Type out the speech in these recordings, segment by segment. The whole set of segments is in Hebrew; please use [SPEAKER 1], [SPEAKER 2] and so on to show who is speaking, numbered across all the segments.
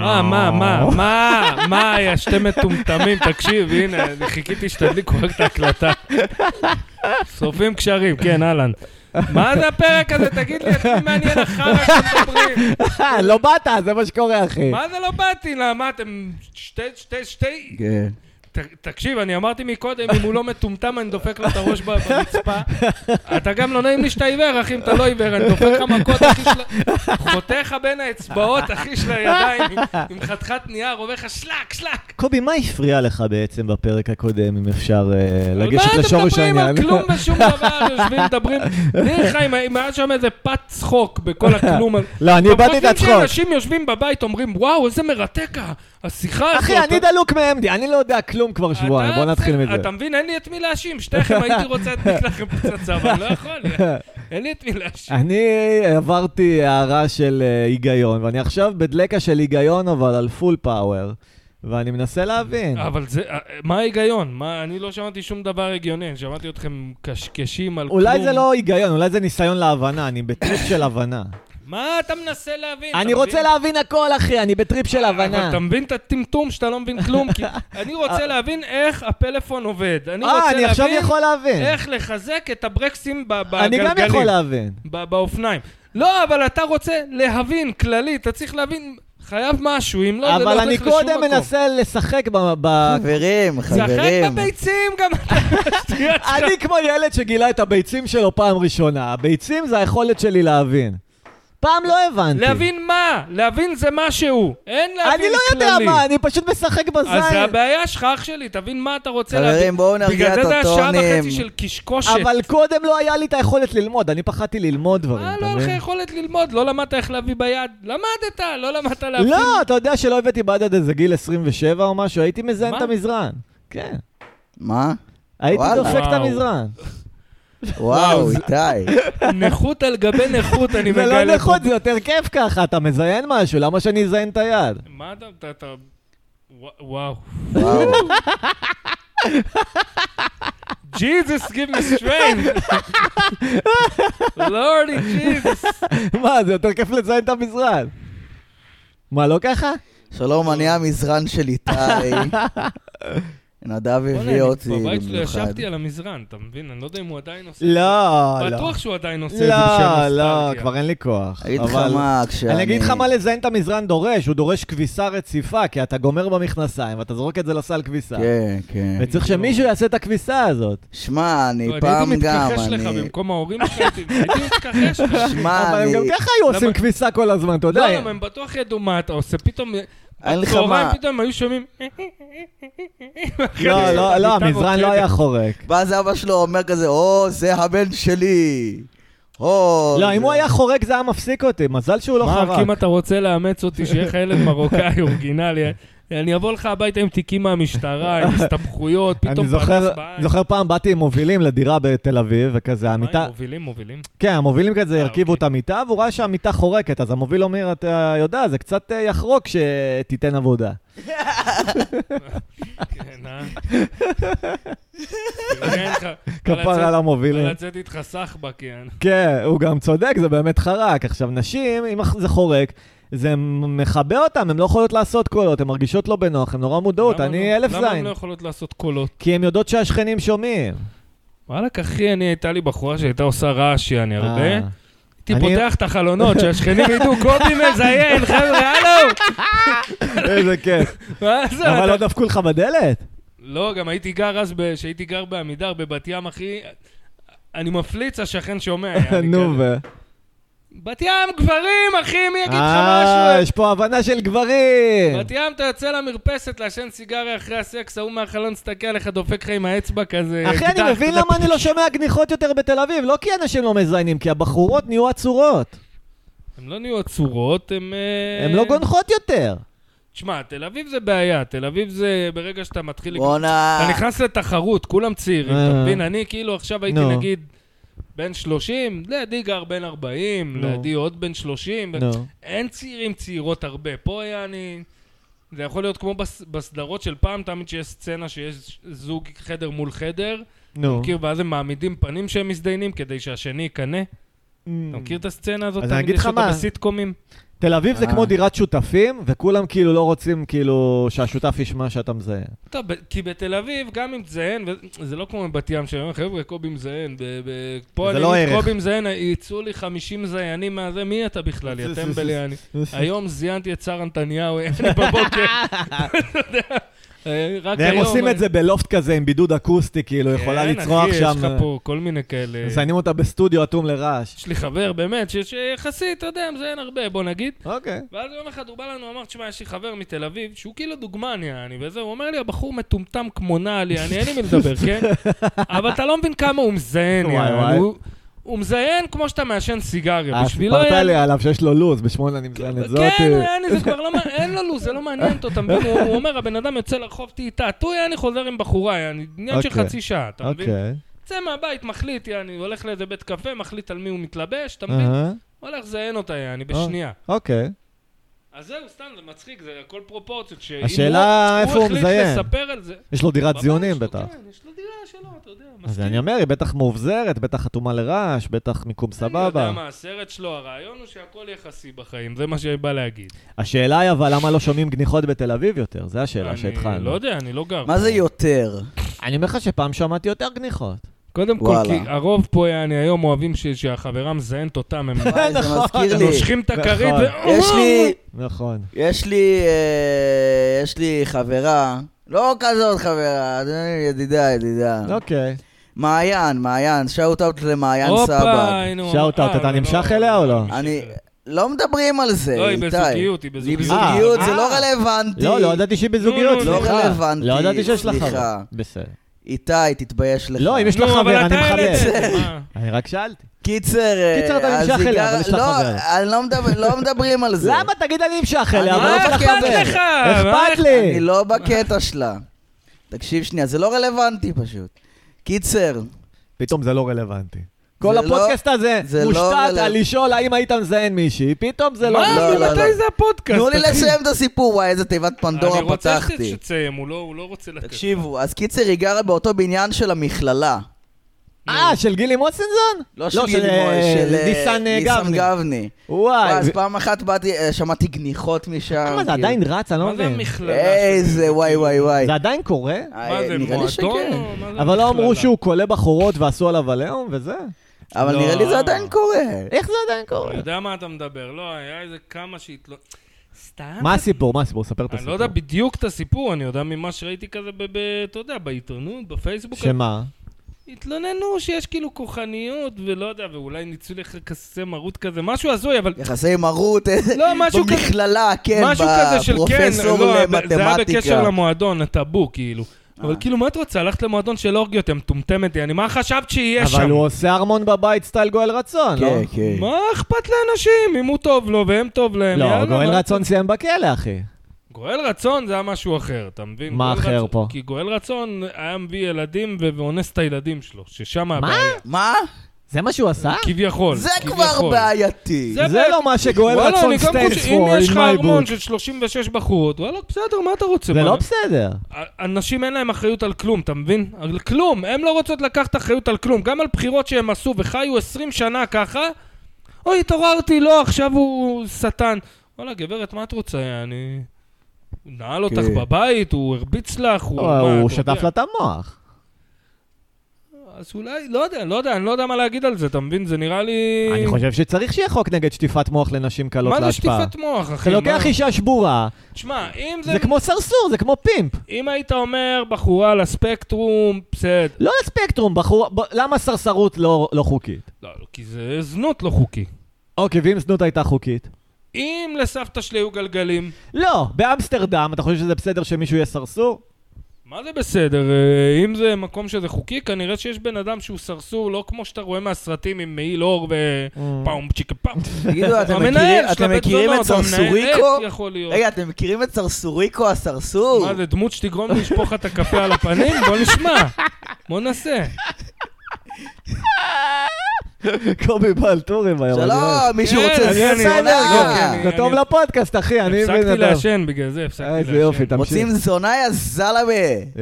[SPEAKER 1] מה, מה, מה, מה, מה, יא שתי מטומטמים, תקשיב, הנה, אני חיכיתי שתדליקו רק את ההקלטה. שורפים קשרים, כן, אהלן. מה זה הפרק הזה? תגיד לי, את מי מעניין החרא שאתם מדברים?
[SPEAKER 2] לא באת, זה מה שקורה, אחי.
[SPEAKER 1] מה זה לא באתי? למה אתם... שתי, שתי, שתי...
[SPEAKER 2] כן.
[SPEAKER 1] ת, תקשיב, אני אמרתי מקודם, אם הוא לא מטומטם, אני דופק לו את הראש ב- ברצפה. אתה גם לא נעים לי שאתה עיוור, אחי, אם אתה לא עיוור, אני דופק לך מכות, אחי, של... חותך לך בין האצבעות, אחי, של הידיים, עם- עם חתיכת נייר, אומר לך שלק, שלק.
[SPEAKER 3] קובי, מה הפריע לך בעצם בפרק הקודם, אם אפשר אה, לגשת
[SPEAKER 1] מה אתם
[SPEAKER 3] לשורש
[SPEAKER 1] מדברים
[SPEAKER 3] העניין?
[SPEAKER 1] על כלום ושום דבר, יושבים, מדברים. נראה לך, אם- אם היה שם איזה פת צחוק בכל הכלום. הזה.
[SPEAKER 3] לא, אני
[SPEAKER 1] אתם
[SPEAKER 3] איבדתי את
[SPEAKER 1] חושבים
[SPEAKER 3] הצחוק.
[SPEAKER 1] שאנשים יושבים בבית, אומרים, וואו, איזה מרתק ה- השיחה הזאת.
[SPEAKER 3] אחי, אני דלוק מ-MD, אני לא יודע כלום כבר שבועיים,
[SPEAKER 1] אתה-
[SPEAKER 3] בוא נתחיל מזה.
[SPEAKER 1] אתה מבין? אין לי את מי להאשים. שתיכם הייתי רוצה להדליק לכם פצצה, אבל אני לא יכול. אין לי את מי להאשים.
[SPEAKER 3] אני עברתי הערה של אה, היגיון, ואני עכשיו בדלקה של היגיון, אבל על פול פאוור, ואני מנסה להבין.
[SPEAKER 1] אבל זה, אה, מה ההיגיון? מה, אני לא שמעתי שום דבר הגיוני, אני שמעתי אתכם קשקשים על כלום.
[SPEAKER 3] אולי זה לא היגיון, אולי זה ניסיון להבנה, אני בטריפ של הבנה.
[SPEAKER 1] מה אתה מנסה להבין? אתה
[SPEAKER 3] אני
[SPEAKER 1] מבין? אה,
[SPEAKER 3] רוצה להבין הכל, אחי, אני בטריפ של
[SPEAKER 1] אבל
[SPEAKER 3] הבנה.
[SPEAKER 1] אתה מבין את הטמטום שאתה לא מבין כלום? כי אני רוצה להבין איך הפלאפון עובד. אני
[SPEAKER 3] אה,
[SPEAKER 1] רוצה
[SPEAKER 3] אני עכשיו
[SPEAKER 1] להבין
[SPEAKER 3] יכול להבין.
[SPEAKER 1] איך לחזק את הברקסים ב-
[SPEAKER 3] אני
[SPEAKER 1] בגלגלים.
[SPEAKER 3] גם יכול להבין.
[SPEAKER 1] ב- באופניים. לא, אבל אתה רוצה להבין כללי, אתה צריך להבין, חייב משהו, אם לא, זה לא
[SPEAKER 3] אבל אני
[SPEAKER 1] הולך לשום מקום.
[SPEAKER 3] קודם מנסה לשחק ב... ב-
[SPEAKER 2] חברים,
[SPEAKER 1] שחק
[SPEAKER 2] חברים.
[SPEAKER 1] בביצים גם אתה, שטויות שלך.
[SPEAKER 3] אני כמו ילד שגילה את הביצים שלו פעם ראשונה. הביצים זה היכולת שלי להבין. פעם לא הבנתי.
[SPEAKER 1] להבין מה? להבין זה משהו. אין להבין
[SPEAKER 3] אני
[SPEAKER 1] כללי.
[SPEAKER 3] לא יודע מה, אני פשוט משחק
[SPEAKER 1] אז זה
[SPEAKER 3] בזין.
[SPEAKER 1] הבעיה שלך, אח שלי, תבין מה אתה רוצה
[SPEAKER 2] חברים,
[SPEAKER 1] להבין.
[SPEAKER 2] בואו נרגיע
[SPEAKER 1] בגלל
[SPEAKER 2] את
[SPEAKER 1] זה זה השעה
[SPEAKER 2] הטונים.
[SPEAKER 1] וחצי של קשקושת.
[SPEAKER 3] אבל קודם לא היה לי את היכולת ללמוד, אני פחדתי ללמוד דברים,
[SPEAKER 1] מה,
[SPEAKER 3] אתה
[SPEAKER 1] לא היה לך
[SPEAKER 3] מבין?
[SPEAKER 1] יכולת ללמוד? לא למדת איך להביא ביד? למדת, לא למדת להבין.
[SPEAKER 3] לא, אתה יודע שלא הבאתי ביד עד איזה גיל 27 או משהו, הייתי מזיין
[SPEAKER 1] מה?
[SPEAKER 3] את המזרן. כן.
[SPEAKER 2] מה?
[SPEAKER 3] הייתי
[SPEAKER 2] וואלה.
[SPEAKER 3] דופק את
[SPEAKER 1] וואו.
[SPEAKER 3] המזרן.
[SPEAKER 2] וואו, איתי.
[SPEAKER 1] נכות על גבי נכות, אני
[SPEAKER 3] זה
[SPEAKER 1] מגלה.
[SPEAKER 3] לא
[SPEAKER 1] פה.
[SPEAKER 3] נכון, זה יותר כיף ככה, אתה מזיין משהו, למה שאני אזיין את היד?
[SPEAKER 1] מה אתה- אתה... אתה- ווא- וואו.
[SPEAKER 2] וואו.
[SPEAKER 1] Jesus, give me strength. Lordy Jesus.
[SPEAKER 3] מה, זה יותר כיף לזיין את המזרן. מה, לא ככה?
[SPEAKER 2] שלום, אני המזרן של איתי. נדב
[SPEAKER 1] בוא'נה,
[SPEAKER 2] הביא
[SPEAKER 1] אני
[SPEAKER 2] אותי
[SPEAKER 1] בבית שלו
[SPEAKER 2] במיוחד.
[SPEAKER 1] ישבתי על המזרן, אתה מבין? אני לא יודע אם הוא עדיין עושה את זה.
[SPEAKER 3] לא, לא.
[SPEAKER 1] בטוח שהוא עדיין עושה את זה בשביל
[SPEAKER 3] לא, לא,
[SPEAKER 1] נוסטלגיה.
[SPEAKER 3] כבר אין לי כוח.
[SPEAKER 2] אגיד לך
[SPEAKER 3] אבל-
[SPEAKER 2] מה, כשאני...
[SPEAKER 3] אני אגיד לך מה לזיין את המזרן דורש, הוא דורש כביסה רציפה, כי אתה גומר במכנסיים, ואתה זורק את זה לסל כביסה.
[SPEAKER 2] כן, כן.
[SPEAKER 3] וצריך שמישהו יעשה את הכביסה הזאת.
[SPEAKER 2] שמע, אני
[SPEAKER 1] לא,
[SPEAKER 2] פעם גם,
[SPEAKER 1] הייתי מתכחש לך
[SPEAKER 2] אני...
[SPEAKER 1] במקום ההורים שלי, הייתי הייתי מתכחש לך.
[SPEAKER 3] לא,
[SPEAKER 2] שמע,
[SPEAKER 3] אבל הם
[SPEAKER 2] אה, אני...
[SPEAKER 3] גם ככה היו
[SPEAKER 1] למה-
[SPEAKER 3] עושים כביסה כל הזמן, אתה יודע.
[SPEAKER 1] לא, הם בטוח ידעו מה אתה עושה, פתאום...
[SPEAKER 2] אין לך
[SPEAKER 1] בצהריים
[SPEAKER 2] מה.
[SPEAKER 1] פתאום היו שומעים... כן,
[SPEAKER 3] לא, לא, לא, המזרן לא היה חורק.
[SPEAKER 2] ואז אבא שלו אומר כזה, או, זה הבן שלי. או...
[SPEAKER 3] לא,
[SPEAKER 2] זה-
[SPEAKER 3] אם הוא היה חורק זה היה מפסיק אותי, מזל שהוא לא
[SPEAKER 1] מרק, אם
[SPEAKER 3] חרק.
[SPEAKER 1] אתה רוצה לאמץ אותי, שיהיה לך ילד מרוקאי אורגינלי, אני אבוא לך הביתה עם תיקים מהמשטרה, עם הסתבכויות,
[SPEAKER 3] אני
[SPEAKER 1] פתאום
[SPEAKER 3] זוכר,
[SPEAKER 1] פרס בעין.
[SPEAKER 3] זוכר פעם באתי עם מובילים לדירה בתל אביב, וכזה,
[SPEAKER 1] מה,
[SPEAKER 3] המיטה...
[SPEAKER 1] הם מובילים, מובילים.
[SPEAKER 3] כן, המובילים כזה
[SPEAKER 1] אה,
[SPEAKER 3] הרכיבו
[SPEAKER 1] אוקיי.
[SPEAKER 3] את המיטה, והוא ראה שהמיטה חורקת, אז המוביל אומר, אתה יודע, זה קצת אה, יחרוק שתיתן עבודה.
[SPEAKER 1] כן, אה? תראה לך,
[SPEAKER 3] כפרה על
[SPEAKER 1] לצאת-
[SPEAKER 3] המובילים.
[SPEAKER 1] לצאת איתך סחבק, כן.
[SPEAKER 3] כן, הוא גם צודק, זה באמת חרק. עכשיו, נשים, אם זה חורק, זה מכבה אותן, הן לא יכולות לעשות קולות, הן מרגישות לא בנוח, הן נורא מודעות,
[SPEAKER 1] למה
[SPEAKER 3] אני
[SPEAKER 1] לא-
[SPEAKER 3] אלף
[SPEAKER 1] למה הן
[SPEAKER 3] זין.
[SPEAKER 1] לא יכולות לעשות קולות?
[SPEAKER 3] כי הן יודעות שהשכנים שומעים.
[SPEAKER 1] וואלכ, אחי, אני הייתה לי בחורה שהייתה עושה רעש, יעני, הרבה.
[SPEAKER 3] אה.
[SPEAKER 1] הייתי
[SPEAKER 3] אני-
[SPEAKER 1] פותח את החלונות, שהשכנים ידעו, קובי מזיין, חבר'ה, הלו!
[SPEAKER 3] אה, איזה כיף.
[SPEAKER 1] מה זה?
[SPEAKER 3] אבל
[SPEAKER 1] אתה-
[SPEAKER 3] לא דפקו לך בדלת?
[SPEAKER 1] לא, גם הייתי גר אז, ב- כשהייתי גר בעמידר, בבת ים, אחי, אני מפליץ, השכן שומע. יעני,
[SPEAKER 3] נו,
[SPEAKER 1] כזה.
[SPEAKER 3] ו...
[SPEAKER 1] בת ים, גברים, אחי, מי יגיד לך
[SPEAKER 3] אה,
[SPEAKER 1] משהו?
[SPEAKER 3] יש פה הבנה של גברים.
[SPEAKER 1] בת ים, אתה יוצא למרפסת לעשן סיגריה אחרי הסקס, ההוא מהחלון מסתכל עליך, דופק לך עם האצבע כזה.
[SPEAKER 3] אחי,
[SPEAKER 1] אקדח,
[SPEAKER 3] אני מבין
[SPEAKER 1] אתה יודע.
[SPEAKER 3] למה אני לא שומע גניחות יותר בתל אביב, לא כי אנשים לא מזיינים, כי הבחורות נהיו עצורות.
[SPEAKER 1] הם לא נהיו עצורות, הם... אה,
[SPEAKER 3] הן לא גונחות יותר.
[SPEAKER 1] תשמע, תל אביב זה בעיה, תל אביב זה ברגע שאתה
[SPEAKER 3] לא,
[SPEAKER 1] מתחיל... לקנות-
[SPEAKER 2] בואנה...
[SPEAKER 1] אתה נכנס לתחרות, כולם צעירים,
[SPEAKER 3] אה.
[SPEAKER 1] אתה מבין? אני כאילו עכשיו הייתי
[SPEAKER 3] נו.
[SPEAKER 1] נגיד בן 30, לידי גר בן 40,
[SPEAKER 3] נו.
[SPEAKER 1] לידי עוד בן 30.
[SPEAKER 3] נו.
[SPEAKER 1] אין צעירים צעירות הרבה. פה היה אני... זה יכול להיות כמו בס... בסדרות של פעם, תמיד שיש סצנה שיש זוג חדר מול חדר,
[SPEAKER 3] נו.
[SPEAKER 1] מכיר? ואז הם מעמידים פנים שהם
[SPEAKER 3] Mm.
[SPEAKER 1] מזדיינים כדי שהשני יקנא. אתה מכיר את הסצנה הזאת?
[SPEAKER 3] אז
[SPEAKER 1] תמיד
[SPEAKER 3] אני אגיד לך
[SPEAKER 1] יש אותה
[SPEAKER 3] מה.
[SPEAKER 1] בסיטקומים.
[SPEAKER 3] תל אביב זה
[SPEAKER 2] אה.
[SPEAKER 3] כמו דירת שותפים, וכולם כאילו לא רוצים כאילו שהשותף ישמע שאתה מזהה.
[SPEAKER 1] טוב, ב- כי בתל אביב, גם אם תזיין, ו- זה לא כמו בבת ים, שאני אומר, חבר'ה, קובי מזיין, ב- ב- פה
[SPEAKER 3] זה
[SPEAKER 1] אני
[SPEAKER 3] לא
[SPEAKER 1] אגיד,
[SPEAKER 3] ערך.
[SPEAKER 1] קובי מזיין, יצאו לי 50 זיינים מהזה, מי אתה בכלל, יא טמבלי אני. היום זיינתי את שרה נתניהו, אין לי בבוקר. אתה יודע, אה, רק היום...
[SPEAKER 3] והם עושים את זה בלופט כזה עם בידוד אקוסטי, כאילו, יכולה
[SPEAKER 1] כן,
[SPEAKER 3] לצרוח
[SPEAKER 1] אחי, יש לך
[SPEAKER 3] שם. אה.
[SPEAKER 1] פה כל מיני כאלה.
[SPEAKER 3] מזיינים אותה בסטודיו אטום לרעש.
[SPEAKER 1] יש לי חבר, באמת, ש- שיחסית, אתה יודע, מזיין הרבה, בוא נגיד.
[SPEAKER 3] אוקיי.
[SPEAKER 1] ואז יום אחד הוא בא לנו, אמר, תשמע, יש לי חבר מתל אביב, שהוא כאילו דוגמן, יעני, וזה, הוא אומר לי, הבחור מטומטם כמו נעל, יעני, אין לי מי לדבר, כן? אבל אתה לא מבין כמה הוא מזיין,
[SPEAKER 3] וואי,
[SPEAKER 1] יעני.
[SPEAKER 3] וואי.
[SPEAKER 1] הוא- הוא מזיין כמו שאתה מעשן סיגריה,
[SPEAKER 3] אה,
[SPEAKER 1] בשבילו...
[SPEAKER 3] סיפרת
[SPEAKER 1] יעני-
[SPEAKER 3] לי עליו שיש לו לו"ז, בשמונה אני מזיין את זאתי.
[SPEAKER 1] לא כן, יעני, זה כבר לא מעניין, אין לו לו"ז, זה לא מעניין אותו, אתה מבין? הוא הוא אומר, הבן אדם יוצא לרחוב, תהי תעתוע, יעני, חוזר עם בחורה, יעני, עניין של
[SPEAKER 3] אוקיי.
[SPEAKER 1] חצי שעה, אתה מבין?
[SPEAKER 3] אוקיי.
[SPEAKER 1] יוצא מהבית, מחליט, יעני, הולך לאיזה בית קפה, מחליט על מי הוא מתלבש, אתה מבין?
[SPEAKER 3] אהה, אה.
[SPEAKER 1] הולך לזיין אותה, יעני, בשנייה.
[SPEAKER 3] אוקיי.
[SPEAKER 1] אז זהו, סתם, זה מצחיק, זה הכל פרופורציות. שאם
[SPEAKER 3] השאלה
[SPEAKER 1] הוא-
[SPEAKER 3] איפה הוא
[SPEAKER 1] הוא
[SPEAKER 3] מזיין.
[SPEAKER 1] החליט לספר על זה.
[SPEAKER 3] יש לו דירת
[SPEAKER 1] בבית
[SPEAKER 3] זיונים
[SPEAKER 1] שלו,
[SPEAKER 3] בטח.
[SPEAKER 1] כן, יש לו דירה שלו, אתה יודע,
[SPEAKER 3] אז
[SPEAKER 1] מסכים.
[SPEAKER 3] אני אומר, היא בטח מאובזרת, בטח חתומה לרעש, בטח מיקום
[SPEAKER 1] אני יודע
[SPEAKER 3] סבבה.
[SPEAKER 1] מה הסרט שלו, הרעיון הוא שהכל יחסי בחיים, זה מה שאני בא להגיד.
[SPEAKER 3] השאלה היא אבל למה לא שומעים גניחות בתל אביב יותר? זו השאלה
[SPEAKER 1] אני לא
[SPEAKER 3] שהתחלנו.
[SPEAKER 1] יודע, אני לא גר.
[SPEAKER 2] מה
[SPEAKER 1] פה.
[SPEAKER 2] זה יותר?
[SPEAKER 3] אני אומר לך שפעם שמעתי יותר גניחות.
[SPEAKER 1] קודם כל,
[SPEAKER 2] וואלה.
[SPEAKER 1] כי הרוב פה, יעני, היום אוהבים ש- שהחברה מזיינת אותם, הם
[SPEAKER 2] וואי, זה
[SPEAKER 3] נכון.
[SPEAKER 2] מזכיר לי.
[SPEAKER 1] נושכים את הכרית
[SPEAKER 3] נכון.
[SPEAKER 1] ו...
[SPEAKER 2] יש לי,
[SPEAKER 3] נכון.
[SPEAKER 2] יש לי, אה, יש לי חברה, לא כזאת חברה, אה, ידידה, ידידה.
[SPEAKER 1] לא.
[SPEAKER 3] אוקיי.
[SPEAKER 2] מעיין, מעיין, שאוט אאוט למעיין
[SPEAKER 1] הופה,
[SPEAKER 2] סבא.
[SPEAKER 1] הנה הוא...
[SPEAKER 3] שאוט
[SPEAKER 1] אה,
[SPEAKER 3] אאוט, אתה
[SPEAKER 1] לא,
[SPEAKER 3] נמשך
[SPEAKER 1] לא,
[SPEAKER 3] אליה או לא?
[SPEAKER 1] נמשך
[SPEAKER 2] אני,
[SPEAKER 1] אליה.
[SPEAKER 2] לא מדברים על זה,
[SPEAKER 1] לא, היא
[SPEAKER 2] איתי.
[SPEAKER 1] בזוגיות, היא בזוגיות.
[SPEAKER 2] בזוגיות,
[SPEAKER 3] אה,
[SPEAKER 2] זה לא
[SPEAKER 3] אה.
[SPEAKER 2] רלוונטי.
[SPEAKER 3] לא, לא ידעתי שהיא בזוגיות,
[SPEAKER 1] נו, נו, נו.
[SPEAKER 3] סליחה.
[SPEAKER 2] לא רלוונטי,
[SPEAKER 3] לא ידעתי שיש לך.
[SPEAKER 2] סליחה.
[SPEAKER 3] אבל- בסדר.
[SPEAKER 2] איתי, תתבייש לך.
[SPEAKER 3] לא, אם יש- יש לה
[SPEAKER 1] נו, אבל
[SPEAKER 3] חבר, אני
[SPEAKER 1] אתה
[SPEAKER 3] מכבד.
[SPEAKER 1] העלית את זה, מה?
[SPEAKER 3] אני רק שאלתי.
[SPEAKER 2] קיצר, אה,
[SPEAKER 3] קיצר, אתה
[SPEAKER 2] אז
[SPEAKER 3] נמשך
[SPEAKER 2] היא
[SPEAKER 3] אליה,
[SPEAKER 2] גרה-
[SPEAKER 3] אבל יש לה
[SPEAKER 2] לא,
[SPEAKER 3] חבר.
[SPEAKER 2] אני לא מדבר- לא מדברים על זה.
[SPEAKER 3] למה? תגיד אני נמשך
[SPEAKER 2] אני
[SPEAKER 3] אליה, אבל
[SPEAKER 2] לא
[SPEAKER 3] לא
[SPEAKER 1] מה
[SPEAKER 3] אכפת
[SPEAKER 2] אכפת
[SPEAKER 1] אכפת
[SPEAKER 3] לך.
[SPEAKER 1] לך? מה
[SPEAKER 3] אכפת
[SPEAKER 2] אני
[SPEAKER 3] לי.
[SPEAKER 2] לא בקטע שלה. תקשיב שנייה, זה לא רלוונטי פשוט. קיצר,
[SPEAKER 3] פתאום זה לא רלוונטי. כל
[SPEAKER 2] לא-
[SPEAKER 3] הפודקאסט הזה
[SPEAKER 2] זה לא
[SPEAKER 3] מושתת
[SPEAKER 2] רלוונטי.
[SPEAKER 3] על לשאול האם היית מזיין מישהי, פתאום זה לא...
[SPEAKER 1] מה?
[SPEAKER 2] לא, לא,
[SPEAKER 1] ממתי
[SPEAKER 2] לא.
[SPEAKER 1] זה הפודקאסט?
[SPEAKER 2] תנו לי
[SPEAKER 1] אחי?
[SPEAKER 2] לסיים את הסיפור, וואי, איזה תיבת
[SPEAKER 1] אני
[SPEAKER 2] פנדורה
[SPEAKER 1] רוצה
[SPEAKER 2] פתחתי.
[SPEAKER 1] שתסיים, הוא לא- הוא לא רוצה לתת.
[SPEAKER 2] תקשיבו, אז קיצר, היא גרה באותו בניין של המכללה.
[SPEAKER 3] אה, של גילי מוסינזון?
[SPEAKER 2] לא של
[SPEAKER 3] של
[SPEAKER 2] גילמור,
[SPEAKER 3] אה,
[SPEAKER 2] של אה,
[SPEAKER 3] ניסן אה,
[SPEAKER 2] ניסן
[SPEAKER 3] גבני.
[SPEAKER 2] גבני. לא,
[SPEAKER 3] וואי.
[SPEAKER 2] אז פעם אחת באתי, אה, שמעתי גניחות משם.
[SPEAKER 3] למה זה
[SPEAKER 2] כאילו.
[SPEAKER 3] עדיין רץ? אני לא
[SPEAKER 1] מה זה
[SPEAKER 3] מבין.
[SPEAKER 1] המכללה?
[SPEAKER 2] איזה וואי וואי וואי.
[SPEAKER 3] זה עדיין קורה?
[SPEAKER 1] מה
[SPEAKER 2] אה,
[SPEAKER 1] זה,
[SPEAKER 2] נראה לי
[SPEAKER 1] מועדון?
[SPEAKER 2] שכן.
[SPEAKER 1] או מה זה
[SPEAKER 3] אבל לא אמרו
[SPEAKER 1] מכללה?
[SPEAKER 3] שהוא כולה בחורות ועשו עליו עליהום וזה?
[SPEAKER 2] אבל
[SPEAKER 1] לא.
[SPEAKER 2] נראה לי זה עדיין קורה.
[SPEAKER 3] איך זה עדיין קורה?
[SPEAKER 1] אני יודע מה אתה מדבר, לא, היה איזה כמה שהתלו... סתם?
[SPEAKER 3] מה הסיפור? מה הסיפור? ספר את
[SPEAKER 1] אני
[SPEAKER 3] הסיפור.
[SPEAKER 1] לא יודע בדיוק את הסיפור, אני יודע ממה שראיתי כזה, ב- ב- אתה יודע, בעיתונות, בפייסבוק.
[SPEAKER 3] שמה?
[SPEAKER 1] התלוננו שיש כאילו כוחניות, ולא יודע, ואולי ניצול יחסי מרות כזה, משהו הזוי, אבל...
[SPEAKER 2] יחסי מרות, איזה-
[SPEAKER 1] לא, משהו כזה.
[SPEAKER 2] במכללה, כן,
[SPEAKER 1] משהו כזה של כן,
[SPEAKER 2] בפרופסור
[SPEAKER 1] לא, זה היה בקשר
[SPEAKER 3] כן,
[SPEAKER 2] למתמטיקה.
[SPEAKER 1] למועדון, הטאבו, כאילו. אבל כאילו, מה את רוצה? הלכת למועדון של אורגיות, יא מטומטמת, יעני, מה חשבת שיהיה שם?
[SPEAKER 3] אבל הוא עושה ארמון בבית סטייל גואל רצון, לא?
[SPEAKER 2] כן, כן.
[SPEAKER 1] מה אכפת לאנשים? אם הוא טוב לו והם טוב להם,
[SPEAKER 3] לא,
[SPEAKER 1] יאללה,
[SPEAKER 3] גואל
[SPEAKER 1] מה-
[SPEAKER 3] רצון סיים בכלא, אחי.
[SPEAKER 1] גואל רצון זה היה משהו אחר, אתה מבין?
[SPEAKER 3] מה
[SPEAKER 1] גואל
[SPEAKER 3] אחר
[SPEAKER 1] רצון-
[SPEAKER 3] פה?
[SPEAKER 1] כי גואל רצון היה מביא ילדים ו- ואונס את הילדים שלו, ששם הבעיה.
[SPEAKER 2] מה?
[SPEAKER 3] זה מה שהוא עשה?
[SPEAKER 1] כביכול.
[SPEAKER 2] זה כבר
[SPEAKER 1] כביכול.
[SPEAKER 2] בעייתי.
[SPEAKER 1] זה
[SPEAKER 3] זה
[SPEAKER 1] בעיה-
[SPEAKER 3] לא מה שגואל
[SPEAKER 1] וואלה,
[SPEAKER 3] רצון
[SPEAKER 1] אני גם
[SPEAKER 3] stands
[SPEAKER 1] חושב, אם
[SPEAKER 3] for
[SPEAKER 1] יש
[SPEAKER 3] in
[SPEAKER 1] לך
[SPEAKER 3] my
[SPEAKER 1] ארמון
[SPEAKER 3] book.
[SPEAKER 1] של 36 בחורות, וואלה, בסדר, מה אתה רוצה?
[SPEAKER 3] זה
[SPEAKER 1] מה?
[SPEAKER 3] לא בסדר.
[SPEAKER 1] ה- אנשים אין להם אחריות על כלום, אתה מבין? על כלום, הם לא רוצות לקחת אחריות על כלום. גם על בחירות שהם עשו וחיו 20 שנה ככה, אוי, התעוררתי, לא, עכשיו הוא שטן. וואלה, גברת, מה את רוצה? אני... הוא נעל אותך
[SPEAKER 2] כן.
[SPEAKER 1] בבית, הוא הרביץ לך, הוא...
[SPEAKER 3] הוא-
[SPEAKER 1] מה,
[SPEAKER 3] לא, הוא
[SPEAKER 1] אתה
[SPEAKER 3] שטף
[SPEAKER 1] יודע?
[SPEAKER 3] לה את המוח.
[SPEAKER 1] אז אולי, לא יודע, לא יודע, אני לא יודע מה להגיד על זה, אתה מבין? זה נראה לי...
[SPEAKER 3] אני חושב שצריך שיהיה חוק נגד שטיפת מוח לנשים קלות
[SPEAKER 1] אה, מה
[SPEAKER 3] להשפעה.
[SPEAKER 1] זה שטיפת מוח, אחי?
[SPEAKER 3] אתה לוקח
[SPEAKER 1] מה?
[SPEAKER 3] אישה שבורה,
[SPEAKER 1] תשמע, אם זה...
[SPEAKER 3] זה כמו סרסור, זה כמו פימפ.
[SPEAKER 1] אם היית אומר בחורה לספקטרום, בסדר.
[SPEAKER 3] לא לספקטרום, בחור... ב- למה סרסרות לא לא חוקית?
[SPEAKER 1] לא, לא, כי זה זנות לא חוקי.
[SPEAKER 3] אוקיי, ואם זנות הייתה חוקית?
[SPEAKER 1] אם לסבתא שלי היו גלגלים,
[SPEAKER 3] לא, באמסטרדם, אתה חושב שזה בסדר שמישהו יהיה סרסור?
[SPEAKER 1] מה זה בסדר? אה, אם זה מקום שזה חוקי, כנראה שיש בן אדם שהוא סרסור, לא כמו שאתה רואה מהסרטים עם מעיל אור ופאום צ'יקה פאום.
[SPEAKER 2] תגידו, Mm. אתם
[SPEAKER 1] המנהל
[SPEAKER 2] מכירים-
[SPEAKER 1] של
[SPEAKER 2] אתם
[SPEAKER 1] הבית
[SPEAKER 2] מכירים
[SPEAKER 1] זונות,
[SPEAKER 2] את סרסוריקו?
[SPEAKER 1] המנהלת יכול להיות.
[SPEAKER 2] רגע, אתם מכירים את סרסוריקו הסרסור?
[SPEAKER 1] מה זה, דמות שתגרום לי לשפוך לך את הקפה על הפנים? בוא נשמע. בוא ננסה.
[SPEAKER 3] קובי בלטורים היום. אני אומר.
[SPEAKER 2] שלום, מישהו
[SPEAKER 1] כן,
[SPEAKER 2] רוצה
[SPEAKER 1] אני- אני-
[SPEAKER 2] זונה?
[SPEAKER 1] אני-
[SPEAKER 3] אוקיי, זה טוב
[SPEAKER 1] אני-
[SPEAKER 3] לפודקאסט, אחי, אני מבין.
[SPEAKER 1] הפסקתי
[SPEAKER 3] אתה-
[SPEAKER 1] לעשן בגלל זה, הפסקתי
[SPEAKER 3] אה,
[SPEAKER 1] לעשן.
[SPEAKER 3] איזה יופי, תמשיך.
[SPEAKER 2] רוצים זונה, יא זלמה?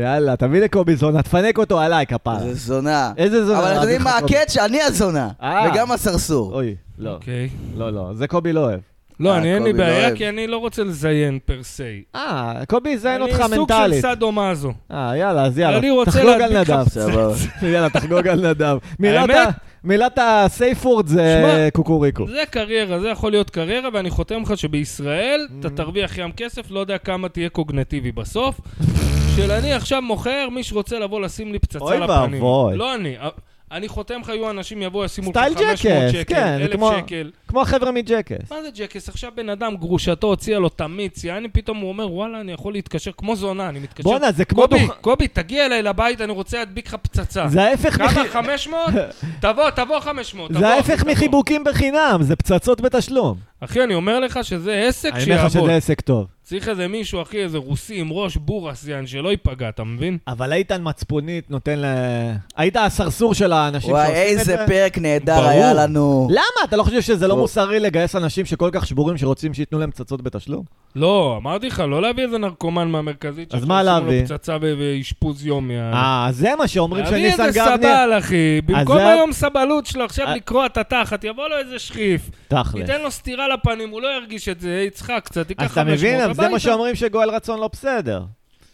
[SPEAKER 3] יאללה, תביא לקובי זונה, תפנק אותו עליי כפרה.
[SPEAKER 2] זה זונה.
[SPEAKER 3] אה. איזה זונה?
[SPEAKER 2] אבל אתם יודעים מה
[SPEAKER 3] אביחי קובי.
[SPEAKER 2] הקאץ'? אני הזונה,
[SPEAKER 3] אה.
[SPEAKER 2] וגם הסרסור.
[SPEAKER 3] אוי, לא,
[SPEAKER 1] אוקיי.
[SPEAKER 3] לא, לא, זה קובי לא אוהב.
[SPEAKER 1] לא,
[SPEAKER 2] אה,
[SPEAKER 1] אני אין לי
[SPEAKER 2] קובי לא
[SPEAKER 1] בעיה,
[SPEAKER 2] אוהב.
[SPEAKER 1] כי אני לא רוצה לזיין פר סי.
[SPEAKER 3] אה, קובי יזיין אותך
[SPEAKER 1] אני סוג של
[SPEAKER 3] מנטלית.
[SPEAKER 1] סאדו מאזו.
[SPEAKER 3] אה, יאללה, אז יאללה,
[SPEAKER 1] אני רוצה
[SPEAKER 3] תחגוג על
[SPEAKER 1] להדביק
[SPEAKER 3] נדב.
[SPEAKER 1] חפצה.
[SPEAKER 2] סבבה.
[SPEAKER 3] יאללה, תחגוג על נדב. מילת
[SPEAKER 1] האמת?
[SPEAKER 3] ה- מילת הסייפורד זה
[SPEAKER 1] שמע,
[SPEAKER 3] קוקוריקו.
[SPEAKER 1] זה קריירה, זה יכול להיות קריירה, ואני חותם לך שבישראל
[SPEAKER 3] Mm-hmm.
[SPEAKER 1] אתה תרוויח ים כסף, לא יודע כמה תהיה קוגנטיבי בסוף. של אני עכשיו מוכר, מי שרוצה לבוא לשים לי פצצה
[SPEAKER 3] אוי
[SPEAKER 1] לפנים.
[SPEAKER 3] ואבוי.
[SPEAKER 1] לא אני. א- אני חותם לך, יהיו אנשים יבואו, ישימו לך
[SPEAKER 3] סטייל
[SPEAKER 1] 500
[SPEAKER 3] ג'קס,
[SPEAKER 1] שקל,
[SPEAKER 3] כן, זה
[SPEAKER 1] 1,000
[SPEAKER 3] כמו-
[SPEAKER 1] שקל.
[SPEAKER 3] כמו החבר'ה מג'קס.
[SPEAKER 1] מה זה ג'קס? עכשיו בן אדם, גרושתו הוציאה לו תמיץ, יעני פתאום הוא אומר, וואלה, אני יכול להתקשר כמו זונה, אני מתקשר.
[SPEAKER 3] בואנה, זה כמו...
[SPEAKER 1] קובי,
[SPEAKER 3] דוכ-
[SPEAKER 1] קובי, תגיע אליי לבית, אני רוצה להדביק לך פצצה.
[SPEAKER 3] זה ההפך
[SPEAKER 1] כמה?
[SPEAKER 3] מחי-
[SPEAKER 1] 500? תבוא, תבוא 500.
[SPEAKER 3] זה
[SPEAKER 1] תבוא, אחי,
[SPEAKER 3] ההפך
[SPEAKER 1] תבוא.
[SPEAKER 3] מחיבוקים בחינם, זה פצצות בתשלום.
[SPEAKER 1] אחי, אני אומר לך שזה עסק
[SPEAKER 3] אני אומר לך
[SPEAKER 1] שיעבוד.
[SPEAKER 3] שזה עסק טוב.
[SPEAKER 1] צריך איזה מישהו, אחי, איזה רוסי עם ראש בורסיאן, שלא ייפגע, אתה מבין?
[SPEAKER 3] אבל איתן מצפונית נותן ל... היית הסרסור של האנשים
[SPEAKER 2] וואי,
[SPEAKER 3] שעושים את
[SPEAKER 2] איזה
[SPEAKER 3] זה.
[SPEAKER 2] פרק נהדר
[SPEAKER 3] ברור.
[SPEAKER 2] היה לנו.
[SPEAKER 3] למה? אתה לא חושב שזה לא
[SPEAKER 2] ברור.
[SPEAKER 3] מוסרי לגייס אנשים שכל כך שבורים שרוצים שייתנו להם פצצות בתשלום?
[SPEAKER 1] לא, אמרתי לך, לא להביא איזה נרקומן מהמרכזית,
[SPEAKER 3] אז
[SPEAKER 1] שעכשיו
[SPEAKER 3] מה
[SPEAKER 1] שמו לו
[SPEAKER 3] להביא?
[SPEAKER 1] פצצה ו- ואשפוז יום. יעני.
[SPEAKER 3] אה, זה מה שאומרים
[SPEAKER 1] להביא
[SPEAKER 3] שניסן
[SPEAKER 1] איזה
[SPEAKER 3] גבנר...
[SPEAKER 1] סבל, אחי. במקום
[SPEAKER 3] זה-
[SPEAKER 1] היום סבלות שלו, עכשיו
[SPEAKER 3] אה.
[SPEAKER 1] לקרוע את התחת, יבוא לו איזה שכיף.
[SPEAKER 3] תכל'ס.
[SPEAKER 1] ניתן לו סטירה לפנים, הוא לא ירגיש את זה, יצחק קצת, ייקח
[SPEAKER 3] אז
[SPEAKER 1] 500
[SPEAKER 3] אתה מבין?
[SPEAKER 1] הביתה.
[SPEAKER 3] אבל זה מה שאומרים שגואל רצון לא בסדר.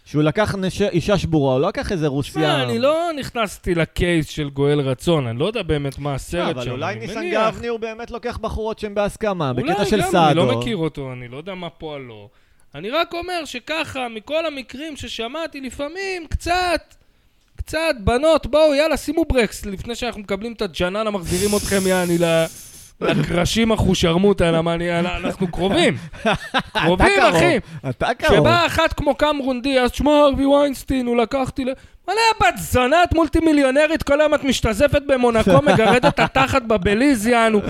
[SPEAKER 3] שהוא לקח נש- אישה שבורה, הוא לא לקח איזה
[SPEAKER 1] תשמע,
[SPEAKER 3] רוסיה.
[SPEAKER 1] אני לא נכנסתי לקייס של גואל רצון, אני לא יודע באמת מה הסרט שם.
[SPEAKER 3] לא, אבל אולי
[SPEAKER 1] אני
[SPEAKER 3] ניסן
[SPEAKER 1] מניח.
[SPEAKER 3] גבני הוא באמת לוקח בחורות שהן בהסכמה,
[SPEAKER 1] אולי
[SPEAKER 3] בקטע של
[SPEAKER 1] גם,
[SPEAKER 3] סעדו.
[SPEAKER 1] אני לא מכיר אותו, אני לא יודע מה פועלו. אני רק אומר שככה, מכל המקרים ששמעתי, לפעמים קצת, קצת, בנות, בואו, יאללה, שימו ברקס, לפני שאנחנו מקבלים את הג'ננה, מחזירים אתכם, יעני, ל- לקרשים אחושרמוטה, למה אני, יאללה, אנחנו קרובים.
[SPEAKER 3] אה, אתה
[SPEAKER 1] קרובים,
[SPEAKER 3] קרוב,
[SPEAKER 1] אחי.
[SPEAKER 3] אתה קרוב.
[SPEAKER 1] כשבאה אחת כמו קמרון דיאס, שמע, הרווי ויינסטין, הוא לקחתי ל... וואלה, בת זונה, את מולטי מיליונרית, כל היום את משתזפת במונקו, מגרדת את התחת בבליזיאן. הוא-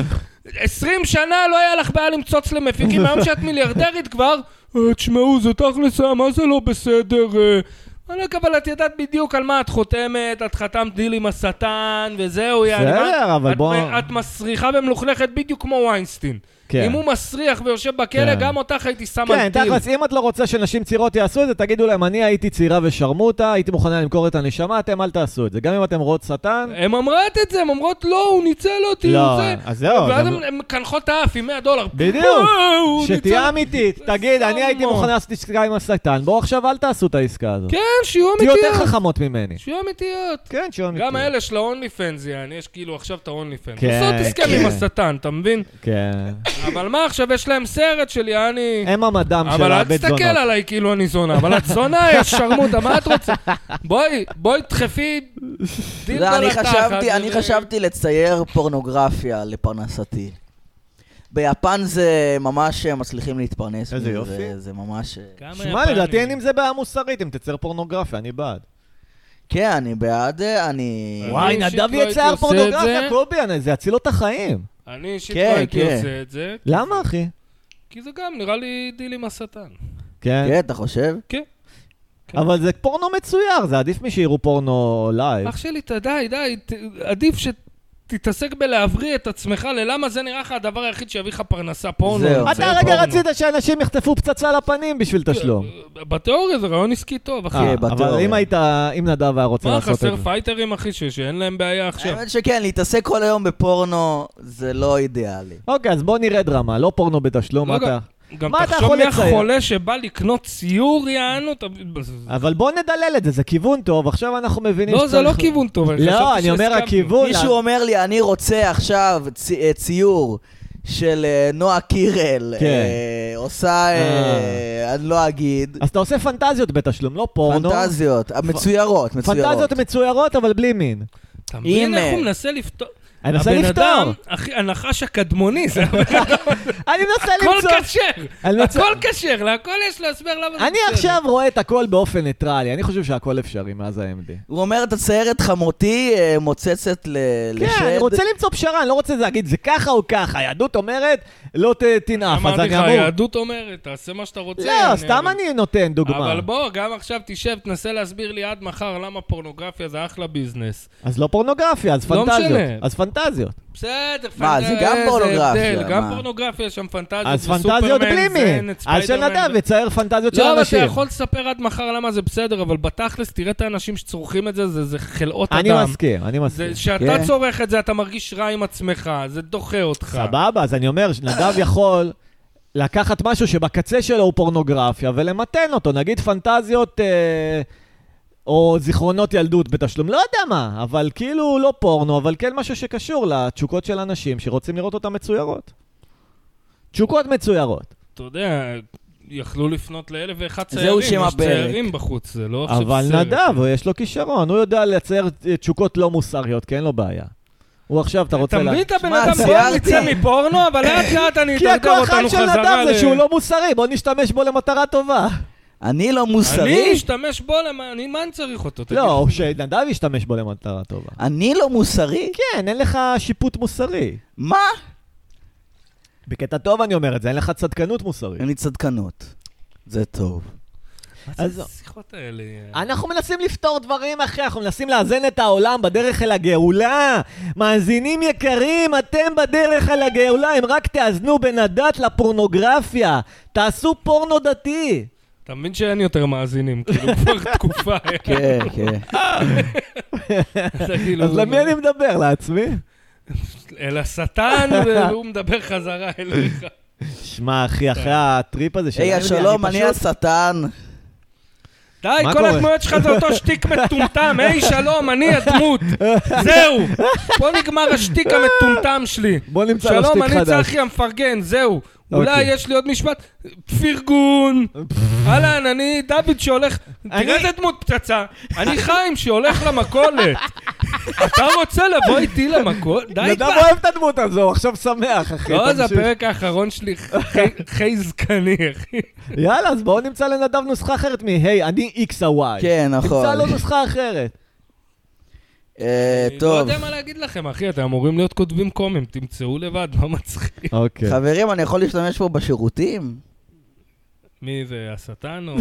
[SPEAKER 1] 20 שנה לא היה לך בעיה למצוץ למפיקים, היום שאת מיליארדרית כבר, "אה, תשמעו, זה תכלס היה, מה זה לא בסדר? אה?" וואלכ, אבל את יודעת בדיוק על מה את חותמת, את חתמת דיל עם השטן, וזהו, יעני. מה-
[SPEAKER 3] בסדר, אבל
[SPEAKER 1] את-
[SPEAKER 3] בוא-
[SPEAKER 1] את מסריחה ומלוכלכת בדיוק כמו ויינסטין.
[SPEAKER 3] כן.
[SPEAKER 1] אם הוא מסריח ויושב בכלא,
[SPEAKER 3] כן.
[SPEAKER 1] גם אותך הייתי שם על
[SPEAKER 3] כן,
[SPEAKER 1] טיל.
[SPEAKER 3] תכלס, אם את לא רוצה שנשים צעירות יעשו את זה, תגידו להם, אני הייתי צעירה ושרמוטה, הייתי מוכנה למכור את הנשמה, אתם אל תעשו את זה. גם אם אתם רואות שטן,
[SPEAKER 1] הן אומרות את זה, הן אומרות לא, הוא ניצל אותי,
[SPEAKER 3] לא,
[SPEAKER 1] הוא זה.
[SPEAKER 3] אז זהו,
[SPEAKER 1] ואז
[SPEAKER 3] זה-
[SPEAKER 1] הן- הן קנחות את האף עם 100 דולר.
[SPEAKER 3] בדיוק.
[SPEAKER 1] וואו, אה, הוא
[SPEAKER 3] שתהיה
[SPEAKER 1] ניצל-
[SPEAKER 3] אמיתית. תגיד, אני הייתי
[SPEAKER 1] סומו.
[SPEAKER 3] מוכנה לעשות עסקה עם השטן, בואו עכשיו אל תעשו את העסקה הזאת.
[SPEAKER 1] כן, שיהיו
[SPEAKER 3] תהיו יותר
[SPEAKER 1] אמיתיות.
[SPEAKER 3] חכמות ממני.
[SPEAKER 1] שיהיו אמיתיות.
[SPEAKER 3] כן, שיהיו אמיתיות.
[SPEAKER 1] גם האלה של ההונלי פנס, יעני, יש כאילו עכשיו את ההונלי פנס.
[SPEAKER 3] כן,
[SPEAKER 1] עושות הסכם
[SPEAKER 3] כן.
[SPEAKER 1] עם השטן, אתה מבין?
[SPEAKER 3] כן.
[SPEAKER 1] אבל מה עכשיו, יש להם סרט של יעני...
[SPEAKER 3] הם המדם של
[SPEAKER 1] אבל אל
[SPEAKER 3] הבית זונות.
[SPEAKER 1] תסתכל עליי כאילו אני זונה, אבל את זונה, יא שרמוטה, מה את רוצה? בואי, בואי דחפי דיל
[SPEAKER 2] לא, אני
[SPEAKER 1] בלתחת.
[SPEAKER 2] חשבתי, אני
[SPEAKER 1] וזה-
[SPEAKER 2] חשבתי לצייר פורנוגרפיה לפרנסתי. ביפן זה ממש אה, מצליחים להתפרנס.
[SPEAKER 3] איזה
[SPEAKER 2] מזה,
[SPEAKER 3] יופי.
[SPEAKER 2] זה- זה ממש... אה,
[SPEAKER 1] כמה
[SPEAKER 3] שמע, לדעתי
[SPEAKER 1] יפנים.
[SPEAKER 3] אין עם זה בעיה מוסרית, אם תצייר פורנוגרפיה, אני בעד.
[SPEAKER 2] כן, אני בעד, אה, אני...
[SPEAKER 1] וואי, אישית לא הייתי עושה את זה.
[SPEAKER 3] קובי, אני- זה יציל לו את החיים.
[SPEAKER 1] אני אישית לא
[SPEAKER 2] כן,
[SPEAKER 1] הייתי
[SPEAKER 2] כן.
[SPEAKER 1] עושה את זה,
[SPEAKER 3] למה, אחי?
[SPEAKER 1] כי זה גם נראה לי דיל עם השטן.
[SPEAKER 2] כן, אתה חושב?
[SPEAKER 1] כן.
[SPEAKER 3] אבל זה פורנו מצויר, זה עדיף משיראו פורנו לייב.
[SPEAKER 1] אח שלי, אתה די, די, ת- עדיף שתתעסק בלהבריא את עצמך ללמה זה נראה לך הדבר היחיד שיביא לך פרנסה פורנו.
[SPEAKER 2] זהו.
[SPEAKER 1] לצייר
[SPEAKER 3] אתה
[SPEAKER 2] זה
[SPEAKER 3] רגע
[SPEAKER 1] פורנו.
[SPEAKER 3] רצית שאנשים יחטפו פצצה לפנים בשביל תשלום.
[SPEAKER 1] בתיאוריה זה רעיון עסקי טוב, אחי.
[SPEAKER 3] אה, אבל
[SPEAKER 2] בתיאוריה.
[SPEAKER 3] אם היית, אם נדב היה רוצה
[SPEAKER 1] מה,
[SPEAKER 3] לעשות את זה.
[SPEAKER 1] חסר פייטרים, אחי, ש- שאין להם בעיה עכשיו.
[SPEAKER 2] האמת שכן, להתעסק כל היום בפורנו זה לא אידיאלי.
[SPEAKER 3] אוקיי, אז בוא נרד רמה, לא פורנו בתשלום,
[SPEAKER 1] לא,
[SPEAKER 3] אתה...
[SPEAKER 1] גם
[SPEAKER 3] מה אתה
[SPEAKER 1] תחשוב
[SPEAKER 3] יכול
[SPEAKER 1] מי
[SPEAKER 3] לצייר?
[SPEAKER 1] החולה שבא לקנות ציור, יענו, אתה...
[SPEAKER 3] אבל בוא נדלל את זה, זה כיוון טוב, עכשיו אנחנו מבינים
[SPEAKER 1] לא, זה לא כיוון טוב.
[SPEAKER 3] לא,
[SPEAKER 1] חשבתי
[SPEAKER 3] אני אומר
[SPEAKER 1] שהסכמנו.
[SPEAKER 3] הכיוון...
[SPEAKER 2] מישהו אומר לי, אני רוצה עכשיו צ- אה, ציור של אה, נועה קירל,
[SPEAKER 3] כן.
[SPEAKER 2] אה, עושה, אה, אני לא אגיד,
[SPEAKER 3] אז אתה עושה פנטזיות בתשלום, לא פורנו.
[SPEAKER 2] פנטזיות, אה, מצוירות, מצוירות.
[SPEAKER 3] פנטזיות מצוירות, אבל בלי מין.
[SPEAKER 1] אתה מבין איך
[SPEAKER 2] אימא.
[SPEAKER 1] הוא מנסה לפתור?
[SPEAKER 3] אני מנסה לפתור.
[SPEAKER 1] הבן אדם, אחי, הנחש הקדמוני, זה הבן אדם,
[SPEAKER 3] אני מנסה
[SPEAKER 1] הכל
[SPEAKER 3] למצוא...
[SPEAKER 1] כשר.
[SPEAKER 3] אני מנסה-
[SPEAKER 1] הכל כשר, להכל יש לו הסבר למה זה
[SPEAKER 3] אני עכשיו רואה את הכל באופן ניטרלי, אני חושב שהכל אפשרי מאז ה-MD.
[SPEAKER 2] הוא אומר, תצייר את חמותי אה, מוצצת ל- לשד.
[SPEAKER 3] כן, אני רוצה למצוא פשרה, אני לא רוצה להגיד זה ככה או ככה, היהדות אומרת, לא ת- תנאף, אז
[SPEAKER 1] אמרתי לך,
[SPEAKER 3] אני אמור...
[SPEAKER 1] היהדות אומרת, תעשה מה שאתה רוצה.
[SPEAKER 3] לא,
[SPEAKER 1] אני-
[SPEAKER 3] סתם אני נותן דוגמה.
[SPEAKER 1] אבל בוא, גם עכשיו תשב, תנסה להסביר לי עד מחר למה פורנוגרפיה זה אחלה ביזנס.
[SPEAKER 3] אז לא פורנוגרפיה, אז
[SPEAKER 1] לא
[SPEAKER 3] פנטזיות.
[SPEAKER 1] משנה.
[SPEAKER 3] אז פנטזיות.
[SPEAKER 1] בסדר,
[SPEAKER 2] מה,
[SPEAKER 1] פנט-
[SPEAKER 2] זה גם
[SPEAKER 1] אה,
[SPEAKER 2] פורנוגרפיה,
[SPEAKER 1] הבדל, גם
[SPEAKER 2] מה?
[SPEAKER 1] פורנוגרפיה יש שם פנטזיות,
[SPEAKER 3] אז
[SPEAKER 1] זה
[SPEAKER 3] פנטזיות
[SPEAKER 1] סופרמן,
[SPEAKER 3] בלי
[SPEAKER 1] זה
[SPEAKER 3] מין.
[SPEAKER 1] את
[SPEAKER 3] אז לא
[SPEAKER 1] ספיידרמן,
[SPEAKER 3] שנדב
[SPEAKER 1] זה-
[SPEAKER 3] יצייר פנטזיות של
[SPEAKER 1] לא, אבל אתה
[SPEAKER 3] אנשים.
[SPEAKER 1] יכול לספר עד מחר למה זה בסדר, אבל בתכלס תראה את האנשים שצורכים את זה, זה זה חלאות
[SPEAKER 3] אני
[SPEAKER 1] אדם.
[SPEAKER 3] מסכים, אני מסכים.
[SPEAKER 1] זה שאתה
[SPEAKER 2] כן.
[SPEAKER 1] צורך את זה, אתה מרגיש רע עם עצמך, זה דוחה אותך.
[SPEAKER 3] סבבה, אז אני אומר, נדב יכול לקחת משהו שבקצה שלו הוא פורנוגרפיה ולמתן אותו, נגיד פנטזיות אה, או זיכרונות ילדות בתשלום, לא יודע מה, אבל כאילו לא פורנו, אבל כן משהו שקשור לתשוקות של אנשים שרוצים לראות אותן מצוירות. תשוקות מצוירות.
[SPEAKER 1] אתה יודע, יכלו לפנות לאלף ואחת
[SPEAKER 2] זהו
[SPEAKER 1] ציירים,
[SPEAKER 2] שם
[SPEAKER 1] יש
[SPEAKER 2] הפרק.
[SPEAKER 1] ציירים בחוץ, זה לא עכשיו
[SPEAKER 3] אבל
[SPEAKER 1] סרט.
[SPEAKER 3] נדב, יש לו כישרון, הוא יודע לצייר אה, תשוקות לא מוסריות, כי אין לו בעיה. הוא עכשיו, אתה רוצה...
[SPEAKER 1] אתה
[SPEAKER 3] לה-
[SPEAKER 1] מבין את הבן
[SPEAKER 2] מה,
[SPEAKER 1] אדם, בוא
[SPEAKER 2] ציירתי?
[SPEAKER 1] נצא מפורנו, אבל לאט לאט אני
[SPEAKER 3] כי
[SPEAKER 1] אדרדר
[SPEAKER 3] הכוח חד
[SPEAKER 1] אותנו
[SPEAKER 3] של נדב
[SPEAKER 1] חזרה ל...
[SPEAKER 3] זה שהוא לא מוסרי, בוא נשתמש בו למטרה טובה.
[SPEAKER 2] אני לא
[SPEAKER 1] אני
[SPEAKER 2] מוסרי?
[SPEAKER 1] אשתמש בו, למה- אני- מה אני צריך אותו? תגיד?
[SPEAKER 3] לא, או שנדב ישתמש בו למטרה טובה.
[SPEAKER 2] אני לא מוסרי?
[SPEAKER 3] כן, אין לך שיפוט מוסרי.
[SPEAKER 2] מה?
[SPEAKER 3] בקטע טוב אני אומר את זה, אין לך צדקנות מוסרית.
[SPEAKER 2] אין לי צדקנות. זה טוב.
[SPEAKER 1] מה
[SPEAKER 3] אז-
[SPEAKER 1] זה השיחות האלה?
[SPEAKER 3] אנחנו מנסים לפתור דברים, אחי, אנחנו מנסים לאזן את העולם בדרך אל הגאולה. מאזינים יקרים, אתם בדרך אל הגאולה, אם רק תאזנו בין הדת לפורנוגרפיה. תעשו פורנו דתי.
[SPEAKER 1] אתה מבין שאין יותר מאזינים, כאילו כבר תקופה.
[SPEAKER 2] כן, כן.
[SPEAKER 1] אתה כאילו-
[SPEAKER 3] אז למי אני מדבר? לעצמי?
[SPEAKER 1] אל השטן, והוא מדבר חזרה אליך.
[SPEAKER 3] שמע, אחי, אחרי הטריפ הזה של...
[SPEAKER 2] היי, השלום, אני השטן.
[SPEAKER 1] די,
[SPEAKER 3] מה
[SPEAKER 1] כל
[SPEAKER 3] קורה?
[SPEAKER 1] הדמויות שלך זה אותו שטיק מטומטם. היי, שלום, אני הדמות. זהו. פה נגמר השטיק המטומטם שלי.
[SPEAKER 3] בוא נמצא לו
[SPEAKER 1] שלום,
[SPEAKER 3] שטיק
[SPEAKER 1] אני
[SPEAKER 3] חדש.
[SPEAKER 1] צחי המפרגן, זהו.
[SPEAKER 3] אוקיי.
[SPEAKER 1] אולי יש לי עוד משפט? פרגון. אהלן, אני דוד שהולך...
[SPEAKER 3] אני-
[SPEAKER 1] תראה איזה דמות פצצה. אני חיים שהולך למכולת. אתה רוצה לבוא איתי למכולת? די
[SPEAKER 3] נדב
[SPEAKER 1] כבר.
[SPEAKER 3] אוהב את הדמות הזו, הוא עכשיו שמח, אחי.
[SPEAKER 1] לא, זה
[SPEAKER 3] אוקיי, תמשיך.
[SPEAKER 1] הפרק האחרון שלי, חי- חי זקני, אחי.
[SPEAKER 3] יאללה, אז בואו נמצא לנדב נוסחה אחרת מ-היי, אני איקס הוואי.
[SPEAKER 2] כן, נכון.
[SPEAKER 3] נמצא לו נוסחה אחרת.
[SPEAKER 2] אה,
[SPEAKER 1] אני לא
[SPEAKER 2] טוב.
[SPEAKER 1] יודע מה להגיד לכם, אחי, אתם אמורים להיות כותבים קומיים, תמצאו לבד, מה מצחיק?
[SPEAKER 3] אוקיי.
[SPEAKER 2] חברים, אני יכול להשתמש פה בשירותים?
[SPEAKER 1] מי זה, השטן או...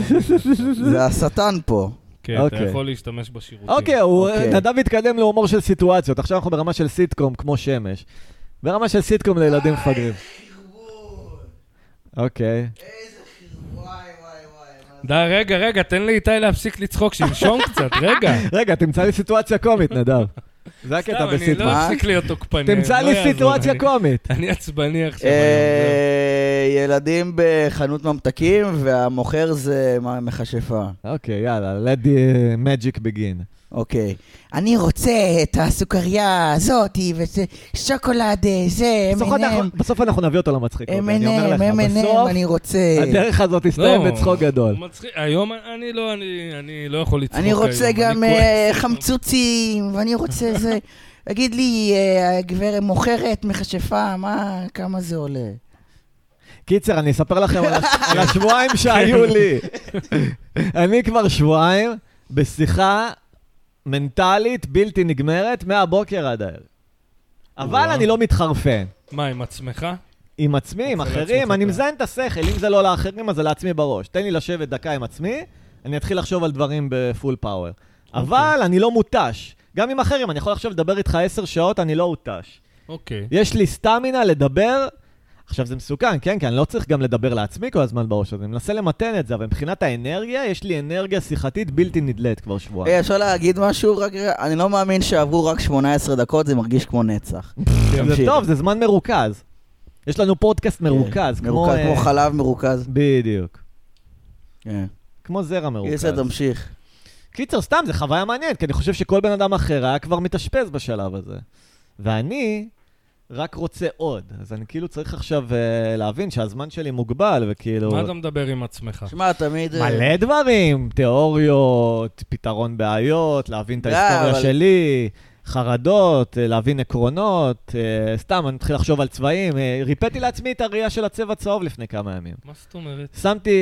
[SPEAKER 2] זה השטן פה.
[SPEAKER 1] כן, אתה
[SPEAKER 3] אוקיי.
[SPEAKER 1] יכול להשתמש בשירותים.
[SPEAKER 3] אוקיי, הוא-
[SPEAKER 2] אוקיי.
[SPEAKER 3] נדב התקדם להומור של סיטואציות. עכשיו אנחנו ברמה של סיטקום, כמו שמש. ברמה של סיטקום לילדים מפגרים. אוקיי.
[SPEAKER 1] די, רגע, רגע, תן לי איתי להפסיק לצחוק, שמשום קצת, רגע.
[SPEAKER 3] רגע, תמצא לי סיטואציה קומית, נדב. זה הקטע
[SPEAKER 1] סתם, אני
[SPEAKER 3] בסיטקום.
[SPEAKER 1] לא אפסיק להיות תוקפני.
[SPEAKER 3] כן, תמצא
[SPEAKER 1] לא
[SPEAKER 3] לי
[SPEAKER 1] יעזור,
[SPEAKER 3] סיטואציה
[SPEAKER 1] אני-
[SPEAKER 3] קומית.
[SPEAKER 1] אני עצבני עכשיו. היום, זהו.
[SPEAKER 2] אה, ילדים בחנות ממתקים, והמוכר זה מה- מכשפה.
[SPEAKER 3] אוקיי, יאללה, let the magic begin.
[SPEAKER 2] אוקיי. אני רוצה את הסוכריה הזאתי, וזה שוקולד אה, זה,
[SPEAKER 3] בסוף אנחנו- בסוף אנחנו נביא אותו למצחיק. אוקיי, אני אומר לך, בסוף
[SPEAKER 2] רוצה.
[SPEAKER 3] הדרך הזאת תסתיים
[SPEAKER 1] לא,
[SPEAKER 3] בצחוק גדול.
[SPEAKER 1] מצחיק, היום אני לא, אני- אני לא יכול לצחוק
[SPEAKER 2] אני
[SPEAKER 1] היום,
[SPEAKER 2] רוצה גם
[SPEAKER 1] כועס.
[SPEAKER 2] אה, חמצוצים, ואני רוצה זה... תגיד לי, אה, הגברת מוכרת מכשפה, מה, כמה זה עולה?
[SPEAKER 3] קיצר, אני אספר לכם על, הש... על השבועיים שהיו לי. אני כבר שבועיים בשיחה מנטלית בלתי נגמרת מהבוקר עד הערב. אבל
[SPEAKER 1] וואו.
[SPEAKER 3] אני לא מתחרפן.
[SPEAKER 1] מה, עם עצמך?
[SPEAKER 3] עם עצמי, עם
[SPEAKER 1] אוכל
[SPEAKER 3] אחרים,
[SPEAKER 1] לעצמך
[SPEAKER 3] אני
[SPEAKER 1] את ה-
[SPEAKER 3] מזיין את השכל, אם זה לא לאחרים, אז זה לעצמי בראש. תן לי לשבת דקה עם עצמי, אני אתחיל לחשוב על דברים בפול פאוור. אבל אני לא מותש. גם עם אחרים, אני יכול עכשיו לדבר איתך עשר שעות, אני לא הותש.
[SPEAKER 1] אוקיי.
[SPEAKER 3] יש לי סטמינה לדבר. עכשיו זה מסוכן, כן? כי אני לא צריך גם לדבר לעצמי כל הזמן בראש הזה. אני מנסה למתן את זה, אבל מבחינת האנרגיה, יש לי אנרגיה שיחתית בלתי נדלית כבר שבועיים.
[SPEAKER 2] היי, אה, אפשר להגיד משהו? רק רגע, אני לא מאמין שעברו רק 18 דקות, זה מרגיש כמו נצח.
[SPEAKER 3] זה
[SPEAKER 2] תמשיך. כן,
[SPEAKER 3] טוב, זה זמן מרוכז. יש לנו פודקאסט מרוכז, כמו...
[SPEAKER 2] מרוכז, כמו
[SPEAKER 3] אה,
[SPEAKER 2] חלב מרוכז.
[SPEAKER 3] בדיוק.
[SPEAKER 2] כן.
[SPEAKER 3] כמו זרע מרוכז.
[SPEAKER 2] קיצר, תמשיך.
[SPEAKER 3] קיצר, סתם, זה חוויה מעניינת, כי אני חושב שכל בן אדם אחר היה כבר מתאשפז בשלב הזה. ואני רק רוצה עוד. אז אני כאילו צריך עכשיו אה, להבין שהזמן שלי מוגבל, וכאילו...
[SPEAKER 1] מה אתה מדבר עם עצמך?
[SPEAKER 2] שמע, תמיד... אה,
[SPEAKER 3] מלא דברים, תיאוריות, פתרון בעיות, להבין את
[SPEAKER 2] לא,
[SPEAKER 3] ההיסטוריה
[SPEAKER 2] אבל-
[SPEAKER 3] שלי, חרדות, אה, להבין עקרונות, אה, סתם, אני מתחיל לחשוב על צבעים. אה, ריפאתי לעצמי את הראייה של הצבע צהוב לפני כמה ימים.
[SPEAKER 1] מה זאת אומרת?
[SPEAKER 3] שמתי,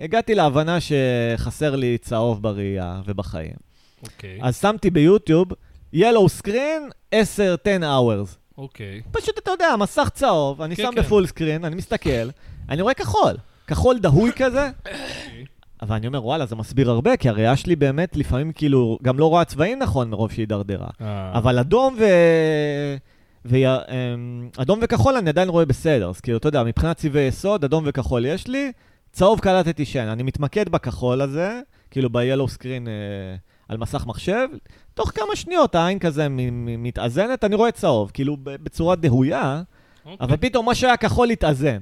[SPEAKER 3] הגעתי להבנה שחסר לי צהוב בראייה ובחיים.
[SPEAKER 1] אוקיי,
[SPEAKER 3] אז שמתי ביוטיוב, yellow screen, 10, 10 hours.
[SPEAKER 1] אוקיי.
[SPEAKER 3] פשוט, אתה יודע, מסך צהוב, אני
[SPEAKER 1] כן,
[SPEAKER 3] שם
[SPEAKER 1] כן.
[SPEAKER 3] בפול סקרין, אני מסתכל, אני רואה כחול, כחול דהוי כזה.
[SPEAKER 1] אוקיי.
[SPEAKER 3] אבל אני אומר, וואלה, זה מסביר הרבה, כי הראייה שלי באמת לפעמים כאילו, גם לא רואה צבעים נכון מרוב שהיא הידרדרה.
[SPEAKER 1] אה,
[SPEAKER 3] אבל אדום ו... ו... אמ, אדום וכחול אני עדיין רואה בסדר, אז כאילו, אתה יודע, מבחינת צבעי יסוד, אדום וכחול יש לי, צהוב קלטתי שאין. אני מתמקד בכחול הזה, כאילו ב-yellow screen אה, על מסך מחשב, תוך כמה שניות העין כזה מ- מ- מתאזנת, אני רואה צהוב, כאילו ב- בצורה דהויה,
[SPEAKER 1] אוקיי.
[SPEAKER 3] אבל פתאום מה שהיה כחול התאזן.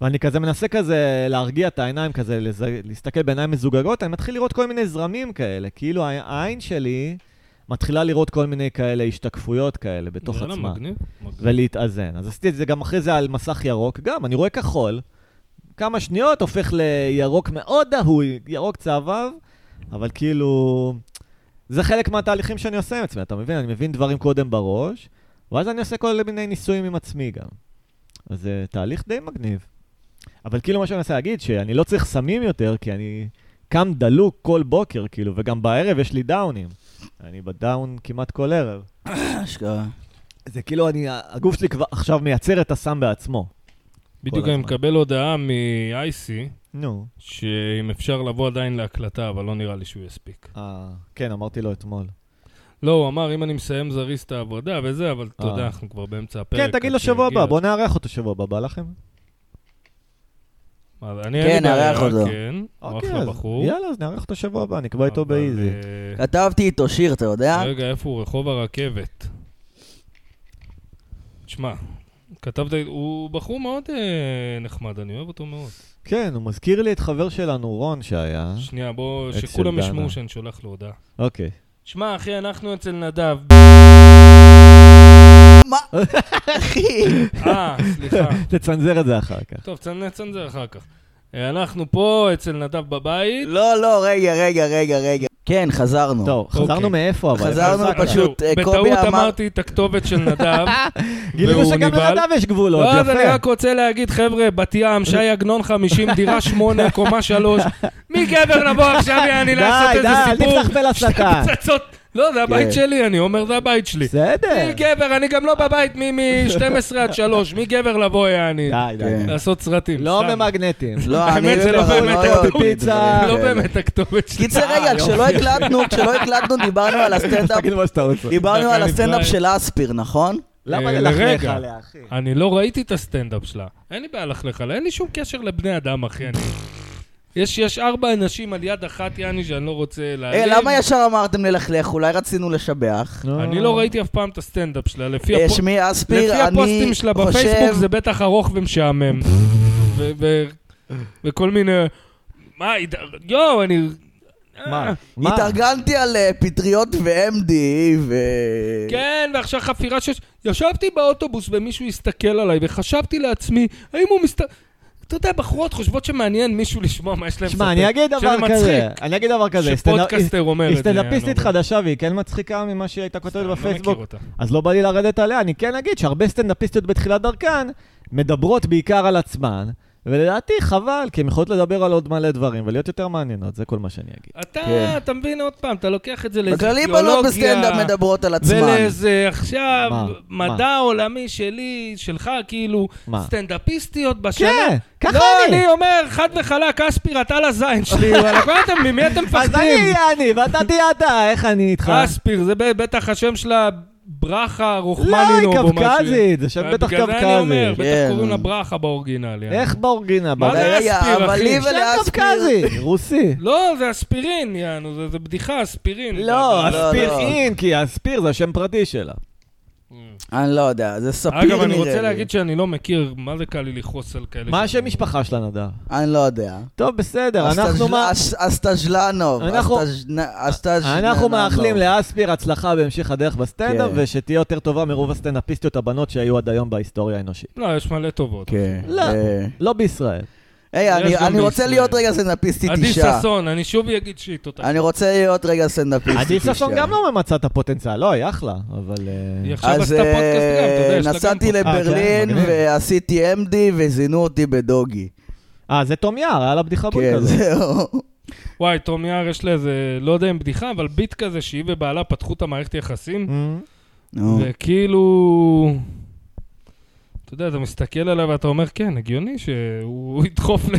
[SPEAKER 3] ואני כזה מנסה כזה להרגיע את העיניים, כזה לז... להסתכל בעיניים מזוגגות, אני מתחיל לראות כל מיני זרמים כאלה. כאילו העי- העין שלי מתחילה לראות כל מיני כאלה השתקפויות כאלה בתוך
[SPEAKER 1] וואלה,
[SPEAKER 3] עצמה.
[SPEAKER 1] לא מגניב, מגניב.
[SPEAKER 3] ולהתאזן. אז עשיתי את זה גם אחרי זה על מסך ירוק, גם, אני רואה כחול, כמה שניות הופך לירוק מאוד דהוי, ירוק צהבהב, אבל כאילו... זה חלק מהתהליכים שאני עושה עם עצמי, אתה מבין? אני מבין דברים קודם בראש, ואז אני עושה כל מיני ניסויים עם עצמי גם. אז זה תהליך די מגניב. אבל כאילו מה שאני מנסה להגיד, שאני לא צריך סמים יותר, כי אני קם דלוק כל בוקר, כאילו, וגם בערב יש לי דאונים. אני בדאון כמעט כל ערב.
[SPEAKER 2] אשכרה.
[SPEAKER 3] זה כאילו אני, הגוף שלי כבר עכשיו מייצר את הסם בעצמו.
[SPEAKER 1] בדיוק
[SPEAKER 3] כל
[SPEAKER 1] אני
[SPEAKER 3] הזמן.
[SPEAKER 1] מקבל הודעה מ-IC,
[SPEAKER 3] נו.
[SPEAKER 1] שאם אפשר לבוא עדיין להקלטה, אבל לא נראה לי שהוא יספיק.
[SPEAKER 3] אה, כן, אמרתי לו אתמול.
[SPEAKER 1] לא, הוא אמר, אם אני מסיים זריז את העבודה וזה, אבל אתה
[SPEAKER 3] אה.
[SPEAKER 1] יודע, אנחנו כבר באמצע הפרק.
[SPEAKER 3] כן, תגיד לו
[SPEAKER 1] אז
[SPEAKER 3] שבוע
[SPEAKER 1] שיגיע.
[SPEAKER 3] הבא, בוא נארח אותו שבוע הבא, בא לכם?
[SPEAKER 1] אז אני אין לי
[SPEAKER 2] כן,
[SPEAKER 1] בעיה,
[SPEAKER 2] נארח אותו.
[SPEAKER 1] כן, הוא
[SPEAKER 3] אוקיי,
[SPEAKER 1] אחלה
[SPEAKER 3] אז
[SPEAKER 1] בחור.
[SPEAKER 3] יאללה, אז נארח אותו שבוע הבא, נקבע איתו
[SPEAKER 1] אבל,
[SPEAKER 3] באיזי.
[SPEAKER 1] אה,
[SPEAKER 2] כתבתי איתו שיר, אתה יודע?
[SPEAKER 1] רגע, איפה הוא? רחוב הרכבת. תשמע, כתבת, הוא בחור מאוד אה, נחמד, אני אוהב אותו מאוד.
[SPEAKER 3] כן, הוא מזכיר לי את חבר שלנו, רון, שהיה.
[SPEAKER 1] שנייה, בוא,
[SPEAKER 3] אה? אצל
[SPEAKER 1] שכולם
[SPEAKER 3] דנה.
[SPEAKER 1] ישמעו שאני שולח לו הודעה.
[SPEAKER 3] אוקיי.
[SPEAKER 1] שמע, אחי, אנחנו אצל נדב.
[SPEAKER 2] מה? אחי,
[SPEAKER 1] אה, סליחה.
[SPEAKER 3] תצנזר את זה אחר כך.
[SPEAKER 1] טוב, צנ- נצנזר אחר כך. אה, אנחנו פה אצל נדב בבית.
[SPEAKER 2] לא, לא, רגע, רגע, רגע, רגע. כן, חזרנו.
[SPEAKER 3] טוב, חזרנו
[SPEAKER 1] אוקיי.
[SPEAKER 3] מאיפה אבל?
[SPEAKER 2] חזרנו
[SPEAKER 1] חזק,
[SPEAKER 2] פשוט,
[SPEAKER 1] זהו.
[SPEAKER 2] אה, קובי
[SPEAKER 1] בטעות
[SPEAKER 2] אמר-
[SPEAKER 1] אמרתי את הכתובת של נדב.
[SPEAKER 3] גילינו
[SPEAKER 1] והוא
[SPEAKER 3] שגם
[SPEAKER 1] נבהל.
[SPEAKER 3] לנדב יש גבולות,
[SPEAKER 1] לא, אז אני רק
[SPEAKER 3] יפה.
[SPEAKER 1] רוצה להגיד, חבר'ה, בת ים, שי עגנון 50, דירה 8, קומה 3. מי גבר נבוא עכשיו, יעני,
[SPEAKER 3] די,
[SPEAKER 1] לעשות
[SPEAKER 3] די,
[SPEAKER 1] איזה
[SPEAKER 3] אל
[SPEAKER 1] סיפור?
[SPEAKER 3] תפתח פה לשטן.
[SPEAKER 1] פצצות. לא, זה הבית
[SPEAKER 2] כן.
[SPEAKER 1] שלי, אני אומר, זה הבית שלי.
[SPEAKER 3] בסדר.
[SPEAKER 1] מי גבר, אני גם לא בבית מ-12 עד 3, מי גבר לבוא, יעני.
[SPEAKER 3] די, די.
[SPEAKER 2] כן.
[SPEAKER 1] לעשות סרטים.
[SPEAKER 3] לא
[SPEAKER 1] סתם.
[SPEAKER 3] ממגנטים.
[SPEAKER 2] לא,
[SPEAKER 1] האמת,
[SPEAKER 2] אני
[SPEAKER 1] זה לא
[SPEAKER 2] באמת
[SPEAKER 1] באמת
[SPEAKER 2] לא יודע,
[SPEAKER 1] הכתובת.
[SPEAKER 3] פיצה.
[SPEAKER 1] לא
[SPEAKER 2] כן.
[SPEAKER 1] באמת הכתובת שלי.
[SPEAKER 2] קיצר, רגע, כשלא הקלטנו, כשלא הקלטנו, דיברנו על הסטנדאפ,
[SPEAKER 3] תגיד מה שאתה רוצה.
[SPEAKER 2] דיברנו על
[SPEAKER 1] אני
[SPEAKER 2] הסטנדאפ
[SPEAKER 1] פראייר.
[SPEAKER 2] של אספיר, נכון?
[SPEAKER 3] למה
[SPEAKER 1] אה,
[SPEAKER 3] ללכלך
[SPEAKER 1] לרגע.
[SPEAKER 3] עליה, אחי?
[SPEAKER 1] אני לא ראיתי את הסטנדאפ שלה. אין לי בעיה ללכלך עליה, אין לי שום קשר לבני אדם, אחי. אני- יש, יש ארבע אנשים על יד אחת, יעני, שאני לא רוצה להעליב.
[SPEAKER 2] אה, למה ישר אמרתם ללכלך? אולי רצינו לשבח.
[SPEAKER 1] אני לא ראיתי אף פעם את הסטנדאפ שלה. לפי
[SPEAKER 2] אה,
[SPEAKER 1] הפו-
[SPEAKER 2] שמי אספיר,
[SPEAKER 1] לפי
[SPEAKER 2] אני
[SPEAKER 1] הפוסטים שלה
[SPEAKER 2] חושב...
[SPEAKER 1] בפייסבוק זה בטח ארוך ומשעמם. ו- ו- וכל מיני... מה, הת- יואו, אני... אה,
[SPEAKER 3] מה? מה?
[SPEAKER 2] התארגנתי על אה, פטריות ו-MD, ו...
[SPEAKER 1] כן, ועכשיו חפירה שש... ישבתי באוטובוס ומישהו הסתכל עליי, וחשבתי לעצמי, האם הוא מסת... אתה יודע, בחורות חושבות שמעניין מישהו לשמוע מה יש להם
[SPEAKER 3] שמע, אני אגיד דבר
[SPEAKER 1] שזה
[SPEAKER 3] כזה,
[SPEAKER 1] מצחיק.
[SPEAKER 3] אני אגיד דבר כזה,
[SPEAKER 1] שפודקאסטר אומר את
[SPEAKER 3] היא
[SPEAKER 1] זה.
[SPEAKER 3] סטנדאפיסטית
[SPEAKER 1] אני לא-
[SPEAKER 3] חדשה והיא כן מצחיקה ממה שהיא הייתה
[SPEAKER 1] אני
[SPEAKER 3] כותבת
[SPEAKER 1] לא
[SPEAKER 3] בפייסבוק,
[SPEAKER 1] מכיר אותה.
[SPEAKER 3] אז לא בא לי לרדת עליה, אני כן אגיד שהרבה סטנדאפיסטיות בתחילת דרכן מדברות בעיקר על עצמן, ולדעתי חבל, כי הן יכולות לדבר על עוד מלא דברים ולהיות יותר מעניינות, זה כל מה שאני אגיד.
[SPEAKER 1] אתה,
[SPEAKER 2] כן.
[SPEAKER 1] אתה מבין עוד פעם, אתה לוקח את זה לאיזה
[SPEAKER 2] בכללי בנות בסטנדאפ מדברות על עצמן.
[SPEAKER 1] ולאיזה עכשיו
[SPEAKER 3] מה?
[SPEAKER 1] מדע עולמי שלי, שלך, כאילו,
[SPEAKER 3] מה?
[SPEAKER 1] סטנדאפיסטיות בשנה.
[SPEAKER 3] כן, ככה
[SPEAKER 1] לא,
[SPEAKER 3] אני.
[SPEAKER 1] אני אומר, חד וחלק, אספיר, אתה לזין שלי, וואלה, מה אתם, ממי אתם
[SPEAKER 3] אז אני
[SPEAKER 1] מפחדים?
[SPEAKER 3] אהיה אני, ואתה תהיה אתה, איך אני איתך?
[SPEAKER 1] אספיר, זה ב- בטח השם שלה ברכה
[SPEAKER 3] לא,
[SPEAKER 1] רוחמנינוב
[SPEAKER 3] היא
[SPEAKER 1] או משהו. אה,
[SPEAKER 3] קווקזית, זה שם בטח
[SPEAKER 1] בגלל זה אני אומר,
[SPEAKER 3] קווקזית.
[SPEAKER 1] בטח
[SPEAKER 2] כן.
[SPEAKER 1] קוראים לה ברכה באורגינל. יעני.
[SPEAKER 3] איך באורגינה?
[SPEAKER 1] מה
[SPEAKER 3] בבית?
[SPEAKER 1] זה
[SPEAKER 2] רגע,
[SPEAKER 1] לאספיר,
[SPEAKER 2] אבל
[SPEAKER 1] אחי.
[SPEAKER 2] לי
[SPEAKER 1] שם
[SPEAKER 3] שם
[SPEAKER 2] ולאספיר...
[SPEAKER 3] קווקזי, רוסי.
[SPEAKER 1] לא, זה אספירין, יענו, זה, זה בדיחה, אספירין.
[SPEAKER 3] לא,
[SPEAKER 1] אבל-
[SPEAKER 2] לא,
[SPEAKER 3] אספיר
[SPEAKER 2] לא.
[SPEAKER 3] אין, כי אספיר זה השם פרטי שלה.
[SPEAKER 2] אני לא יודע, זה ספיר נראה לי.
[SPEAKER 1] אגב, אני רוצה להגיד שאני לא מכיר, מה זה קל לי לכעוס על כאלה.
[SPEAKER 3] מה
[SPEAKER 1] שדברים.
[SPEAKER 3] השם משפחה שלה, נדב?
[SPEAKER 2] אני לא יודע.
[SPEAKER 3] טוב, בסדר, אנחנו מה-
[SPEAKER 2] אסטז'לנוב.
[SPEAKER 3] אנחנו- אנחנו מאחלים לאספיר הצלחה בהמשך הדרך בסטנדאפ,
[SPEAKER 2] כן.
[SPEAKER 3] ושתהיה יותר טובה מרוב הסטנדאפיסטיות הבנות שהיו עד היום בהיסטוריה האנושית.
[SPEAKER 1] לא, יש מלא טובות.
[SPEAKER 2] כן.
[SPEAKER 3] לא.
[SPEAKER 2] אה,
[SPEAKER 3] לא בישראל.
[SPEAKER 2] היי,
[SPEAKER 1] יש
[SPEAKER 2] אני-
[SPEAKER 1] גם
[SPEAKER 2] אני רוצה
[SPEAKER 1] בישראל.
[SPEAKER 2] להיות רגע סטנדאפיסטית
[SPEAKER 1] עדי
[SPEAKER 2] אישה.
[SPEAKER 1] ששון, אני שוב אגיד שיט אותה.
[SPEAKER 2] אני רוצה להיות רגע סטנדאפיסטית אישה.
[SPEAKER 3] עדי ששון גם לא ממצה את הפוטנציאל, לא, היא אחלה, אבל... אה,
[SPEAKER 1] היא עכשיו
[SPEAKER 2] אז
[SPEAKER 1] עשתה פודקאסט גם, אתה יודע,
[SPEAKER 2] אה,
[SPEAKER 1] יש לה גם
[SPEAKER 2] נסעתי
[SPEAKER 1] פודקאסט.
[SPEAKER 3] אה, כן,
[SPEAKER 2] לברלין
[SPEAKER 3] מגניב.
[SPEAKER 2] ועשיתי MD וזינו אותי בדוגי.
[SPEAKER 3] אה, זה תום יער, היה לה בדיחה בול
[SPEAKER 2] כן,
[SPEAKER 3] כזאת.
[SPEAKER 2] זהו.
[SPEAKER 1] וואי, תום יער יש לה איזה, לא יודע אם בדיחה, אבל ביט כזה שהיא ובעלה פתחו את המערכת יחסים,
[SPEAKER 3] אה,
[SPEAKER 2] נו.
[SPEAKER 1] וכאילו... אתה יודע, אתה מסתכל עליו ואתה אומר, כן, הגיוני שהוא ידחוף ל...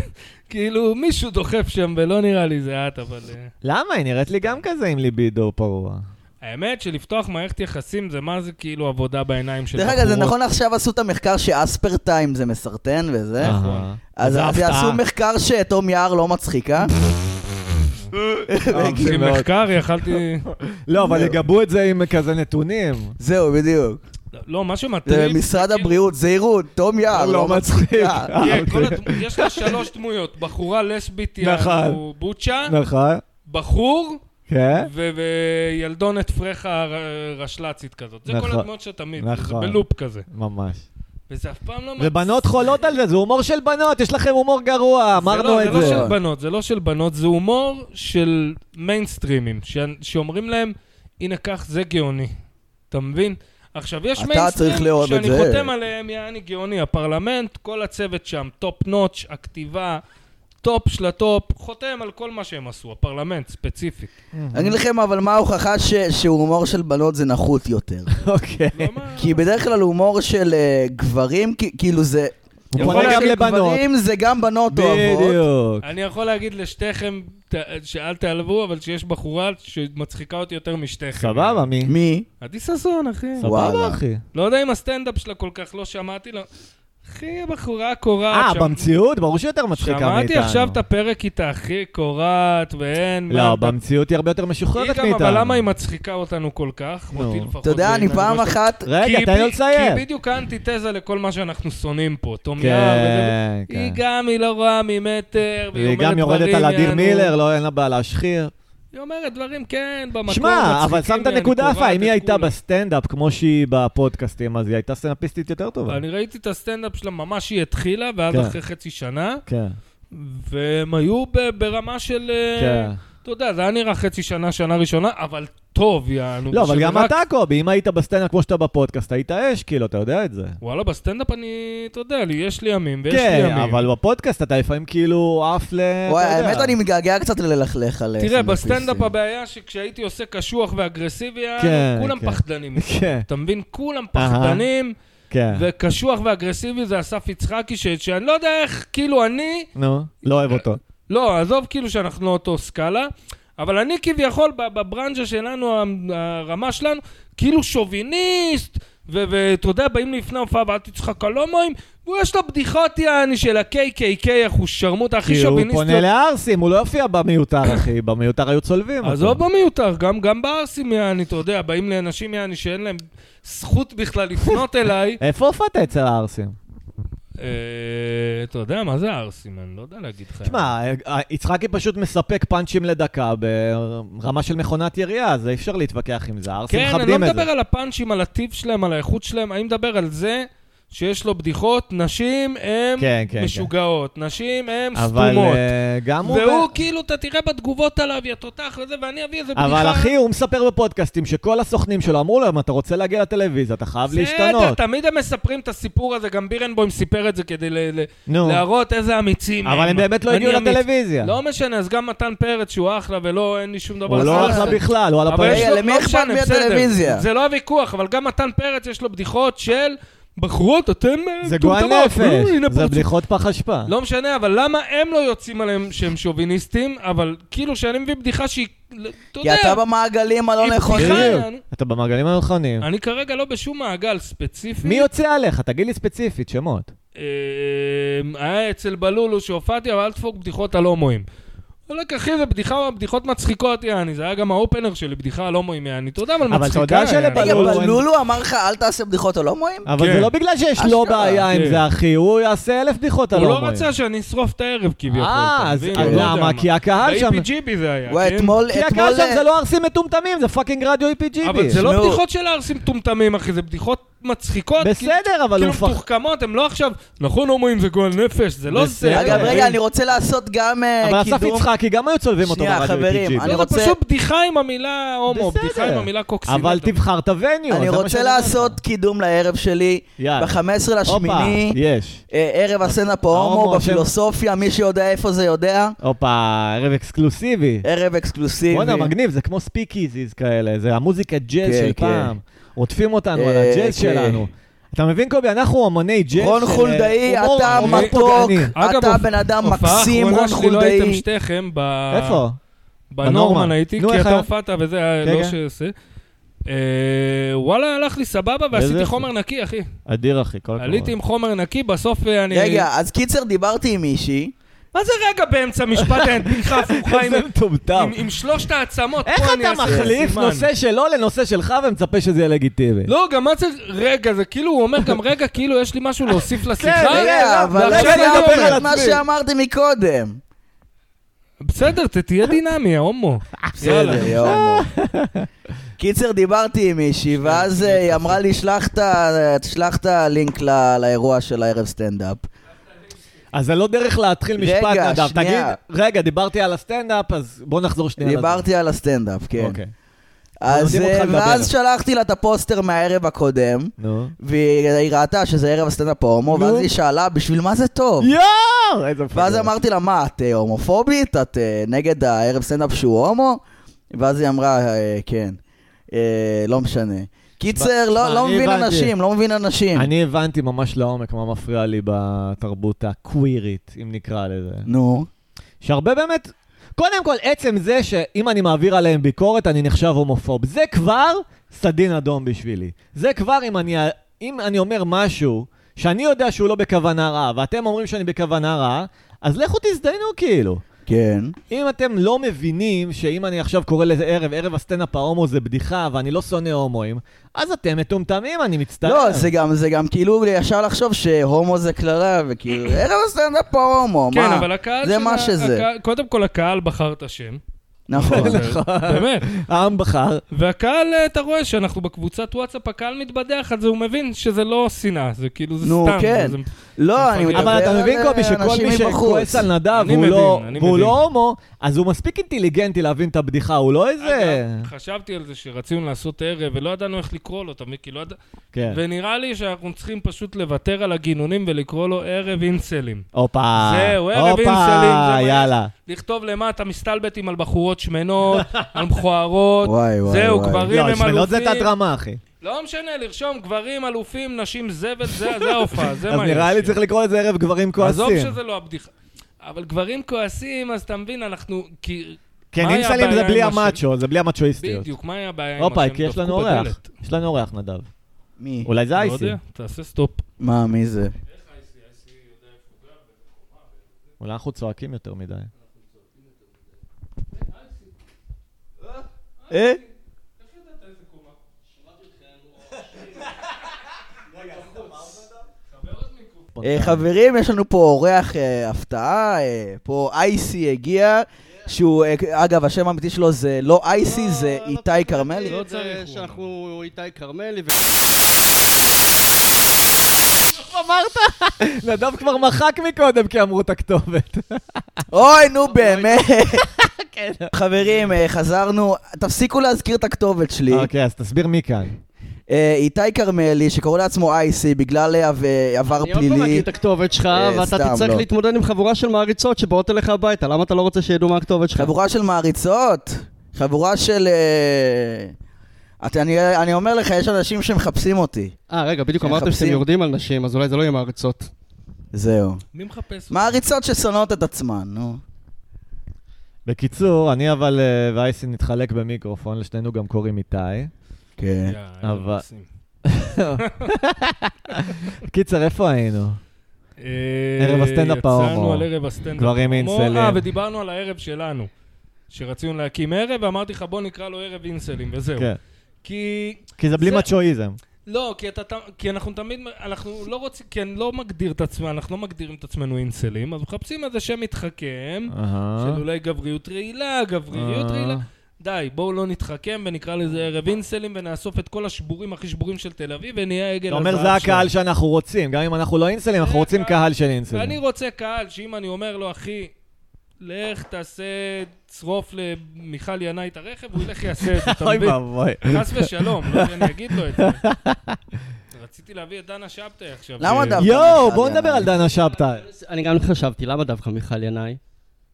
[SPEAKER 1] כאילו, מישהו דוחף שם, ולא נראה לי זה את, אבל... אה,
[SPEAKER 3] למה? היא נראית לי גם כזה עם ליבידו פרוע.
[SPEAKER 1] האמת שלפתוח מערכת יחסים זה מה זה כאילו עבודה בעיניים של
[SPEAKER 2] דרך אגב, זה נכון עכשיו עשו את המחקר שאספרטיים זה מסרטן וזה.
[SPEAKER 3] אהה.
[SPEAKER 2] אה, אז
[SPEAKER 3] אה, זה
[SPEAKER 2] אז
[SPEAKER 3] הפתעה.
[SPEAKER 2] יעשו מחקר שתום יער לא מצחיקה.
[SPEAKER 1] אה, עושים מחקר, יכלתי...
[SPEAKER 3] לא, אבל יגבו את זה עם כזה נתונים.
[SPEAKER 2] זהו, בדיוק.
[SPEAKER 1] לא, מה
[SPEAKER 2] זה
[SPEAKER 1] שמטריד...
[SPEAKER 2] משרד
[SPEAKER 1] כאילו,
[SPEAKER 2] הבריאות, זהירות, תום יער.
[SPEAKER 4] לא מצחיק.
[SPEAKER 2] מצחיקה.
[SPEAKER 1] כן, כל הדמו- יש לה שלוש דמויות, בחורה לסבית
[SPEAKER 4] נכון.
[SPEAKER 1] יענו בוצ'ה,
[SPEAKER 4] נכון.
[SPEAKER 1] בחור
[SPEAKER 4] כן.
[SPEAKER 1] ו- וילדונת פרחה ר- רשל"צית כזאת. זה כל
[SPEAKER 3] נכון.
[SPEAKER 1] הדמויות שאתה תמיד, זה
[SPEAKER 3] נכון.
[SPEAKER 1] בלופ כזה.
[SPEAKER 3] ממש.
[SPEAKER 1] וזה אף פעם לא...
[SPEAKER 3] ובנות חולות על זה, זה הומור של בנות, יש לכם הומור גרוע, אמרנו
[SPEAKER 1] לא,
[SPEAKER 3] את
[SPEAKER 1] זה לא
[SPEAKER 3] זה.
[SPEAKER 1] של בנות, זה לא של בנות, זה הומור של מיינסטרימים, ש- שאומרים להם, הנה קח, זה גאוני. אתה מבין? עכשיו, יש
[SPEAKER 2] אתה
[SPEAKER 1] מיינסטרים
[SPEAKER 2] צריך לאהוב את
[SPEAKER 1] שאני
[SPEAKER 2] זה.
[SPEAKER 1] חותם עליהם, יעני גאוני, הפרלמנט, כל הצוות שם, טופ נוטש, הכתיבה, טופ של הטופ, חותם על כל מה שהם עשו, הפרלמנט ספציפית.
[SPEAKER 2] אני אגיד לכם, אבל מה ההוכחה ש- שהומור של בנות זה נחות יותר?
[SPEAKER 3] אוקיי.
[SPEAKER 1] לא, מה-
[SPEAKER 2] כי בדרך כלל הומור של אה, גברים, כי- כאילו זה...
[SPEAKER 3] הוא
[SPEAKER 1] יכול
[SPEAKER 3] פונה
[SPEAKER 2] הומור
[SPEAKER 1] להיות
[SPEAKER 3] גם
[SPEAKER 2] של
[SPEAKER 3] לבנות.
[SPEAKER 2] גברים זה גם בנות אוהבות.
[SPEAKER 3] בדיוק.
[SPEAKER 1] אני יכול להגיד לשתיכם, ת- שאל תעלבו, אבל שיש בחורה שמצחיקה אותי יותר משתיכם.
[SPEAKER 3] סבבה, מי?
[SPEAKER 2] מי?
[SPEAKER 1] עדי ששון, אחי.
[SPEAKER 2] וואלה.
[SPEAKER 3] סבבה, אחי.
[SPEAKER 1] לא יודע אם הסטנדאפ שלה כל כך לא שמעתי לו. אחי, הבחורה קורעת
[SPEAKER 3] אה,
[SPEAKER 1] שם.
[SPEAKER 3] במציאות? ברור שהיא יותר מצחיקה מאיתנו.
[SPEAKER 1] שמעתי עכשיו את הפרק איתה, אחי, קורעת, ואין...
[SPEAKER 3] לא,
[SPEAKER 1] מה,
[SPEAKER 3] במציאות היא הרבה יותר משוחררת
[SPEAKER 1] היא
[SPEAKER 3] מאיתנו.
[SPEAKER 1] גם, אבל למה היא מצחיקה אותנו כל כך?
[SPEAKER 3] נו.
[SPEAKER 1] אותי לפחות.
[SPEAKER 2] אתה יודע, אני
[SPEAKER 1] בעיניי.
[SPEAKER 2] פעם
[SPEAKER 1] מה ש-
[SPEAKER 2] אחת...
[SPEAKER 3] רגע,
[SPEAKER 1] כי
[SPEAKER 3] תן לו
[SPEAKER 1] ב-
[SPEAKER 3] לסיים.
[SPEAKER 1] כי היא בדיוק האנטיתזה לכל מה שאנחנו שונאים פה. תום יער וזה.
[SPEAKER 3] כן,
[SPEAKER 1] היא
[SPEAKER 3] כן.
[SPEAKER 1] גם, היא לא רואה ממטר, והיא
[SPEAKER 3] והיא
[SPEAKER 1] אומרת דברים...
[SPEAKER 3] גם יורדת על אדיר
[SPEAKER 1] יענו-
[SPEAKER 3] מילר, לא, אין לה בעיה להשחיר.
[SPEAKER 1] היא אומרת דברים, כן, במקום
[SPEAKER 3] שמע, אבל
[SPEAKER 1] מצחיקים,
[SPEAKER 3] שמת
[SPEAKER 1] יענו,
[SPEAKER 3] נקודה
[SPEAKER 1] קורעת
[SPEAKER 3] יפה, אם
[SPEAKER 1] את
[SPEAKER 3] היא הייתה
[SPEAKER 1] כולם.
[SPEAKER 3] בסטנדאפ כמו שהיא בפודקאסטים, אז היא הייתה סטנדאפיסטית יותר טובה.
[SPEAKER 1] אני ראיתי את הסטנדאפ שלה ממש היא התחילה, ואז
[SPEAKER 3] כן.
[SPEAKER 1] אחרי חצי שנה,
[SPEAKER 3] כן,
[SPEAKER 1] והם היו ב- ברמה של... אה,
[SPEAKER 3] כן.
[SPEAKER 1] אתה יודע, זה היה נראה חצי שנה, שנה ראשונה, אבל טוב, יענו.
[SPEAKER 3] לא, אבל
[SPEAKER 1] שזה
[SPEAKER 3] גם
[SPEAKER 1] רק-
[SPEAKER 3] אתה, קובי, אם היית בסטנדאפ כמו שאתה בפודקאסט, היית אש, כאילו, אתה יודע את זה.
[SPEAKER 1] וואלה, בסטנדאפ אני, אתה יודע, לי- יש לי ימים ויש לי
[SPEAKER 3] כן,
[SPEAKER 1] ימים.
[SPEAKER 3] אבל בפודקאסט אתה לפעמים כאילו עף ל... אתה
[SPEAKER 2] וואי,
[SPEAKER 3] יודע.
[SPEAKER 2] האמת, אני מתגעגע קצת ללכלך על...
[SPEAKER 1] תראה,
[SPEAKER 2] סטנדאפיסטים.
[SPEAKER 1] בסטנדאפ הבעיה שכשהייתי עושה קשוח ואגרסיבי, יענו,
[SPEAKER 3] כן,
[SPEAKER 1] כולם
[SPEAKER 3] כן.
[SPEAKER 1] פחדנים.
[SPEAKER 3] כן,
[SPEAKER 1] אתה מבין? כולם פחדנים,
[SPEAKER 3] כן.
[SPEAKER 1] וקשוח ואגרסיבי זה אסף יצחקי, ש- שאני לא יודע איך, כאילו אני,
[SPEAKER 3] נו, לא אוהב אותו.
[SPEAKER 1] לא, עזוב כאילו שאנחנו לא אותו סקאלה, אבל אני כביכול בב- בברנז'ה שלנו, ה- הרמה שלנו, כאילו שוביניסט, ו- ואתה יודע, באים לי לפני הופעה ואל תצחק על הומואים, ויש לו בדיחות יעני של ה-KKK, אחושרמוט הכי
[SPEAKER 3] כי כאילו, הוא
[SPEAKER 1] שוביניסט.
[SPEAKER 3] פונה לערסים, הוא לא יופיע במיותר, אחי. במיותר היו צולבים אותו.
[SPEAKER 1] עזוב במיותר, גם, גם בערסים יעני, אתה יודע, באים לאנשים יעני שאין להם זכות בכלל לפנות אליי.
[SPEAKER 3] איפה הופעת אצל הערסים?
[SPEAKER 1] אה, אתה יודע, מה זה הערסים? אני לא יודע להגיד לך.
[SPEAKER 3] תשמע, אה, יצחקי פשוט מספק פאנצ'ים לדקה ברמה של מכונת ירייה, אז אי אפשר להתווכח עם זה, הערסים
[SPEAKER 1] כן, אני לא
[SPEAKER 3] מכבדים את
[SPEAKER 1] מדבר
[SPEAKER 3] זה.
[SPEAKER 1] על הפאנצ'ים, על הטיב שלהם, על האיכות שלהם, אני מדבר על זה שיש לו בדיחות, נשים הן
[SPEAKER 3] כן, כן,
[SPEAKER 1] משוגעות, נשים הן
[SPEAKER 3] כן. אבל
[SPEAKER 1] סתומות.
[SPEAKER 3] אה, גם הוא...
[SPEAKER 1] והוא כאילו, אתה תראה בתגובות עליו, יא תותח וזה, ואני אביא איזה בדיחה.
[SPEAKER 3] אבל אחי, הוא מספר בפודקאסטים שכל הסוכנים שלו אמרו לו, אם אתה רוצה להגיע לטלוויזיה, אתה חייב
[SPEAKER 1] בסדר,
[SPEAKER 3] להשתנות.
[SPEAKER 1] תמיד הם מספרים את הסיפור הזה, גם בירנבוים סיפר את זה כדי ל- ל-
[SPEAKER 3] נו,
[SPEAKER 1] להראות איזה אמיצים
[SPEAKER 3] אבל הם באמת לא
[SPEAKER 1] אני
[SPEAKER 3] הגיעו
[SPEAKER 1] אמיץ.
[SPEAKER 3] לטלוויזיה.
[SPEAKER 1] לא משנה, אז גם מתן פרץ, שהוא אחלה ולא, אין לי שום דבר.
[SPEAKER 3] הוא
[SPEAKER 1] לעשות
[SPEAKER 3] לא
[SPEAKER 1] עם
[SPEAKER 3] אחלה
[SPEAKER 1] זה.
[SPEAKER 3] בכלל, הוא על
[SPEAKER 1] אבל
[SPEAKER 3] הפנים.
[SPEAKER 1] יש
[SPEAKER 2] רגע,
[SPEAKER 1] לו-
[SPEAKER 2] למי
[SPEAKER 1] לא
[SPEAKER 2] אכפת
[SPEAKER 1] משנה, בסדר.
[SPEAKER 2] מהטלוויזיה?
[SPEAKER 1] זה לא הוויכוח, אבל גם מתן פרץ יש לו בדיחות של בחורות, אתם... אה,
[SPEAKER 3] זה גועל
[SPEAKER 1] מטומטמות, אה,
[SPEAKER 3] נפש,
[SPEAKER 1] הנה
[SPEAKER 3] זה
[SPEAKER 1] פרצוף."
[SPEAKER 3] בדיחות פח אשפה.
[SPEAKER 1] לא משנה, אבל למה הם לא יוצאים עליהם שהם שוביניסטים, אבל כאילו שאני מביא בדיחה שהיא... אתה
[SPEAKER 2] כי
[SPEAKER 1] יודע,
[SPEAKER 2] אתה במעגלים הלא
[SPEAKER 1] היא
[SPEAKER 2] נכונים.
[SPEAKER 1] בדיחה.
[SPEAKER 3] בדיוק.
[SPEAKER 1] אני-
[SPEAKER 3] אתה במעגלים הנכונים.
[SPEAKER 1] אני כרגע לא בשום מעגל ספציפי.
[SPEAKER 3] מי יוצא עליך? תגיד לי ספציפית, שמות.
[SPEAKER 1] אה, היה אצל בלולו שהופעתי, אבל אל תדפוק בדיחות על הומואים. וואלכ, אחי, זה בדיחה, בדיחות מצחיקות, יעני. זה היה גם האופנר שלי, בדיחה על הומואים, יעני. אתה יודע, אבל
[SPEAKER 3] אבל אתה
[SPEAKER 1] מצחיקה,
[SPEAKER 3] יודע שלבלולו-
[SPEAKER 2] רגע,
[SPEAKER 1] יעני.
[SPEAKER 3] בלולו,
[SPEAKER 2] אבל לולו אמר לך, אל תעשה בדיחות על הומואים?
[SPEAKER 3] אבל
[SPEAKER 1] כן.
[SPEAKER 3] זה לא בגלל שיש לו
[SPEAKER 2] אשכרה.
[SPEAKER 3] בעיה עם
[SPEAKER 1] כן.
[SPEAKER 3] זה, אחי, הוא יעשה אלף בדיחות על
[SPEAKER 1] הוא
[SPEAKER 3] הומואים.
[SPEAKER 1] לא רצה שאני אשרוף את הערב כביכול.
[SPEAKER 3] אה,
[SPEAKER 1] אתה
[SPEAKER 3] אז
[SPEAKER 1] מבין?
[SPEAKER 3] אז
[SPEAKER 1] אני לא יודע
[SPEAKER 3] למה?
[SPEAKER 1] מה.
[SPEAKER 3] כי הקהל שם...
[SPEAKER 1] ב-APGB זה היה,
[SPEAKER 2] וואי,
[SPEAKER 1] כן?
[SPEAKER 2] אתמול,
[SPEAKER 3] כי
[SPEAKER 2] אתמול...
[SPEAKER 3] הקהל שם זה לא ערסים מטומטמים, זה פאקינג רדיו EPGB.
[SPEAKER 1] אבל זה לא
[SPEAKER 2] תשמעו-
[SPEAKER 1] בדיחות של הערסים מטומטמים, אחי, זה בדיחות מצחיקות.
[SPEAKER 3] בסדר, אבל
[SPEAKER 1] כאילו
[SPEAKER 3] הוא מפח...
[SPEAKER 1] מתוחכמות, הם לא עכשיו, נכון, הומואים זה גועל נפש, זה לא זה.
[SPEAKER 3] בסדר.
[SPEAKER 2] אה, אגב,
[SPEAKER 1] אתה מבין?
[SPEAKER 2] רגע, אני רוצה לעשות גם אה,
[SPEAKER 3] אבל אסף
[SPEAKER 2] קידום...
[SPEAKER 3] יצחקי, גם היו צולבים אותו
[SPEAKER 2] שנייה,
[SPEAKER 3] ברדיו
[SPEAKER 2] חברים,
[SPEAKER 3] EPGB.
[SPEAKER 1] לא,
[SPEAKER 2] אני
[SPEAKER 1] זה
[SPEAKER 2] רוצה-
[SPEAKER 1] פשוט בדיחה עם המילה הומו,
[SPEAKER 3] בסדר.
[SPEAKER 1] בדיחה עם המילה קוקסינט.
[SPEAKER 3] אבל תבחר את הווניו,
[SPEAKER 2] אני
[SPEAKER 3] זה מה
[SPEAKER 2] רוצה
[SPEAKER 3] שאני
[SPEAKER 2] לעשות קידום לערב שלי.
[SPEAKER 1] אה.
[SPEAKER 3] יאללה.
[SPEAKER 2] ב-15
[SPEAKER 3] אומר. הופה,
[SPEAKER 2] לשמיני,
[SPEAKER 3] יש.
[SPEAKER 2] אה, ערב הסטנדאפ
[SPEAKER 3] ההומו,
[SPEAKER 2] ההומו
[SPEAKER 3] השם-
[SPEAKER 2] בפילוסופיה, מי שיודע איפה זה יודע.
[SPEAKER 3] הופה, ערב אקסקלוסיבי.
[SPEAKER 2] ערב אקסקלוסיבי.
[SPEAKER 3] בואנה, מגניב, זה כמו ספיקיזיז כאלה, זה המוזיקה ג'אז
[SPEAKER 2] כן,
[SPEAKER 3] של
[SPEAKER 2] כן.
[SPEAKER 3] פעם. עוטפים אותנו על
[SPEAKER 2] אה,
[SPEAKER 3] הג'אז
[SPEAKER 2] כן.
[SPEAKER 3] שלנו. אתה מבין, קובי? אנחנו אמני ג'אז.
[SPEAKER 2] רון
[SPEAKER 3] של, אה,
[SPEAKER 2] חולדאי,
[SPEAKER 3] הומור-
[SPEAKER 2] אתה
[SPEAKER 3] הומור
[SPEAKER 2] מתוק,
[SPEAKER 3] פוגעני.
[SPEAKER 1] אגב,
[SPEAKER 2] אתה
[SPEAKER 1] הופ-
[SPEAKER 2] בן אדם מקסים,
[SPEAKER 1] הופעה
[SPEAKER 2] רון
[SPEAKER 1] האחרונה שלי לא הייתם
[SPEAKER 2] חולדאי.
[SPEAKER 1] שתיכם ב...
[SPEAKER 3] איפה?
[SPEAKER 1] בנורמן
[SPEAKER 3] בנורמן.
[SPEAKER 1] הייתי,
[SPEAKER 3] נו,
[SPEAKER 1] כי
[SPEAKER 3] איך
[SPEAKER 1] אתה
[SPEAKER 3] היה?
[SPEAKER 1] הופעת וזה היה
[SPEAKER 3] כן,
[SPEAKER 1] לא
[SPEAKER 3] כן.
[SPEAKER 1] שזה. אה, וואלה, הלך לי סבבה ועשיתי
[SPEAKER 3] איפה?
[SPEAKER 1] חומר נקי, אחי.
[SPEAKER 3] אדיר, אחי, כל הכבוד.
[SPEAKER 1] עליתי עם חומר נקי, בסוף אה, אני...
[SPEAKER 2] רגע, אז קיצר, דיברתי עם מישהי,
[SPEAKER 1] מה זה רגע באמצע משפט ההדביקה הפוכה עם-
[SPEAKER 3] איזה מטומטם.
[SPEAKER 1] עם- עם שלושת העצמות?
[SPEAKER 3] איך
[SPEAKER 1] פה אני
[SPEAKER 3] אתה
[SPEAKER 1] אעשה
[SPEAKER 3] מחליף
[SPEAKER 1] סימן.
[SPEAKER 3] נושא שלו לנושא שלך ומצפה שזה יהיה לגיטימי?
[SPEAKER 1] לא, גם מה זה רגע? זה כאילו, הוא אומר גם רגע, כאילו יש לי משהו להוסיף
[SPEAKER 3] כן,
[SPEAKER 1] לשיחה.
[SPEAKER 2] רגע, אבל לא
[SPEAKER 1] אה, ועכשיו אני מדבר
[SPEAKER 2] סיימתי
[SPEAKER 1] על
[SPEAKER 2] את מה
[SPEAKER 1] עצמי.
[SPEAKER 2] שאמרתי מקודם.
[SPEAKER 1] בסדר, ת- תהיה דינמי, ההומו.
[SPEAKER 2] בסדר, יומו. קיצר, דיברתי עם מישהי,
[SPEAKER 1] כן,
[SPEAKER 2] ואז אה, היא אמרה לי, שלח את ה- תשלח את הלינק ל- לאירוע של הערב סטנדאפ.
[SPEAKER 3] אז זה לא דרך להתחיל
[SPEAKER 2] רגע,
[SPEAKER 3] משפט, נדב. תגיד,
[SPEAKER 2] שנייה.
[SPEAKER 3] רגע, דיברתי על הסטנדאפ, אז בוא נחזור שנייה. לזה.
[SPEAKER 2] דיברתי על הסטנדאפ, כן.
[SPEAKER 3] אוקיי.
[SPEAKER 2] אז,
[SPEAKER 3] נותנים אותך
[SPEAKER 2] אה,
[SPEAKER 3] לדבר.
[SPEAKER 2] ואז שלחתי לה את הפוסטר מהערב הקודם,
[SPEAKER 3] נו.
[SPEAKER 2] והיא ראתה שזה ערב הסטנדאפ ההומו,
[SPEAKER 3] נו.
[SPEAKER 2] ואז היא שאלה, בשביל מה זה טוב?
[SPEAKER 3] יואו! איזה מפגר.
[SPEAKER 2] ואז אמרתי לה, מה, את אה, הומופובית? את אה, נגד הערב סטנדאפ שהוא הומו? ואז היא אמרה, "אה, כן. אה, לא משנה. קיצר, לא-
[SPEAKER 3] אני
[SPEAKER 2] לא מבין
[SPEAKER 3] הבנתי.
[SPEAKER 2] אנשים, לא מבין אנשים.
[SPEAKER 3] אני הבנתי ממש לעומק מה מפריע לי בתרבות הקווירית, אם נקרא לזה.
[SPEAKER 2] נו.
[SPEAKER 3] שהרבה באמת... קודם כל, עצם זה שאם אני מעביר עליהם ביקורת, אני נחשב הומופוב. זה כבר סדין אדום בשבילי. זה כבר אם אני, אם אני אומר משהו שאני יודע שהוא לא בכוונה רעה, ואתם אומרים שאני בכוונה רעה, אז לכו תזדיינו כאילו.
[SPEAKER 2] כן.
[SPEAKER 3] אם אתם לא מבינים שאם אני עכשיו קורא לזה ערב, ערב הסטנדאפ ההומו זה בדיחה ואני לא שונא הומואים, אז אתם מטומטמים, אני מצטער.
[SPEAKER 2] לא, זה גם, זה גם כאילו ישר לחשוב שהומו זה קללה, וכאילו, ערב הסטנדאפ פה הומו,
[SPEAKER 1] כן,
[SPEAKER 2] מה?
[SPEAKER 1] אבל הקהל
[SPEAKER 2] זה
[SPEAKER 1] של
[SPEAKER 2] מה
[SPEAKER 1] ה-
[SPEAKER 2] שזה.
[SPEAKER 1] הקהל- קודם כל, הקהל בחר את השם.
[SPEAKER 2] נכון.
[SPEAKER 1] באמת.
[SPEAKER 3] העם בחר.
[SPEAKER 1] והקהל, אה, אתה רואה שאנחנו בקבוצת וואטסאפ, הקהל מתבדח על זה, הוא מבין שזה לא שנאה, זה כאילו, זה סתם.
[SPEAKER 2] נו, כן.
[SPEAKER 1] זה-
[SPEAKER 2] לא, אני
[SPEAKER 1] אבל
[SPEAKER 2] מדבר
[SPEAKER 3] אבל אתה מבין,
[SPEAKER 2] על
[SPEAKER 3] קובי, שכל
[SPEAKER 2] אנשים
[SPEAKER 3] מי
[SPEAKER 2] מבחוץ.
[SPEAKER 3] שכועס על נדב
[SPEAKER 1] אני
[SPEAKER 3] והוא לא-
[SPEAKER 1] מבין, אני
[SPEAKER 3] והוא
[SPEAKER 1] מבין.
[SPEAKER 3] לא הומו, אז הוא מספיק אינטליגנטי להבין את הבדיחה, הוא לא איזה...
[SPEAKER 1] אגב, חשבתי על זה שרצינו לעשות ערב, ולא ידענו איך לקרוא לו, אתה מבין? כי לא ידע...
[SPEAKER 3] כן.
[SPEAKER 1] ונראה לי שאנחנו צריכים פשוט לוותר על הגינונים ולקרוא לו ערב אינסלים.
[SPEAKER 3] הופה.
[SPEAKER 1] זהו, ערב
[SPEAKER 3] הופה,
[SPEAKER 1] אינסלים, זה מה יש.
[SPEAKER 3] יאללה.
[SPEAKER 1] לכתוב למה אתה מסתלבטים על בחורות שמנות, על מכוערות,
[SPEAKER 2] וואי, וואי,
[SPEAKER 1] זהו,
[SPEAKER 2] וואי.
[SPEAKER 1] גברים
[SPEAKER 3] לא,
[SPEAKER 1] הם אלופים.
[SPEAKER 3] שמנות זה תת-רמה, אחי.
[SPEAKER 1] לא משנה, לרשום גברים אלופים, נשים זבל, זה זה ההופעה, זה
[SPEAKER 3] אז
[SPEAKER 1] מה יש.
[SPEAKER 3] נראה לי צריך לקרוא לזה ערב גברים
[SPEAKER 1] עזוב
[SPEAKER 3] כועסים.
[SPEAKER 1] שזה לא הבדיחה. אבל גברים כועסים, אז אתה מבין, אנחנו... כי...
[SPEAKER 3] כן,
[SPEAKER 1] מה היה
[SPEAKER 3] אינסלים זה
[SPEAKER 1] הבעיה
[SPEAKER 3] בלי
[SPEAKER 1] עם השם?
[SPEAKER 3] המאצ'ו, זה בלי המאצ'ואיסטיות.
[SPEAKER 1] בדיוק, מה היה הבעיה עם השם?
[SPEAKER 3] הופה, כי יש לנו
[SPEAKER 1] דפקו
[SPEAKER 3] אורח.
[SPEAKER 1] בדלת.
[SPEAKER 3] יש לנו אורח, נדב.
[SPEAKER 2] מי?
[SPEAKER 3] אולי זה
[SPEAKER 1] לא
[SPEAKER 3] אייסי.
[SPEAKER 1] יודע, תעשה סטופ.
[SPEAKER 2] מה, מי זה?
[SPEAKER 3] אולי אנחנו צועקים יותר מדי.
[SPEAKER 2] אה?
[SPEAKER 3] נכון.
[SPEAKER 2] אה, חברים, יש לנו פה אורח אה, הפתעה, אה, פה אייסי הגיע, שהוא, אה, אגב, השם האמיתי שלו זה לא אייסי, זה
[SPEAKER 4] לא, לא
[SPEAKER 2] איתי
[SPEAKER 4] צריך
[SPEAKER 2] כרמלי.
[SPEAKER 1] לא
[SPEAKER 2] לא
[SPEAKER 4] להגיד,
[SPEAKER 1] צריך,
[SPEAKER 4] אה,
[SPEAKER 1] הוא
[SPEAKER 4] שאנחנו איתי כרמלי, ו-
[SPEAKER 3] אמרת? נדב כבר מחק מקודם כי אמרו את הכתובת.
[SPEAKER 2] אוי,
[SPEAKER 4] לא,
[SPEAKER 2] נו באמת.
[SPEAKER 4] כן.
[SPEAKER 2] חברים, אה, חזרנו, תפסיקו להזכיר את הכתובת שלי.
[SPEAKER 3] אוקיי, אז תסביר מי כאן.
[SPEAKER 2] אה, איתי כרמלי, שקורא לעצמו אייסי, בגלל אה, ו- עבר
[SPEAKER 4] אני עוד פעם אגיד
[SPEAKER 2] פלילי.
[SPEAKER 4] את הכתובת שלך,
[SPEAKER 2] אה,
[SPEAKER 4] ואתה
[SPEAKER 2] סתם,
[SPEAKER 4] תצטרך
[SPEAKER 2] לא.
[SPEAKER 4] להתמודד עם חבורה של מעריצות שבאות אליך הביתה, למה אתה לא רוצה שידעו מה הכתובת שלך?
[SPEAKER 2] חבורה של מעריצות, חבורה של... אה, אתה- אני אני אומר לך, יש אנשים שמחפשים אותי.
[SPEAKER 4] אה, רגע, בדיוק
[SPEAKER 2] שהם
[SPEAKER 4] אמרתם שאתם
[SPEAKER 2] מחפשים.
[SPEAKER 4] יורדים על נשים, אז אולי זה לא יהיה מעריצות.
[SPEAKER 2] זהו.
[SPEAKER 1] מי מחפש אותך?
[SPEAKER 2] מעריצות ששונאות את עצמן, נו.
[SPEAKER 3] בקיצור, אני אבל אה, ואייסי נתחלק במיקרופון, לשנינו גם קוראים איתי.
[SPEAKER 2] כן.
[SPEAKER 1] יא, איזה
[SPEAKER 3] אבל-
[SPEAKER 1] מקסים.
[SPEAKER 3] קיצר, איפה היינו?
[SPEAKER 1] אה,
[SPEAKER 3] ערב הסטנדאפ ההומו.
[SPEAKER 1] יצאנו על ערב הסטנדאפ
[SPEAKER 3] גברים
[SPEAKER 1] ההומו.
[SPEAKER 3] אינסלים.
[SPEAKER 1] אה, ודיברנו על הערב שלנו. שרצינו להקים ערב, ואמרתי לך, בוא נקרא לו ערב אינסלים, וזהו.
[SPEAKER 3] כן.
[SPEAKER 1] כי...
[SPEAKER 3] כי זה בלי
[SPEAKER 1] זה-
[SPEAKER 3] מצ'ואיזם.
[SPEAKER 1] לא, כי, אתה, ת- כי אנחנו תמיד, אנחנו לא רוצים, כי אני לא מגדיר את עצמנו, אנחנו לא מגדירים את עצמנו אינסלים, אז מחפשים איזה שם מתחכם,
[SPEAKER 3] אהה.
[SPEAKER 1] של אולי גבריות רעילה, גבריות
[SPEAKER 3] אה.
[SPEAKER 1] רעילה. די, בואו לא נתחכם ונקרא לזה ערב אינסלים ונאסוף את כל השבורים הכי שבורים של תל אביב ונהיה עגל
[SPEAKER 3] אתה אומר,
[SPEAKER 1] הזהב
[SPEAKER 3] זה
[SPEAKER 1] שלנו."
[SPEAKER 3] הקהל שאנחנו רוצים. גם אם אנחנו לא אינסלים, אנחנו
[SPEAKER 1] זה
[SPEAKER 3] רוצים
[SPEAKER 1] הקהל.
[SPEAKER 3] קהל של
[SPEAKER 1] ואני
[SPEAKER 3] אינסלים.
[SPEAKER 1] רוצה קהל שאם אני אומר לו, אחי, לך תעשה, צרוף למיכל ינאי את הרכב, הוא ילך יעשה את זה, אתה
[SPEAKER 3] אוי
[SPEAKER 1] מבין?
[SPEAKER 3] ואבוי.
[SPEAKER 1] חס ושלום, לא שאני אגיד לו את זה. רציתי להביא את דנה שבתאי עכשיו.
[SPEAKER 2] למה
[SPEAKER 1] אה,
[SPEAKER 2] דווקא?
[SPEAKER 3] יואו,
[SPEAKER 2] מיכל
[SPEAKER 3] בואו נדבר
[SPEAKER 2] ינאי?
[SPEAKER 3] על דנה שבתאי.
[SPEAKER 4] אני גם חשבתי, למה דווקא מיכל ינאי?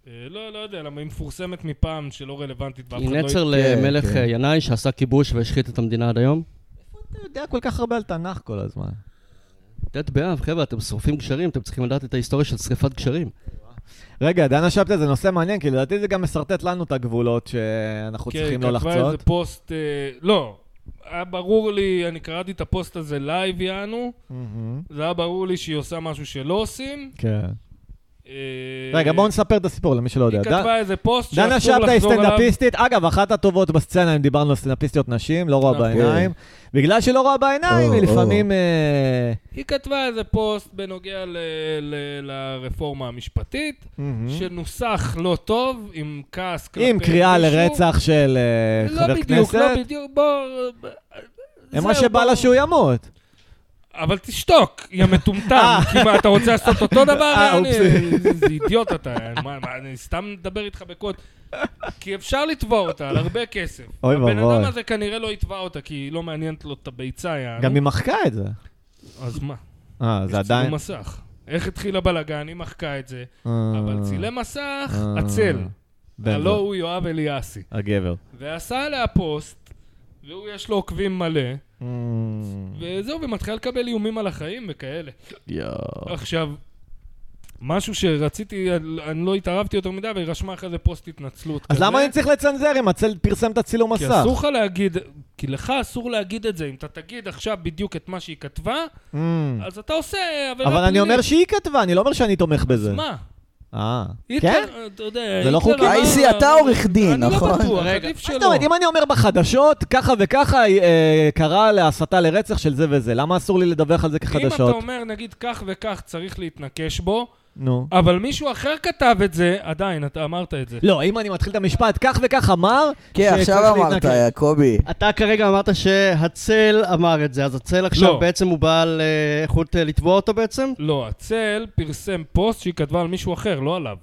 [SPEAKER 1] אה, לא, לא יודע, למה היא מפורסמת מפעם שלא רלוונטית ואף
[SPEAKER 4] היא
[SPEAKER 1] אחד לא...
[SPEAKER 4] נצר
[SPEAKER 2] כן,
[SPEAKER 4] למלך
[SPEAKER 2] כן.
[SPEAKER 4] אה, ינאי שעשה כיבוש והשחית את המדינה עד היום?
[SPEAKER 3] אתה יודע כל כך הרבה על תנ"ך כל הזמן.
[SPEAKER 4] ט' באב, חבר'ה, אתם שורפים גשרים, אתם צריכים לדעת את ההיסטוריה של שריפת גשרים.
[SPEAKER 3] רגע, דנה שבתאי זה נושא מעניין, כי לדעתי זה גם משרטט לנו את הגבולות שאנחנו צריכים לא
[SPEAKER 1] כן, כתבה איזה
[SPEAKER 3] לחצות.
[SPEAKER 1] פוסט... אה, לא, היה ברור לי, אני קראתי את הפוסט הזה לייב, יענו,
[SPEAKER 3] מהמם.
[SPEAKER 1] זה היה ברור לי שהיא עושה משהו שלא עושים,
[SPEAKER 3] כן.
[SPEAKER 1] אה,
[SPEAKER 3] רגע, בואו נספר את הסיפור למי שלא יודע.
[SPEAKER 1] היא כתבה איזה פוסט
[SPEAKER 3] דן- דנה
[SPEAKER 1] שאסור
[SPEAKER 3] שבתאי היא
[SPEAKER 1] לחזור עליו.
[SPEAKER 3] סטנדאפיסטית, אגב, אחת הטובות בסצנה, אם דיברנו על סטנדאפיסטיות נשים, לא רואה
[SPEAKER 1] נכון.
[SPEAKER 3] בעיניים. בגלל שלא רואה בעיניים,
[SPEAKER 2] או,
[SPEAKER 3] היא
[SPEAKER 2] או.
[SPEAKER 3] לפעמים... אה,
[SPEAKER 1] היא כתבה איזה פוסט בנוגע ל- ל- לרפורמה המשפטית,
[SPEAKER 3] מהמם.
[SPEAKER 1] שנוסח לא טוב, עם כעס כלפי
[SPEAKER 3] Mm-hmm. עם קריאה
[SPEAKER 1] מישהו.
[SPEAKER 3] לרצח של אה,
[SPEAKER 1] לא
[SPEAKER 3] חבר
[SPEAKER 1] בדיוק, לא
[SPEAKER 3] כנסת.
[SPEAKER 1] בדיוק, בוא...
[SPEAKER 3] היא
[SPEAKER 1] זהו,
[SPEAKER 3] אמרה שבא
[SPEAKER 1] בוא.
[SPEAKER 3] לה שהוא ימות.
[SPEAKER 1] אבל תשתוק, יא מטומטם,
[SPEAKER 3] אה.
[SPEAKER 1] כי מה, אתה רוצה לעשות אותו דבר?
[SPEAKER 3] אה,
[SPEAKER 1] אני-
[SPEAKER 3] אופס.
[SPEAKER 1] איזה אידיוט אתה, מה, מה, אני סתם מדבר איתך בקוד. כי אפשר לתבוע אותה על הרבה כסף.
[SPEAKER 3] אוי
[SPEAKER 1] הבן
[SPEAKER 3] ואבוי.
[SPEAKER 1] אדם הזה כנראה לא יתבע אותה, כי היא לא מעניינת לו את הביצה,
[SPEAKER 3] גם
[SPEAKER 1] יענו.
[SPEAKER 3] היא מחקה את זה.
[SPEAKER 1] אז מה?
[SPEAKER 3] אה,
[SPEAKER 1] יש
[SPEAKER 3] זה עדיין...
[SPEAKER 1] צילום מסך. איך התחיל הבלאגן, היא מחקה את זה,
[SPEAKER 3] אה,
[SPEAKER 1] אבל צילם מסך,
[SPEAKER 3] אה,
[SPEAKER 1] הצל.
[SPEAKER 3] בן
[SPEAKER 1] הלא
[SPEAKER 3] זוג,
[SPEAKER 1] הוא יואב אליאסי.
[SPEAKER 3] הגבר.
[SPEAKER 1] ועשה עליה פוסט, והוא יש לו עוקבים מלא,
[SPEAKER 3] אה,
[SPEAKER 1] Mm. וזהו, ומתחילה לקבל איומים על החיים וכאלה.
[SPEAKER 3] יואו.
[SPEAKER 1] עכשיו, משהו שרציתי, אני לא התערבתי יותר מדי, והיא רשמה אחרי זה פוסט התנצלות.
[SPEAKER 3] אז
[SPEAKER 1] כזה.
[SPEAKER 3] למה אני צריך לצנזר אם הצל פרסם את הצילום
[SPEAKER 1] כי
[SPEAKER 3] מסך?
[SPEAKER 1] אסור לך להגיד, כי לך אסור להגיד את זה. אם אתה תגיד עכשיו בדיוק את מה שהיא כתבה,
[SPEAKER 3] אה,
[SPEAKER 1] אז אתה עושה עבירה
[SPEAKER 3] אבל אני אומר שהיא כתבה, אני לא אומר שאני תומך בזה.
[SPEAKER 1] מה?
[SPEAKER 3] אה, כן?
[SPEAKER 1] היטלר, אתה יודע...
[SPEAKER 3] זה לא
[SPEAKER 1] היטלר
[SPEAKER 3] חוקי.
[SPEAKER 1] אמר-
[SPEAKER 2] אייסי, אתה עורך דין,
[SPEAKER 1] אני
[SPEAKER 2] נכון?
[SPEAKER 1] לא בטוח,
[SPEAKER 4] רגע.
[SPEAKER 1] עדיף
[SPEAKER 3] מה
[SPEAKER 1] שלא.
[SPEAKER 3] זאת אומרת, אם אני אומר בחדשות, ככה וככה אה, קרא להסתה לרצח של זה וזה, למה אסור לי לדווח על זה
[SPEAKER 1] אם אתה
[SPEAKER 3] כחדשות?
[SPEAKER 1] אומר, נגיד, כך וכך צריך להתנקש בו,
[SPEAKER 3] נו.
[SPEAKER 1] אבל מישהו אחר כתב את זה, עדיין, אתה אמרת את זה.
[SPEAKER 3] לא, אם אני מתחיל את המשפט, כך וכך אמר,
[SPEAKER 2] כן,
[SPEAKER 3] שצריך
[SPEAKER 2] עכשיו אמרת,
[SPEAKER 3] להתנקם.
[SPEAKER 2] קובי.
[SPEAKER 4] אתה כרגע אמרת שהצל אמר את זה, אז הצל עכשיו
[SPEAKER 1] לא.
[SPEAKER 4] בעצם הוא בעל אה, איכות אה, לתבוע אותו בעצם?
[SPEAKER 1] לא, הצל פרסם פוסט שהיא כתבה על מישהו אחר, לא עליו.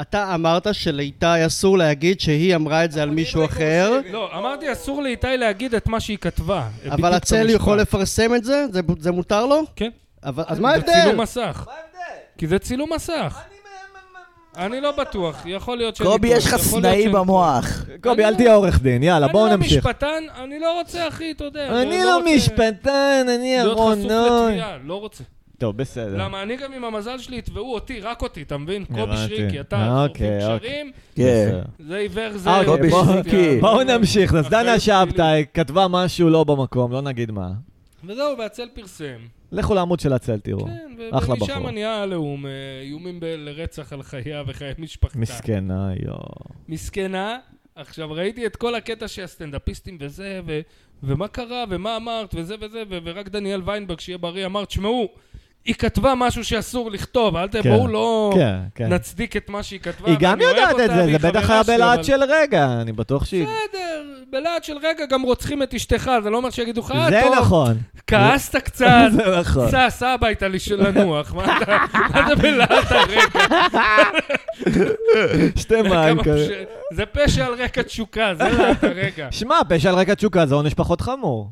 [SPEAKER 4] אתה אמרת שלאיתי אסור להגיד שהיא אמרה את זה על מישהו אחר,
[SPEAKER 1] לא, אמרתי, אסור לאיתי להגיד את מה שהיא כתבה. בדיוק
[SPEAKER 4] אבל
[SPEAKER 1] את
[SPEAKER 4] הצל
[SPEAKER 1] המשפט.
[SPEAKER 4] יכול לפרסם את זה? זה- זה מותר לו?
[SPEAKER 1] כן.
[SPEAKER 4] אבל- אז מה
[SPEAKER 1] זה
[SPEAKER 4] ההבדל?
[SPEAKER 1] צילום מסך. מה ההבדל? כי זה צילום מסך. אני לא בטוח, יכול להיות שאני...
[SPEAKER 2] קובי,
[SPEAKER 1] טועה,
[SPEAKER 2] יש לך
[SPEAKER 1] יכול להיות
[SPEAKER 2] סנאי
[SPEAKER 1] שאני
[SPEAKER 2] במוח.
[SPEAKER 3] קובי, אל תהיה עורך דין, יאללה,
[SPEAKER 1] אני
[SPEAKER 3] בואו
[SPEAKER 1] לא
[SPEAKER 3] נמשיך.
[SPEAKER 1] משפטן, אני לא רוצה, אחי, אתה יודע.
[SPEAKER 3] אני לא
[SPEAKER 1] רוצה
[SPEAKER 3] משפטן, אני
[SPEAKER 1] להיות
[SPEAKER 3] אהרון
[SPEAKER 1] חשוף
[SPEAKER 3] נוי.
[SPEAKER 1] לתביעה, לא רוצה.
[SPEAKER 3] טוב, בסדר.
[SPEAKER 1] למה אני גם עם המזל שלי יתבעו אותי, רק אותי, אתה מבין? קובי
[SPEAKER 3] הבנתי.
[SPEAKER 1] שריקי,
[SPEAKER 3] אה,
[SPEAKER 1] אתה,
[SPEAKER 3] אוקיי,
[SPEAKER 1] שורפים שרים,
[SPEAKER 2] כן.
[SPEAKER 3] בסדר.
[SPEAKER 1] זה עיוור זה.
[SPEAKER 3] אה, אוקיי,
[SPEAKER 2] קובי
[SPEAKER 1] זה-
[SPEAKER 2] שריקי.
[SPEAKER 3] בואו נמשיך, אז דנה
[SPEAKER 1] אחריות
[SPEAKER 3] שבתאי כתבה משהו לא במקום, לא נגיד מה.
[SPEAKER 1] וזהו, והצל פרסם. אחלה
[SPEAKER 3] לכו לעמוד של הצל, תראו.
[SPEAKER 1] כן, ו-
[SPEAKER 3] אחלה
[SPEAKER 1] ומשם
[SPEAKER 3] בחור.
[SPEAKER 1] נהיה הלאום, אה, איומים ב- לרצח על חייה וחיי משפחתה.
[SPEAKER 3] מסכנה, אה, יואו.
[SPEAKER 1] מסכנה. עכשיו, ראיתי את כל הקטע שהסטנדאפיסטים וזה, ו- ומה קרה, ומה אמרת, וזה וזה, ו- ורק דניאל ויינברג, שיהיה בריא, אמר, תשמעו, היא כתבה משהו שאסור לכתוב, אל
[SPEAKER 3] כן,
[SPEAKER 1] תבואו לא
[SPEAKER 3] כן, כן.
[SPEAKER 1] נצדיק את מה שהיא כתבה.
[SPEAKER 3] היא גם
[SPEAKER 1] ואני אוהב
[SPEAKER 3] יודעת את
[SPEAKER 1] אותה,
[SPEAKER 3] זה,
[SPEAKER 1] והיא
[SPEAKER 3] זה בטח
[SPEAKER 1] חברה
[SPEAKER 3] היה
[SPEAKER 1] שלי,
[SPEAKER 3] בלהט
[SPEAKER 1] אבל-
[SPEAKER 3] של רגע, אני בטוח שהיא...
[SPEAKER 1] בסדר, בלהט של רגע גם רוצחים את אשתך, זה לא אומר שיגידו לך, אה,
[SPEAKER 3] זה
[SPEAKER 1] טוב,
[SPEAKER 3] נכון.
[SPEAKER 1] כעסת קצת,
[SPEAKER 3] זה נכון.
[SPEAKER 1] סע, סע הביתה לש- לנוח, מה אתה מה אתה בלהט הרגע?
[SPEAKER 3] שתי מים
[SPEAKER 1] כמה
[SPEAKER 3] כאלה.
[SPEAKER 1] פש- זה פשע על רקע תשוקה, זה להט הרגע.
[SPEAKER 3] שמע, פשע על רקע תשוקה זה עונש פחות חמור.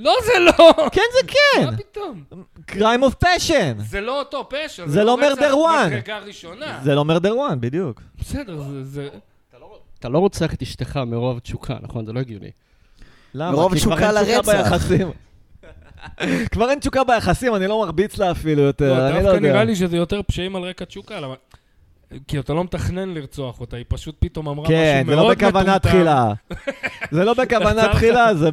[SPEAKER 1] לא, זה לא!
[SPEAKER 3] כן זה
[SPEAKER 1] מה
[SPEAKER 3] כן!
[SPEAKER 1] פתאום?
[SPEAKER 3] crime of passion!
[SPEAKER 1] זה לא אותו פשע.
[SPEAKER 3] זה לא murder one.
[SPEAKER 1] מדרגה ראשונה.
[SPEAKER 3] זה לא מרדר וואן, בדיוק.
[SPEAKER 1] בסדר, זה- זה...
[SPEAKER 4] אתה לא רוצח את אשתך מרוב תשוקה, נכון? זה לא הגיוני.
[SPEAKER 3] למה?
[SPEAKER 2] מרוב
[SPEAKER 3] כי כבר
[SPEAKER 2] תשוקה
[SPEAKER 3] אין תשוקה
[SPEAKER 2] לרצח.
[SPEAKER 3] ביחסים. כבר אין תשוקה ביחסים, אני לא מרביץ לה אפילו יותר, אני לא
[SPEAKER 1] דווקא נראה
[SPEAKER 3] יודע.
[SPEAKER 1] לי שזה יותר פשעים על רקע תשוקה, למה... כי אתה לא מתכנן לרצוח אותה, היא פשוט פתאום אמרה משהו מאוד
[SPEAKER 3] כן,
[SPEAKER 1] מטומטם.
[SPEAKER 3] זה לא בכוונה תחילה. זה לא בכוונה תחילה, זה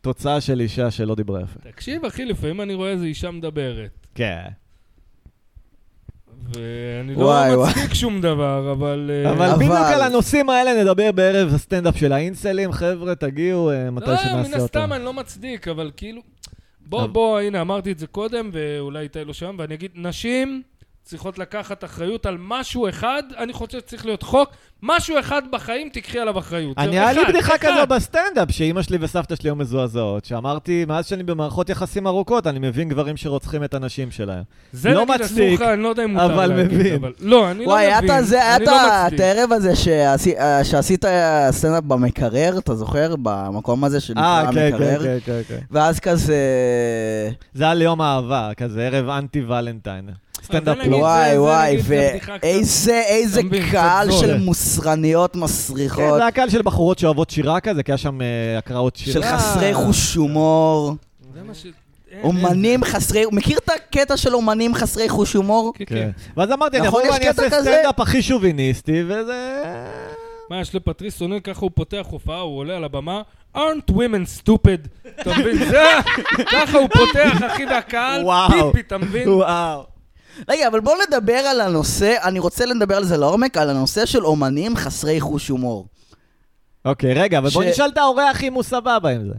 [SPEAKER 3] בתוצאה של אישה שלא דיברה יפה.
[SPEAKER 1] תקשיב, אחי, לפעמים אני רואה איזה אישה מדברת,
[SPEAKER 3] כן.
[SPEAKER 1] ואני
[SPEAKER 2] וואי,
[SPEAKER 1] לא
[SPEAKER 2] וואי.
[SPEAKER 1] מצדיק שום דבר, אבל... אה,
[SPEAKER 3] אבל
[SPEAKER 2] אבל-
[SPEAKER 3] בדיוק על הנושאים האלה נדבר בערב הסטנדאפ של האינסלים. חבר'ה, תגיעו אה, מתי
[SPEAKER 1] לא, מן
[SPEAKER 3] שנעשה אותו.
[SPEAKER 1] הסתם אני לא מצדיק, אבל כאילו... בוא,
[SPEAKER 3] אבל-
[SPEAKER 1] בוא, הנה, אמרתי את זה קודם, ואולי איתי לא שם, ואני אגיד, נשים צריכות לקחת אחריות על משהו אחד, אני חושב שצריך להיות חוק, משהו אחד בחיים, תיקחי עליו אחריות.
[SPEAKER 3] אני,
[SPEAKER 1] זהו,
[SPEAKER 3] היה לי
[SPEAKER 1] אחד,
[SPEAKER 3] בדיחה
[SPEAKER 1] אחד.
[SPEAKER 3] כזו בסטנדאפ, שאימא שלי וסבתא שלי היו מזועזעות, שאמרתי, מאז שאני במערכות יחסים ארוכות, אני מבין גברים שרוצחים את הנשים שלהם.
[SPEAKER 1] זה
[SPEAKER 3] לא
[SPEAKER 1] נגיד אסור
[SPEAKER 3] מצדיק,
[SPEAKER 1] לך, אני לא יודע אם מותר
[SPEAKER 3] אבל
[SPEAKER 1] להגיד,
[SPEAKER 3] מבין.
[SPEAKER 1] אבל... לא, אני לא
[SPEAKER 2] וואי, היה
[SPEAKER 1] מבין.
[SPEAKER 2] את הזה- היה
[SPEAKER 1] אני
[SPEAKER 2] את
[SPEAKER 1] לא
[SPEAKER 2] ה- את
[SPEAKER 1] מצדיק.
[SPEAKER 2] הערב הזה שעשי- אה, שעשית סטנדאפ במקרר, אתה זוכר? במקום הזה שנקרא
[SPEAKER 3] אה, כן, כן,
[SPEAKER 2] המקרר.
[SPEAKER 3] כן, כן, כן.
[SPEAKER 2] ואז כזה...
[SPEAKER 3] זה היה ליום אהבה, כזה ערב אנטי ולנטיין. סטנדאפ
[SPEAKER 1] נגיד,
[SPEAKER 3] לא.
[SPEAKER 1] זה-
[SPEAKER 2] וואי
[SPEAKER 1] זה
[SPEAKER 2] וואי,
[SPEAKER 1] נגיד, זה בדיחה קצת-
[SPEAKER 2] ואיזה איזה
[SPEAKER 1] אתה מבין, קצת
[SPEAKER 2] קהל
[SPEAKER 1] זול.
[SPEAKER 2] של מוסרניות
[SPEAKER 3] כן,
[SPEAKER 2] מסריחות,
[SPEAKER 3] זה היה קהל של בחורות שאוהבות שירה כזה, כי היה שם אה, הקראות שירה. כן.
[SPEAKER 2] של חסרי חוש הומור.
[SPEAKER 1] זה מה ש... כן, אין,
[SPEAKER 2] אומנים חסרי... מכיר את הקטע של אומנים חסרי חוש הומור?
[SPEAKER 1] אין. כן,
[SPEAKER 3] כן.
[SPEAKER 1] כן.
[SPEAKER 3] ואז אמרתי, אני
[SPEAKER 2] נכון,
[SPEAKER 3] אבוא
[SPEAKER 2] יש
[SPEAKER 3] ואני
[SPEAKER 2] קטע
[SPEAKER 3] אעשה
[SPEAKER 2] כזה?
[SPEAKER 3] סטנדאפ הכי שוביניסטי, וזה...
[SPEAKER 1] מה, יש לפטריס סונן, ככה הוא פותח הופעה, הוא עולה על הבמה, aren't women stupid, אתה מבין? זה, ככה הוא פותח, אחי, והקהל
[SPEAKER 3] וואו.
[SPEAKER 1] כן. פיפי, אתה מבין?
[SPEAKER 3] וואו.
[SPEAKER 2] רגע, אבל בואו נדבר על הנושא, אני רוצה לדבר על זה לעומק, על הנושא של אומנים חסרי חוש הומור.
[SPEAKER 3] אוקיי, רגע, אבל בוא
[SPEAKER 2] ש-
[SPEAKER 3] נשאל את האורח אם הוא סבבה עם זה.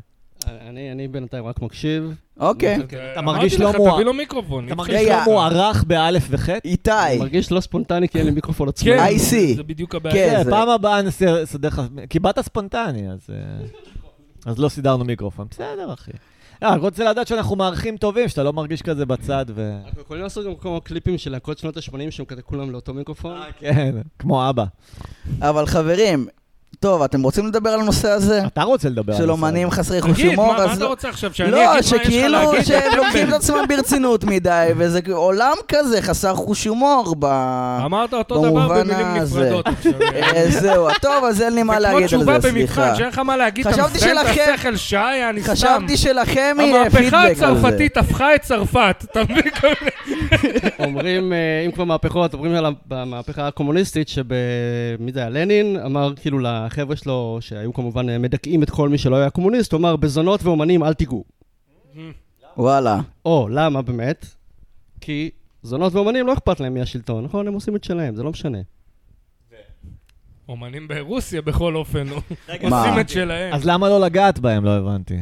[SPEAKER 4] אני אני בינתיים רק מקשיב.
[SPEAKER 2] אוקיי.
[SPEAKER 1] אתה
[SPEAKER 3] אתה מרגיש לא
[SPEAKER 1] אמרתי לך,
[SPEAKER 3] מוע-
[SPEAKER 1] תביא לו מיקרופון.
[SPEAKER 3] אתה
[SPEAKER 1] אי
[SPEAKER 3] מרגיש
[SPEAKER 2] רגע.
[SPEAKER 3] לא מוערך באלף וחטא?
[SPEAKER 2] איתי,
[SPEAKER 4] אני מרגיש לא ספונטני כי אין לי מיקרופון עצמי.
[SPEAKER 1] כן.
[SPEAKER 2] I see.
[SPEAKER 1] זה בדיוק
[SPEAKER 2] כן.
[SPEAKER 1] הבעיה.
[SPEAKER 3] כן,
[SPEAKER 2] זה-
[SPEAKER 3] פעם הבאה נס- נסדר לך, כי באת ספונטני, אז... אה, אז לא סידרנו מיקרופון. בסדר, אחי. אה, אני רוצה לדעת שאנחנו מארחים טובים, שאתה לא מרגיש כזה בצד ו...
[SPEAKER 4] אנחנו יכולים לעשות גם כמו קליפים של להקות שנות ה-80 שהם כזה כולם לאותו מיקרופון.
[SPEAKER 3] כן, כמו אבא.
[SPEAKER 2] אבל חברים, טוב, אתם רוצים לדבר על הנושא הזה?
[SPEAKER 4] אה,
[SPEAKER 3] אתה רוצה
[SPEAKER 4] לא,
[SPEAKER 3] לדבר על
[SPEAKER 2] של
[SPEAKER 3] זה.
[SPEAKER 2] אומנים חסרי חוש
[SPEAKER 1] תגיד, מה
[SPEAKER 2] הומור?
[SPEAKER 1] מה
[SPEAKER 2] אז
[SPEAKER 1] אתה
[SPEAKER 2] לא-
[SPEAKER 1] רוצה עכשיו, שאני אגיד מה
[SPEAKER 2] לא,
[SPEAKER 1] יש לך להגיד? אוקיי.
[SPEAKER 2] שכאילו שהם לוקחים את
[SPEAKER 1] טמבל?
[SPEAKER 2] עצמם ברצינות מדי, וזה עולם כזה חסר חוש הומור ב...
[SPEAKER 1] אמרת אותו דבר
[SPEAKER 2] במובן
[SPEAKER 1] במילים
[SPEAKER 2] הזה.
[SPEAKER 1] נפרדות עכשיו.
[SPEAKER 2] אה, זהו, טוב, אז אין לי מה
[SPEAKER 1] זה
[SPEAKER 2] להגיד
[SPEAKER 1] כמו
[SPEAKER 2] על זה,
[SPEAKER 1] תשובה
[SPEAKER 2] סליחה.
[SPEAKER 1] במבחן, שאין לך מה להגיד, אתה
[SPEAKER 2] חשבתי
[SPEAKER 1] מזיין את
[SPEAKER 2] שלכם-
[SPEAKER 1] השכל שעה, אני סתם.
[SPEAKER 2] חשבתי שלכם יהיה פידבק
[SPEAKER 1] המהפכה
[SPEAKER 2] על זה.
[SPEAKER 1] הצרפתית הפכה את צרפת, אתה מבין? כל מיני-
[SPEAKER 4] אומרים, אה, אם כבר מהפכות, אומרים על המהפכה הקומוניסטית, שב... מי זה היה? לנין אמר כאילו לחבר'ה שלו, שהיו כמובן אה, מדכאים את כל מי שלא היה קומוניסט, הוא אמר, בזונות ואומנים אל תיגעו.
[SPEAKER 2] וואלה.
[SPEAKER 4] או, למה באמת? כי זונות ואומנים לא אכפת להם מהשלטון, נכון? הם עושים את שלהם, זה לא משנה.
[SPEAKER 1] אומנים ברוסיה בכל אופן, נו.
[SPEAKER 2] מה?
[SPEAKER 1] עושים את שלהם.
[SPEAKER 3] אז למה לא לגעת בהם? לא הבנתי.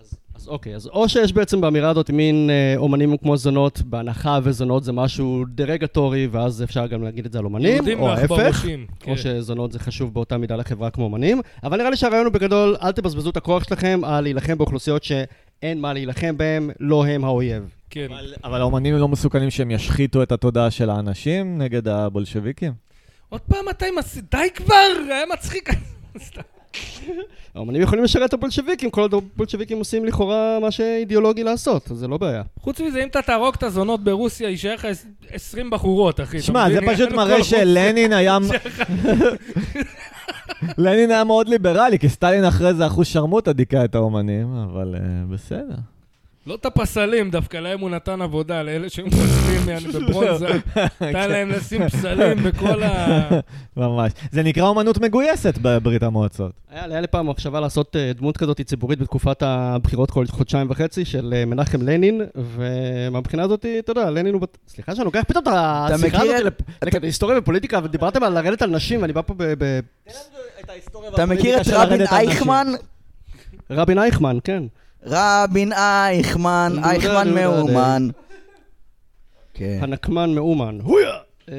[SPEAKER 4] אז, אז אוקיי, אז או שיש בעצם באמירה הזאת מין אה, אומנים כמו זונות, בהנחה וזונות זה משהו דרגטורי, ואז אפשר גם להגיד את זה על אומנים,
[SPEAKER 1] יהודים
[SPEAKER 4] או ההפך.
[SPEAKER 1] ועכברושים, כן.
[SPEAKER 4] או שזונות זה חשוב באותה מידה לחברה כמו אמנים, אבל נראה לי שהרעיון הוא בגדול, אל תבזבזו את הכוח שלכם על להילחם באוכלוסיות שאין מה להילחם בהן, לא הם האויב.
[SPEAKER 1] כן.
[SPEAKER 3] אבל האומנים לא מסוכנים שהם ישחיתו את התודעה של האנשים נגד הבולשביקים?
[SPEAKER 1] עוד פעם אתה עם הס... די כבר, היה מצחיק. סתם.
[SPEAKER 4] האמנים יכולים לשרת את הבולשביקים, כל עוד הבולשביקים עושים לכאורה מה שאידיאולוגי לעשות, אז זה לא בעיה.
[SPEAKER 1] חוץ מזה, אם אתה תהרוג את הזונות ברוסיה, יישאר לך עש- 20 בחורות, אחי. אתה
[SPEAKER 3] שמע, זה
[SPEAKER 1] מבין?
[SPEAKER 3] פשוט
[SPEAKER 1] כן, אין כל
[SPEAKER 3] מראה שלנין היה... לנין היה מאוד ליברלי, כי סטלין אחרי זה אחוז שרמוטה דיכא את האומנים, אבל אה, בסדר.
[SPEAKER 1] לא את הפסלים, דווקא להם הוא נתן עבודה, לאלה שהם פסלים יעני, בברונזה.
[SPEAKER 3] כן.
[SPEAKER 1] נתן להם לשים פסלים בכל ה...
[SPEAKER 3] ממש. זה נקרא אומנות מגויסת בברית המועצות.
[SPEAKER 4] היה לי היה לי פעם מחשבה לעשות אה, דמות כזאת ציבורית בתקופת הבחירות כל חודשיים וחצי של אה, מנחם לנין, ומהבחינה הזאת, אתה יודע, לנין הוא... בת- סליחה שאני לוקח פתאום את השיחה
[SPEAKER 2] מכיר
[SPEAKER 4] הזאת
[SPEAKER 2] את-
[SPEAKER 4] לפ- לכ- היסטוריה ופוליטיקה, אבל דיברתם על לרדת על נשים, ואני בא פה ב... ב-
[SPEAKER 2] אתה מכיר את רבין אייכמן?
[SPEAKER 4] רבין אייכמן, כן.
[SPEAKER 2] רבין אייכמן,
[SPEAKER 4] אני יודע,
[SPEAKER 2] אייכמן
[SPEAKER 4] אני יודע,
[SPEAKER 2] מאומן. כן.
[SPEAKER 4] הנקמן מאומן. הויה! אמ,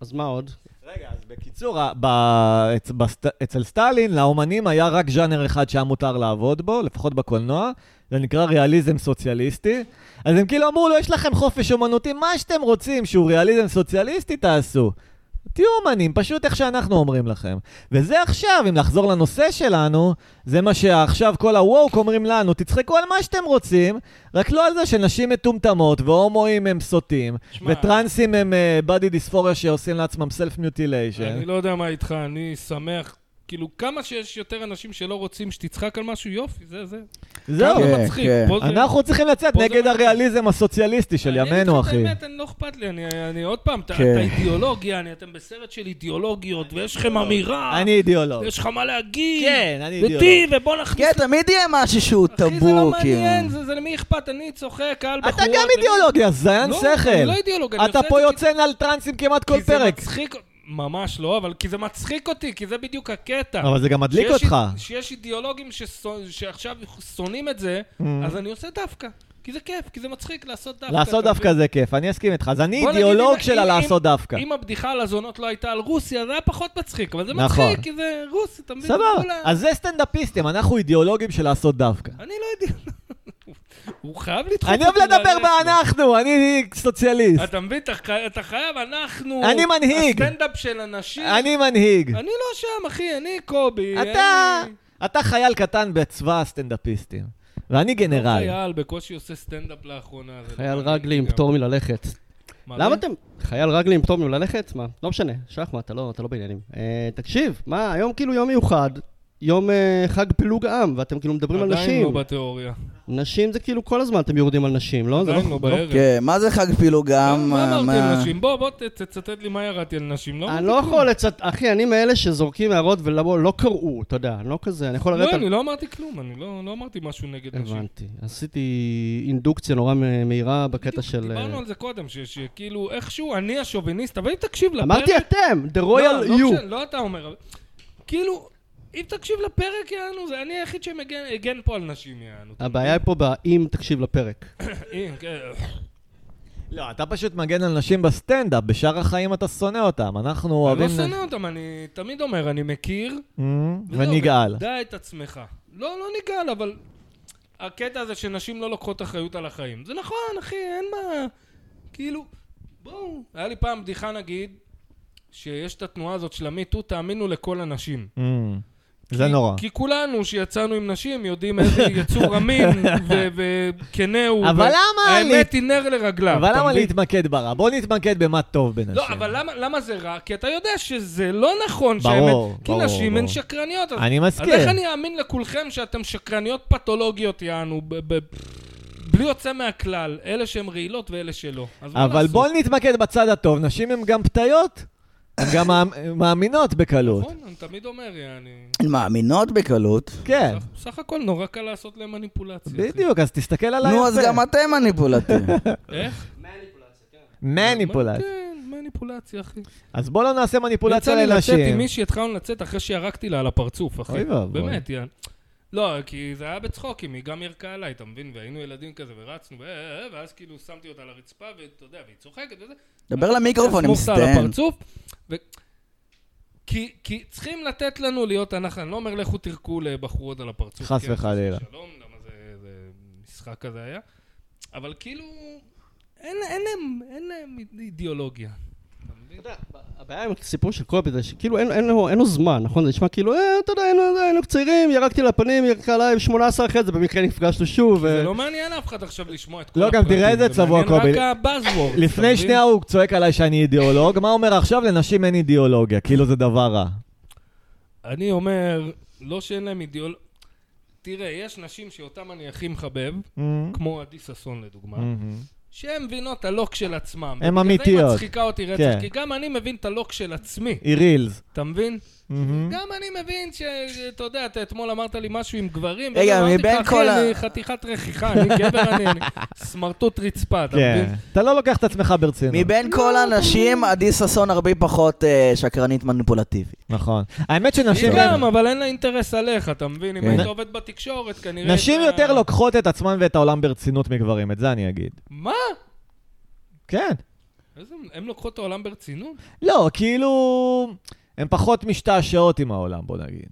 [SPEAKER 4] אז מה עוד?
[SPEAKER 3] רגע, אז בקיצור, ה- ב- אצ- בסט- אצל סטלין, לאומנים היה רק ז'אנר אחד שהיה מותר לעבוד בו, לפחות בקולנוע, זה נקרא ריאליזם סוציאליסטי. אז הם כאילו אמרו לו, יש לכם חופש אומנותי, מה שאתם רוצים, שהוא ריאליזם סוציאליסטי, תעשו. תהיו אומנים, פשוט איך שאנחנו אומרים לכם. וזה עכשיו, אם לחזור לנושא שלנו, זה מה שעכשיו כל הווק אומרים לנו, תצחקו על מה שאתם רוצים, רק לא על זה שנשים מטומטמות, והומואים הם סוטים,
[SPEAKER 1] שמע.
[SPEAKER 3] וטרנסים הם בדי דיספוריה שעושים לעצמם סלף מיוטיליישן.
[SPEAKER 1] אני לא יודע מה איתך, אני שמח. כאילו, כמה שיש יותר אנשים שלא רוצים שתצחק על משהו, יופי, זה, זה.
[SPEAKER 3] זהו,
[SPEAKER 1] כמה
[SPEAKER 2] כן,
[SPEAKER 1] זה מצחיק.
[SPEAKER 2] כן.
[SPEAKER 1] פה זה-
[SPEAKER 3] אנחנו צריכים לצאת
[SPEAKER 1] פה זה
[SPEAKER 3] נגד
[SPEAKER 1] מה-
[SPEAKER 3] הריאליזם הסוציאליסטי של
[SPEAKER 1] אני אגיד
[SPEAKER 3] ימינו,
[SPEAKER 1] לך את
[SPEAKER 3] אחי.
[SPEAKER 1] האמת, אני לא אכפת לי, אני- אני עוד פעם, אתה
[SPEAKER 2] כן.
[SPEAKER 1] אתה אידיאולוגיה, אני- אתם בסרט של אידיאולוגיות, ויש לכם אמירה,
[SPEAKER 3] אני אידיאולוג.
[SPEAKER 1] ויש לך מה להגיד.
[SPEAKER 3] כן, אני
[SPEAKER 1] וטי,
[SPEAKER 3] אידיאולוג. כן.
[SPEAKER 1] ובוא נכניס
[SPEAKER 2] כן, תמיד יהיה משהו שהוא טאבו,
[SPEAKER 1] אחי, זה לא
[SPEAKER 2] כאילו.
[SPEAKER 1] מעניין, זה, זה למי אכפת, אני צוחק, קהל בחורות.
[SPEAKER 3] אתה גם
[SPEAKER 1] אני-
[SPEAKER 3] אידיאולוג, יא זיין
[SPEAKER 1] לא, אני
[SPEAKER 3] שכל.
[SPEAKER 1] לא אידיאולוג, אני
[SPEAKER 3] אתה
[SPEAKER 1] עושה את
[SPEAKER 3] פה
[SPEAKER 1] זה
[SPEAKER 3] יוצא על טרנסים כמעט
[SPEAKER 1] כי-
[SPEAKER 3] כל
[SPEAKER 1] כי זה
[SPEAKER 3] פרק.
[SPEAKER 1] מצחיק, ממש לא, אבל כי זה מצחיק אותי, כי זה בדיוק הקטע.
[SPEAKER 3] אבל זה גם מדליק
[SPEAKER 1] שיש
[SPEAKER 3] אותך.
[SPEAKER 1] אי- שיש אידיאולוגים שסו- שעכשיו שונאים את זה,
[SPEAKER 3] Mm.
[SPEAKER 1] אז אני עושה דווקא. כי זה כיף, כי זה מצחיק לעשות דווקא.
[SPEAKER 3] לעשות
[SPEAKER 1] אתה
[SPEAKER 3] דווקא
[SPEAKER 1] מבין?
[SPEAKER 3] זה כיף, אני אסכים איתך. אז אני
[SPEAKER 1] בוא נגיד,
[SPEAKER 3] אידיאולוג
[SPEAKER 1] אם-
[SPEAKER 3] שלה
[SPEAKER 1] אם-
[SPEAKER 3] לעשות
[SPEAKER 1] אם-
[SPEAKER 3] דווקא.
[SPEAKER 1] אם הבדיחה על הזונות לא הייתה על רוסיה, זה היה פחות מצחיק, אבל זה
[SPEAKER 3] נכון.
[SPEAKER 1] מצחיק, כי זה רוסי, אתה מבין? זה
[SPEAKER 3] סבבה.
[SPEAKER 1] כולה-
[SPEAKER 3] אז זה סטנדאפיסטים, אנחנו אידיאולוגים של לעשות דווקא.
[SPEAKER 1] אני לא אידיאולוג. הוא חייב לדחוף
[SPEAKER 3] אני אוהב
[SPEAKER 1] אותי
[SPEAKER 3] לדבר
[SPEAKER 1] לאלף.
[SPEAKER 3] באנחנו, אני סוציאליסט.
[SPEAKER 1] אתה מבין, אתה חי- אתה חייב, אנחנו...
[SPEAKER 3] אני מנהיג.
[SPEAKER 1] הסטנדאפ של אנשים.
[SPEAKER 3] אני מנהיג.
[SPEAKER 1] אני לא שם, אחי, אני קובי.
[SPEAKER 3] אתה,
[SPEAKER 1] אני-
[SPEAKER 3] אתה חייל קטן בצבא הסטנדאפיסטים, ואני גנרל.
[SPEAKER 1] חייל בקושי עושה סטנדאפ לאחרונה. זה
[SPEAKER 4] חייל
[SPEAKER 1] לא מעניין
[SPEAKER 4] רגלי עם
[SPEAKER 1] גם.
[SPEAKER 4] פטור מללכת.
[SPEAKER 1] מה זה?
[SPEAKER 4] למה אתם... חייל רגלי עם פטור מללכת? מה? לא משנה, שחמט, אתה לא אתה לא בעניינים. אה, תקשיב, מה, היום כאילו יום מיוחד. יום אה, חג פילוג העם, ואתם כאילו מדברים על
[SPEAKER 1] עדיין לא
[SPEAKER 4] נשים.
[SPEAKER 1] בתיאוריה.
[SPEAKER 4] נשים זה כאילו כל הזמן אתם יורדים על נשים, לא? זה לא-
[SPEAKER 1] עדיין לא בערב.
[SPEAKER 2] כן, מה זה חג פילוג העם?
[SPEAKER 1] מה אמרתי
[SPEAKER 2] מה-
[SPEAKER 1] על נשים? בוא, בוא ת- תצטט לי מה ירדתי על נשים.
[SPEAKER 4] אני לא יכול לצאת... אחי, אני מאלה שזורקים הערות ולא לא קראו, אתה יודע, לא כזה, אני יכול
[SPEAKER 1] לא,
[SPEAKER 4] לרדת... על-
[SPEAKER 1] אני לא אמרתי כלום, אני לא לא אמרתי משהו נגד נשים.
[SPEAKER 4] הבנתי. עשיתי אינדוקציה נורא מ- מהירה בקטע
[SPEAKER 1] בדיוק,
[SPEAKER 4] של... אה,
[SPEAKER 1] דיברנו על זה קודם, ש- שכאילו איכשהו אני השוביניסט, אבל אם תקשיב לפרק...
[SPEAKER 4] אמרתי אתם, the
[SPEAKER 1] לא,
[SPEAKER 4] royal
[SPEAKER 1] לא
[SPEAKER 4] you.
[SPEAKER 1] משנה, לא אתה אומר, אבל- כאילו, אם תקשיב לפרק, יענו, זה אני היחיד שמגן פה על נשים, יענו.
[SPEAKER 4] הבעיה היא פה ב"אם תקשיב לפרק".
[SPEAKER 1] אם, כן.
[SPEAKER 3] לא, אתה פשוט מגן על נשים בסטנדאפ, בשאר החיים אתה שונא אותם. אנחנו
[SPEAKER 1] אני
[SPEAKER 3] אוהבים...
[SPEAKER 1] לא לא, שונא אותם, אני תמיד אומר, אני מכיר.
[SPEAKER 3] אמ,
[SPEAKER 1] וזהו,
[SPEAKER 3] ונגעל.
[SPEAKER 1] דע את עצמך. לא, לא נגעל, אבל הקטע הזה שנשים לא לוקחות אחריות על החיים. זה נכון, אחי, אין מה... כאילו, בואו. היה לי פעם בדיחה, נגיד, שיש את התנועה הזאת של המיטו, תאמינו לכל הנשים.
[SPEAKER 3] אמ, זה
[SPEAKER 1] כי-
[SPEAKER 3] נורא.
[SPEAKER 1] כי כולנו שיצאנו עם נשים יודעים איזה יצור אמין ו- וכנה הוא.
[SPEAKER 3] אבל
[SPEAKER 1] ו-
[SPEAKER 3] למה
[SPEAKER 1] האמת
[SPEAKER 3] להת-
[SPEAKER 1] היא נר לרגליו.
[SPEAKER 3] אבל
[SPEAKER 1] אתה
[SPEAKER 3] למה
[SPEAKER 1] מבין?
[SPEAKER 3] להתמקד ברע? בוא נתמקד במה טוב בנשים.
[SPEAKER 1] לא, אבל למה, למה זה רע? כי אתה יודע שזה לא נכון
[SPEAKER 3] ברור,
[SPEAKER 1] שהאמת... כי
[SPEAKER 3] ברור,
[SPEAKER 1] נשים הן
[SPEAKER 3] ברור.
[SPEAKER 1] שקרניות. אז,
[SPEAKER 3] אני מסכים.
[SPEAKER 1] אז איך אני אאמין לכולכם שאתם שקרניות פתולוגיות, יענו, ב- ב- בלי יוצא מהכלל, אלה שהן רעילות ואלה שלא. אז מה
[SPEAKER 3] אבל
[SPEAKER 1] לעשות?
[SPEAKER 3] בוא נתמקד בצד הטוב, נשים הן גם פתיות, הן גם מאמ- מאמינות בקלות.
[SPEAKER 1] נכון, אני תמיד אומר, יעני...
[SPEAKER 2] הן מאמינות בקלות.
[SPEAKER 3] כן,
[SPEAKER 1] בסך- בסך הכל נורא קל לעשות להם מניפולציה. אחי.
[SPEAKER 3] בדיוק, אז תסתכל עליי
[SPEAKER 2] נו, אז גם אתם מניפולטיביים.
[SPEAKER 1] איך?
[SPEAKER 3] מניפולציה.
[SPEAKER 1] כן, מניפולציה, אחי.
[SPEAKER 3] אז בוא לא נעשה מניפולציה
[SPEAKER 1] יצא לי לצאת עם
[SPEAKER 3] לנשים.
[SPEAKER 1] מישהי, התחלנו לצאת אחרי שירקתי לה על הפרצוף, אחי.
[SPEAKER 3] אוי ואבוי.
[SPEAKER 1] באמת, יעני. לא, כי זה היה בצחוקים, היא גם ירקה עליי, אתה מבין? והיינו ילדים כזה, ורצנו, ו- ו- ו- ואז כאילו שמתי אותה על הרצפה, ואתה יודע, והיא צוחקת וזה.
[SPEAKER 2] דבר למיקרופון, אני
[SPEAKER 1] סמוך אותה על
[SPEAKER 2] מסתען.
[SPEAKER 1] הפרצוף. ו- כי, כי צריכים לתת לנו להיות אנחנו, אני לא אומר לכו תרקו לבחורות על הפרצוף.
[SPEAKER 3] חס
[SPEAKER 1] כן,
[SPEAKER 3] וחלילה.
[SPEAKER 1] שלום, למה זה, זה משחק כזה היה. אבל כאילו, אין, אין, להם, אין להם אידיאולוגיה. אתה מבין?
[SPEAKER 4] אתה יודע, הבעיה עם הסיפור של קובי זה שכאילו אין, אין, לו, אין לו זמן, נכון? זה נשמע כאילו, אה, אתה יודע, היינו, היינו צעירים, ירקתי לפנים, ירקה עליי 18 אחרי זה, במקרה נפגשנו שוב. אה."
[SPEAKER 1] זה
[SPEAKER 4] ו...
[SPEAKER 1] לא מעניין אף אחד עכשיו לשמוע את כל
[SPEAKER 3] אה, לא, גם תראה
[SPEAKER 1] הפרטים,
[SPEAKER 3] איזה צבוע,
[SPEAKER 1] מעניין
[SPEAKER 3] קובי.
[SPEAKER 1] רק הבאזוורד.
[SPEAKER 3] לפני שנייה הוא צועק עליי שאני אידיאולוג, מה אומר עכשיו? לנשים אין אידיאולוגיה, כאילו זה דבר רע.
[SPEAKER 1] אני אומר, לא שאין להם אידיאול... תראה, יש נשים שאותן אני הכי מחבב,
[SPEAKER 3] אמ,
[SPEAKER 1] כמו עדי ששון לדוגמה,
[SPEAKER 3] אמ,
[SPEAKER 1] שהן מבינות את הלוק של עצמם.
[SPEAKER 3] הן
[SPEAKER 1] בגלל זה היא
[SPEAKER 3] אמיתיות.
[SPEAKER 1] מצחיקה אותי רצח,
[SPEAKER 3] כן.
[SPEAKER 1] כי גם אני מבין את הלוק של עצמי,
[SPEAKER 3] היא רילס.
[SPEAKER 1] אתה מבין?
[SPEAKER 3] אמ.
[SPEAKER 1] גם אני מבין ש... אתה יודע, אתה אתמול אמרת לי משהו עם גברים,
[SPEAKER 2] רגע,
[SPEAKER 1] ואז אמרתי לך,
[SPEAKER 2] מבין
[SPEAKER 1] "אחי,
[SPEAKER 2] כל ה-
[SPEAKER 1] אני חתיכת רכיחה, אני גבר, אני אני סמרטוט רצפה, אתה מבין?
[SPEAKER 3] כן. אתה לא לוקח את עצמך ברצינות.
[SPEAKER 2] מבין
[SPEAKER 1] לא,
[SPEAKER 2] כל הנשים, עדי ששון הרבה פחות אה, שקרנית מניפולטיבית.
[SPEAKER 3] נכון. האמת
[SPEAKER 1] היא
[SPEAKER 3] שנשים...
[SPEAKER 1] גם, אבל אין לה אינטרס עליך, אתה מבין? אם
[SPEAKER 2] כן. לא-
[SPEAKER 1] היית
[SPEAKER 3] נ-
[SPEAKER 1] עובד בתקשורת, כנראה...
[SPEAKER 3] נשים
[SPEAKER 1] אתה-
[SPEAKER 3] יותר לוקחות את עצמן ואת העולם ברצינות מגברים, את זה אני אגיד.
[SPEAKER 1] מה?
[SPEAKER 3] כן.
[SPEAKER 1] איזה- הם לוקחות את העולם ברצינות?
[SPEAKER 3] לא, כאילו... הן פחות משתעשעות עם העולם, בוא נגיד.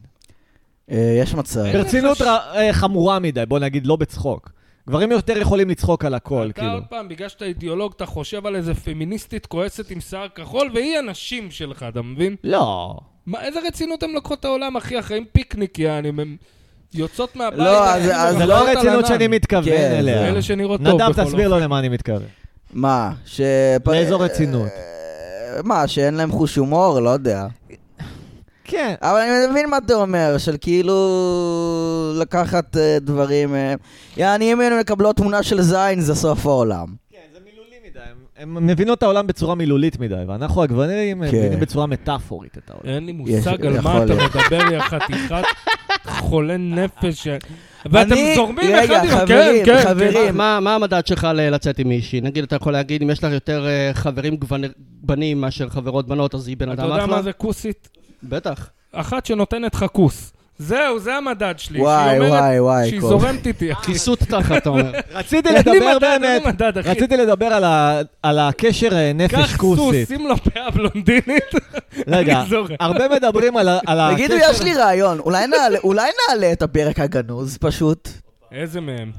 [SPEAKER 2] אה, יש מצב.
[SPEAKER 1] אין לך
[SPEAKER 3] ברצינות
[SPEAKER 1] ש-
[SPEAKER 3] ר- אה, חמורה מדי, בוא נגיד, לא בצחוק. גברים יותר יכולים לצחוק על הכל,
[SPEAKER 1] אתה
[SPEAKER 3] כאילו.
[SPEAKER 1] עוד פעם, בגלל שאתה אידיאולוג, אתה חושב על איזה פמיניסטית כועסת עם שיער כחול, והיא הנשים שלך, אתה מבין?
[SPEAKER 3] לא.
[SPEAKER 1] מה, איזה רצינות הם לוקחות את העולם, אחי? אחרי עם פיקניק, יעני, הם יוצאות מהבית.
[SPEAKER 2] לא,
[SPEAKER 1] אחי,
[SPEAKER 2] אז- אז
[SPEAKER 1] ומחזרות
[SPEAKER 3] זה
[SPEAKER 1] על
[SPEAKER 3] לא הרצינות
[SPEAKER 1] ענן.
[SPEAKER 3] שאני מתכוון
[SPEAKER 2] כן, זה
[SPEAKER 3] אליה.
[SPEAKER 1] אלה שנראות טוב,
[SPEAKER 3] נדב,
[SPEAKER 1] בכל
[SPEAKER 3] תסביר לו למה אני מתכוון.
[SPEAKER 2] מה? ש...
[SPEAKER 3] לאיזו רצינות.
[SPEAKER 2] אה, מה, שאין להם חוש הומור? לא יודע.
[SPEAKER 3] כן.
[SPEAKER 2] אבל אני מבין מה אתה אומר, של כאילו לקחת אה, דברים... אה, יעני, אם היינו מקבלות תמונה של זין, זה סוף העולם.
[SPEAKER 3] כן, זה מילולי מדי. הן מבינות את העולם בצורה מילולית מדי, ואנחנו הגוונים
[SPEAKER 2] כן.
[SPEAKER 3] מבינים בצורה מטאפורית את העולם.
[SPEAKER 1] אין לי
[SPEAKER 2] יש-
[SPEAKER 1] מושג על
[SPEAKER 2] יכול
[SPEAKER 1] מה אתה
[SPEAKER 2] להיות.
[SPEAKER 1] מדבר, יא חתיכת חולה נפש. ש- ואתם
[SPEAKER 2] אני-
[SPEAKER 1] זורמים אחד
[SPEAKER 2] רגע,
[SPEAKER 1] עם... כן,
[SPEAKER 2] חברים,
[SPEAKER 1] כן, כן.
[SPEAKER 2] חברים.
[SPEAKER 4] מה, מה המדד שלך ל- לצאת עם מישהי? נגיד, אתה יכול להגיד, אם יש לך יותר אה, חברים גוונ- בנים מאשר חברות בנות, אז היא בן
[SPEAKER 1] אתה
[SPEAKER 4] אדם
[SPEAKER 1] יודע
[SPEAKER 4] אחלה?
[SPEAKER 1] מה זה כוסית?
[SPEAKER 4] בטח.
[SPEAKER 1] אחת שנותנת לך כוס. זהו, זה המדד שלי.
[SPEAKER 2] וואי,
[SPEAKER 1] שהיא אומרת
[SPEAKER 2] וואי, וואי,
[SPEAKER 1] שהיא
[SPEAKER 2] כל-
[SPEAKER 1] זורמת איתי, אחי.
[SPEAKER 4] כיסות תחת, אתה אומר.
[SPEAKER 3] רציתי
[SPEAKER 1] אין לי
[SPEAKER 3] לדבר
[SPEAKER 1] מדד, אין לי
[SPEAKER 3] אה, באמת,
[SPEAKER 1] מדד, אחי.
[SPEAKER 3] רציתי לדבר על ה- על הקשר אה, נפש
[SPEAKER 1] קח סוס,
[SPEAKER 3] כוסית.
[SPEAKER 1] שים לו פאה בלונדינית.
[SPEAKER 3] רגע,
[SPEAKER 1] אני זורם.
[SPEAKER 3] הרבה מדברים על ה- על הקשר...
[SPEAKER 2] תגידו, יש לי רעיון, אולי נעלה- אולי נעלה את הפרק הגנוז פשוט,
[SPEAKER 1] איזה מהם?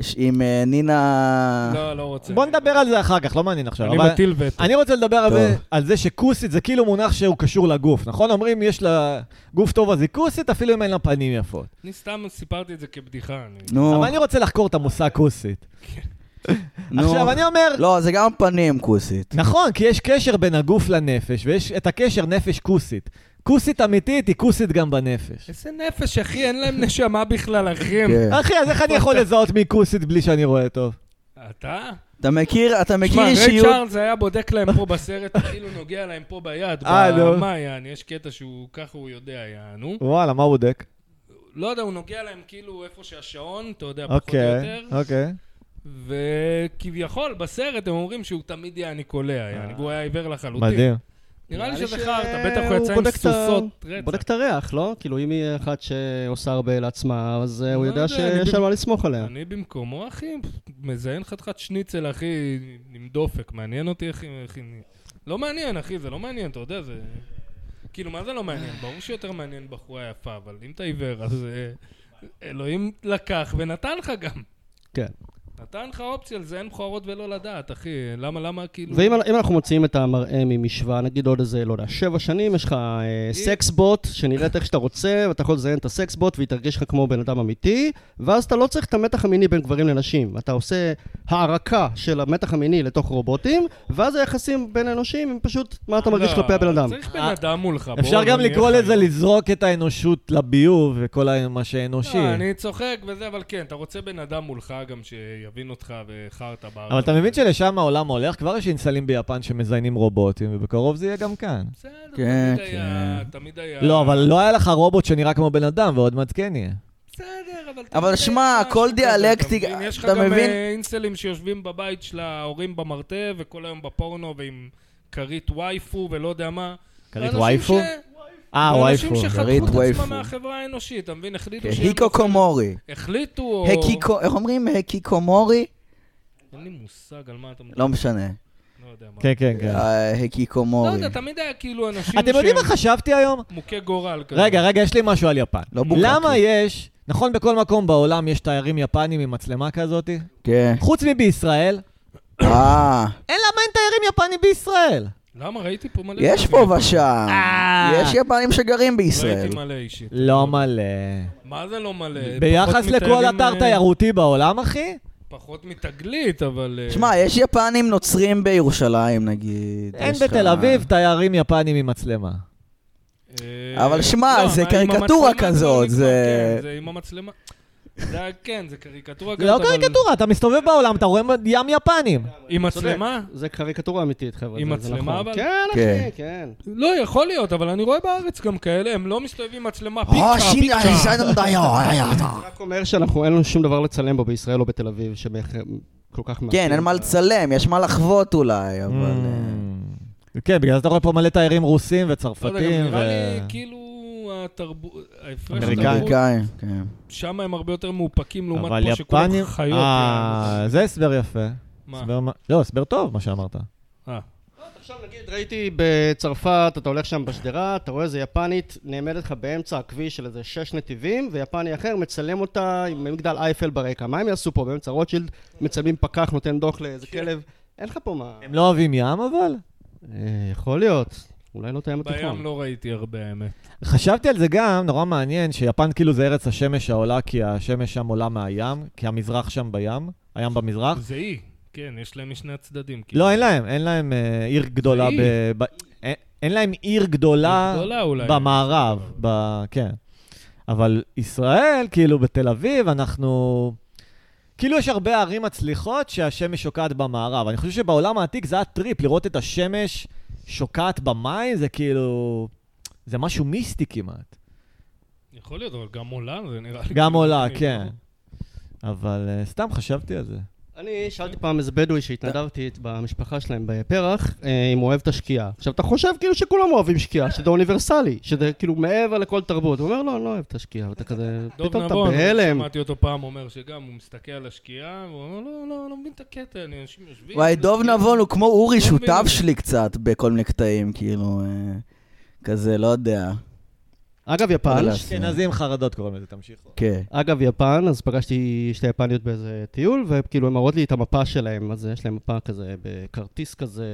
[SPEAKER 2] ש- עם אה, נינה...
[SPEAKER 1] לא, לא רוצה.
[SPEAKER 3] בוא נדבר על זה אחר כך, לא מעניין עכשיו.
[SPEAKER 1] אני
[SPEAKER 3] אבל-
[SPEAKER 1] מטיל וטו.
[SPEAKER 3] אני רוצה לדבר
[SPEAKER 2] טוב.
[SPEAKER 3] הרבה על זה שכוסית זה כאילו מונח שהוא קשור לגוף, נכון? אומרים, יש לה גוף טוב אז היא כוסית, אפילו אם אין לה פנים יפות.
[SPEAKER 1] אני סתם סיפרתי את זה כבדיחה. אני-
[SPEAKER 2] נו,
[SPEAKER 3] אבל אני רוצה לחקור את המושג כוסית.
[SPEAKER 2] נו.
[SPEAKER 3] עכשיו, אני אומר,
[SPEAKER 2] לא, זה גם פנים, כוסית.
[SPEAKER 3] נכון, כי יש קשר בין הגוף לנפש, ויש את הקשר נפש-כוסית. כוסית אמיתית היא כוסית גם בנפש.
[SPEAKER 1] איזה נפש, אחי, אין להם נשמה בכלל, אחים.
[SPEAKER 2] כן.
[SPEAKER 3] אחי, אז איך אני יכול לזהות מי כוסית בלי שאני רואה טוב?
[SPEAKER 1] אתה?
[SPEAKER 2] אתה מכיר, אתה מכיר
[SPEAKER 1] שמע, ריי
[SPEAKER 2] אישיות...
[SPEAKER 1] צ'ארלס היה בודק להם פה בסרט, כאילו נוגע להם פה ביד,
[SPEAKER 3] אה, נו.
[SPEAKER 1] במה יעני, יש קטע שהוא, ככה הוא יודע יענו.
[SPEAKER 3] וואלה, מה הוא בודק?
[SPEAKER 1] לא יודע, הוא נוגע להם כאילו איפה שהשעון, אתה יודע, פחות או
[SPEAKER 3] אוקיי,
[SPEAKER 1] יותר.
[SPEAKER 3] אוקיי.
[SPEAKER 1] וכביכול, בסרט הם אומרים שהוא תמיד יעני קולע,
[SPEAKER 4] אה.
[SPEAKER 1] יעני, והוא היה עיוור לחלוטין.
[SPEAKER 3] מדהים.
[SPEAKER 1] נראה לי
[SPEAKER 4] נראה לי
[SPEAKER 1] שזה
[SPEAKER 4] ש-
[SPEAKER 1] חרטא, בטח הוא
[SPEAKER 4] אה, הוא
[SPEAKER 1] יצא עם
[SPEAKER 4] בודק את ה-
[SPEAKER 1] סוסות
[SPEAKER 4] בודק
[SPEAKER 1] רצח.
[SPEAKER 4] את הריח, לא? כאילו, אם היא אחת שעושה הרבה לעצמה, אז אה, הוא
[SPEAKER 1] לא
[SPEAKER 4] יודע
[SPEAKER 1] יודע, אני
[SPEAKER 4] שיש
[SPEAKER 1] ב-
[SPEAKER 4] על מה לסמוך עליה.
[SPEAKER 1] אני במקומו, אחי, מזיין חתיכת שניצל, אחי, עם דופק. מעניין אותי, אחי, אחי. לא מעניין, אחי, זה לא מעניין, אתה יודע, זה... כאילו, מה זה לא
[SPEAKER 4] אה.
[SPEAKER 1] מעניין? ברור שיותר מעניין בחורה יפה, אבל אם אתה עיוור, אז אה, אלוהים לקח ונתן לך גם.
[SPEAKER 4] כן.
[SPEAKER 1] נתן לך אופציה, על זה אין בכורות ולא לדעת, אחי. למה, למה, כאילו...
[SPEAKER 4] ואם אם אנחנו מוציאים את המראה ממשוואה, נגיד עוד איזה, לא יודע, שבע שנים, יש לך אה, סקסבוט שנראית איך שאתה רוצה, ואתה יכול לזיין את הסקסבוט והיא תרגיש לך כמו בן אדם אמיתי, ואז אתה לא צריך את המתח המיני בין גברים לנשים. אתה עושה הערכה של המתח המיני לתוך רובוטים, ואז היחסים בין אנושים הם פשוט מה אתה מרגיש
[SPEAKER 1] לא,
[SPEAKER 4] כלפי הבן אדם.
[SPEAKER 1] צריך בן
[SPEAKER 3] אה,
[SPEAKER 1] אדם מולך. בוא,
[SPEAKER 3] אפשר גם
[SPEAKER 1] אני
[SPEAKER 3] לקרוא
[SPEAKER 1] אהיה
[SPEAKER 3] לזה
[SPEAKER 1] חי.
[SPEAKER 3] לזרוק את האנושות לביוב וכל ה- מה שאנושי.
[SPEAKER 1] לא, אני צוחק וזה, אבל כן, אתה רוצה בן אדם מולך גם שיבין אותך וחרטא בארץ.
[SPEAKER 3] אבל אתה מבין שלשם העולם הולך? כבר יש אינסלים ביפן שמזיינים רובוטים, ובקרוב זה יהיה גם כאן.
[SPEAKER 1] בסדר,
[SPEAKER 2] כן,
[SPEAKER 1] תמיד היה, תמיד היה.
[SPEAKER 3] לא, אבל לא היה לך רובוט שנראה כמו בן אדם, ועוד מעט כן יהיה.
[SPEAKER 1] בסדר, אבל...
[SPEAKER 2] אבל
[SPEAKER 1] תמיד
[SPEAKER 2] שמע,
[SPEAKER 1] היה משהו
[SPEAKER 2] הכל
[SPEAKER 1] כזה,
[SPEAKER 2] דיאלקטי,
[SPEAKER 1] מבין? יש לך
[SPEAKER 2] אתה
[SPEAKER 1] גם
[SPEAKER 2] מבין?
[SPEAKER 1] אה, אינסלים שיושבים בבית של ההורים במרתף, וכל היום בפורנו, ועם כרית וייפו ולא יודע מה.
[SPEAKER 3] כרית
[SPEAKER 1] ואנשים
[SPEAKER 3] וייפו?
[SPEAKER 1] ש-
[SPEAKER 3] אה,
[SPEAKER 1] ואנשים
[SPEAKER 3] וייפו.
[SPEAKER 2] כרית
[SPEAKER 1] שחתכו את
[SPEAKER 2] וייפו. כן,
[SPEAKER 1] עצמם מהחברה האנושית, אתה מבין? החליטו שהם...
[SPEAKER 2] היקוקומורי.
[SPEAKER 1] החליטו או...
[SPEAKER 2] הקיקו- איך אומרים הקיקומורי?
[SPEAKER 1] אין לי מושג על מה אתה מדבר.
[SPEAKER 2] לא משנה.
[SPEAKER 1] לא יודע מה.
[SPEAKER 3] כן, כן, כן.
[SPEAKER 2] אה,
[SPEAKER 1] לא
[SPEAKER 2] הקיקומורי.
[SPEAKER 1] יודע, תמיד היה כאילו אנשים
[SPEAKER 3] אתם יודעים מה
[SPEAKER 1] שהם
[SPEAKER 3] חשבתי היום?
[SPEAKER 1] מוכי גורל כזה.
[SPEAKER 3] רגע, רגע, יש לי משהו על יפן.
[SPEAKER 2] לא בוקקה.
[SPEAKER 3] למה יש, נכון, בכל מקום בעולם יש תיירים יפנים עם מצלמה כזאת?
[SPEAKER 2] כן.
[SPEAKER 3] חוץ מבישראל.
[SPEAKER 2] אה,
[SPEAKER 3] אין למה אין תיירים יפנים בישראל?
[SPEAKER 1] למה? ראיתי פה מלא...
[SPEAKER 2] יש
[SPEAKER 1] כתבים.
[SPEAKER 2] פה ושם.
[SPEAKER 3] אה.
[SPEAKER 2] יש יפנים שגרים בישראל.
[SPEAKER 1] ראיתי מלא אישית.
[SPEAKER 3] לא מלא.
[SPEAKER 1] מה זה לא מלא? פחות
[SPEAKER 3] ביחס לכל
[SPEAKER 1] אה, מתיירים,
[SPEAKER 3] אתר
[SPEAKER 1] אה,
[SPEAKER 3] תיירותי בעולם, אחי?
[SPEAKER 1] פחות מתגלית, אבל... אה,
[SPEAKER 2] שמע, יש יפנים נוצרים בירושלים, נגיד.
[SPEAKER 3] אין
[SPEAKER 2] יש לך-
[SPEAKER 3] בתל אביב תיירים יפנים עם מצלמה.
[SPEAKER 1] אה,
[SPEAKER 2] אבל שמע,
[SPEAKER 1] לא,
[SPEAKER 2] זה
[SPEAKER 1] מה, עם
[SPEAKER 2] קריקטורה
[SPEAKER 1] המצלמה
[SPEAKER 2] כזאת,
[SPEAKER 1] כבר
[SPEAKER 2] זה-
[SPEAKER 1] נגמר, כן, זה עם המצלמה. זה היה- כן, זה קריקטורה
[SPEAKER 3] זה לא
[SPEAKER 1] אבל-
[SPEAKER 3] קריקטורה, אתה מסתובב בעולם, אתה רואה ים יפנים.
[SPEAKER 2] כן.
[SPEAKER 1] עם מצלמה?
[SPEAKER 4] זה קריקטורה אמיתית, חבר'ה.
[SPEAKER 1] עם
[SPEAKER 4] זה- זה
[SPEAKER 1] מצלמה,
[SPEAKER 4] נכון.
[SPEAKER 1] אבל?
[SPEAKER 4] כן,
[SPEAKER 2] כן.
[SPEAKER 4] אחי, כן.
[SPEAKER 1] לא, יכול להיות, אבל אני רואה בארץ גם כאלה, הם לא מסתובבים עם מצלמה.
[SPEAKER 2] אה,
[SPEAKER 1] פיקצ'ה,
[SPEAKER 2] שינה,
[SPEAKER 1] פיקצ'ה.
[SPEAKER 2] שינה, די, אה, אה, אה.
[SPEAKER 4] רק אומר שאנחנו, אין לנו שום דבר לצלם בו בישראל או בתל אביב, שכל כך...
[SPEAKER 2] כן, אין מה לצלם, יש מה לחוות אולי, אבל... אה,
[SPEAKER 3] Mm. כן, בגלל זה אתה רואה פה מלא תיירים רוסים
[SPEAKER 1] לא יודע, גם
[SPEAKER 3] וצרפתים.
[SPEAKER 1] נראה לי
[SPEAKER 3] ו-
[SPEAKER 1] כאילו התרבות, ההפרש
[SPEAKER 3] אמריקאים.
[SPEAKER 1] התרבות,
[SPEAKER 2] אמריקאים, כן.
[SPEAKER 1] שם הם הרבה יותר מאופקים לעומת
[SPEAKER 3] אבל
[SPEAKER 1] כאילו פה שכולם
[SPEAKER 3] יפנים...
[SPEAKER 1] חיות.
[SPEAKER 3] אה, זה הסבר יפה.
[SPEAKER 1] מה?
[SPEAKER 3] הסבר מה- לא, הסבר טוב, מה שאמרת.
[SPEAKER 1] אה.
[SPEAKER 4] עכשיו נגיד, ראיתי בצרפת, אתה הולך שם בשדרה, אתה רואה איזה יפנית נעמדת לך באמצע הכביש של איזה שש נתיבים, ויפני אחר מצלם אותה עם מגדל אייפל ברקע. מה הם יעשו פה באמצע רוטשילד? מצלמים פקח, נותן דוח לאיזה
[SPEAKER 1] כן.
[SPEAKER 4] כלב? אין לך פה מה...
[SPEAKER 3] הם לא אוהבים ים, אבל?
[SPEAKER 4] אה, יכול להיות. אולי לא את הים
[SPEAKER 1] בים
[SPEAKER 4] התיכון.
[SPEAKER 1] לא ראיתי הרבה, האמת.
[SPEAKER 3] חשבתי על זה גם, נורא מעניין, שיפן כאילו זה ארץ השמש העולה, כי השמש שם עולה מהים, כי המזרח שם בים, הים במזרח.
[SPEAKER 1] זה אי. כן, יש להם משני הצדדים. כאילו.
[SPEAKER 3] אה. לא, אין להם, אין להם אה, עיר גדולה
[SPEAKER 1] עיר.
[SPEAKER 3] ב... ב- אין- אין להם עיר גדולה
[SPEAKER 1] גדולה אולי.
[SPEAKER 3] במערב, ב- כן. אבל ישראל, כאילו בתל אביב, אנחנו... כאילו יש הרבה ערים מצליחות שהשמש שוקעת במערב. אני חושב שבעולם העתיק זה היה טריפ, לראות את השמש שוקעת במים, זה כאילו... זה משהו מיסטי כמעט.
[SPEAKER 1] יכול להיות, אבל גם עולה, זה נראה לי...
[SPEAKER 3] גם
[SPEAKER 1] כאילו
[SPEAKER 3] עולה,
[SPEAKER 1] מגניב,
[SPEAKER 3] כן.
[SPEAKER 1] לא?
[SPEAKER 3] אבל אה, סתם חשבתי על זה.
[SPEAKER 4] אני שאלתי פעם איזה בדואי שהתנדבתי במשפחה שלהם בפרח, אה, אם הוא אוהב את השקיעה. עכשיו, אתה חושב כאילו שכולם אוהבים שקיעה, שזה אוניברסלי, שזה כאילו מעבר לכל תרבות. הוא אומר, לא, אני לא אוהב את השקיעה, ואתה כזה,
[SPEAKER 1] דוב
[SPEAKER 4] פתאום אתה
[SPEAKER 1] נבון,
[SPEAKER 4] בהלם.
[SPEAKER 1] שמעתי אותו פעם אומר שגם הוא מסתכל על השקיעה, והוא אומר, לא, לא, לא מבין את הקטע, אני- אנשים יושבים...
[SPEAKER 2] וואי, דוב
[SPEAKER 1] מסתכלים."
[SPEAKER 2] נבון הוא כמו אורי,
[SPEAKER 1] לא מבין
[SPEAKER 2] שותף
[SPEAKER 1] את זה.
[SPEAKER 2] שלי קצת בכל מיני קטעים, כאילו, אה, כזה, לא יודע.
[SPEAKER 4] אגב, יפן,
[SPEAKER 2] לא יודע.
[SPEAKER 3] אשכנזים חרדות קוראים לזה, תמשיכו.
[SPEAKER 2] כן.
[SPEAKER 4] אגב, יפן, אז פגשתי שתי יפניות באיזה טיול, וכאילו, הן מראות לי את המפה שלהם, אז יש להם מפה כזה, בכרטיס כזה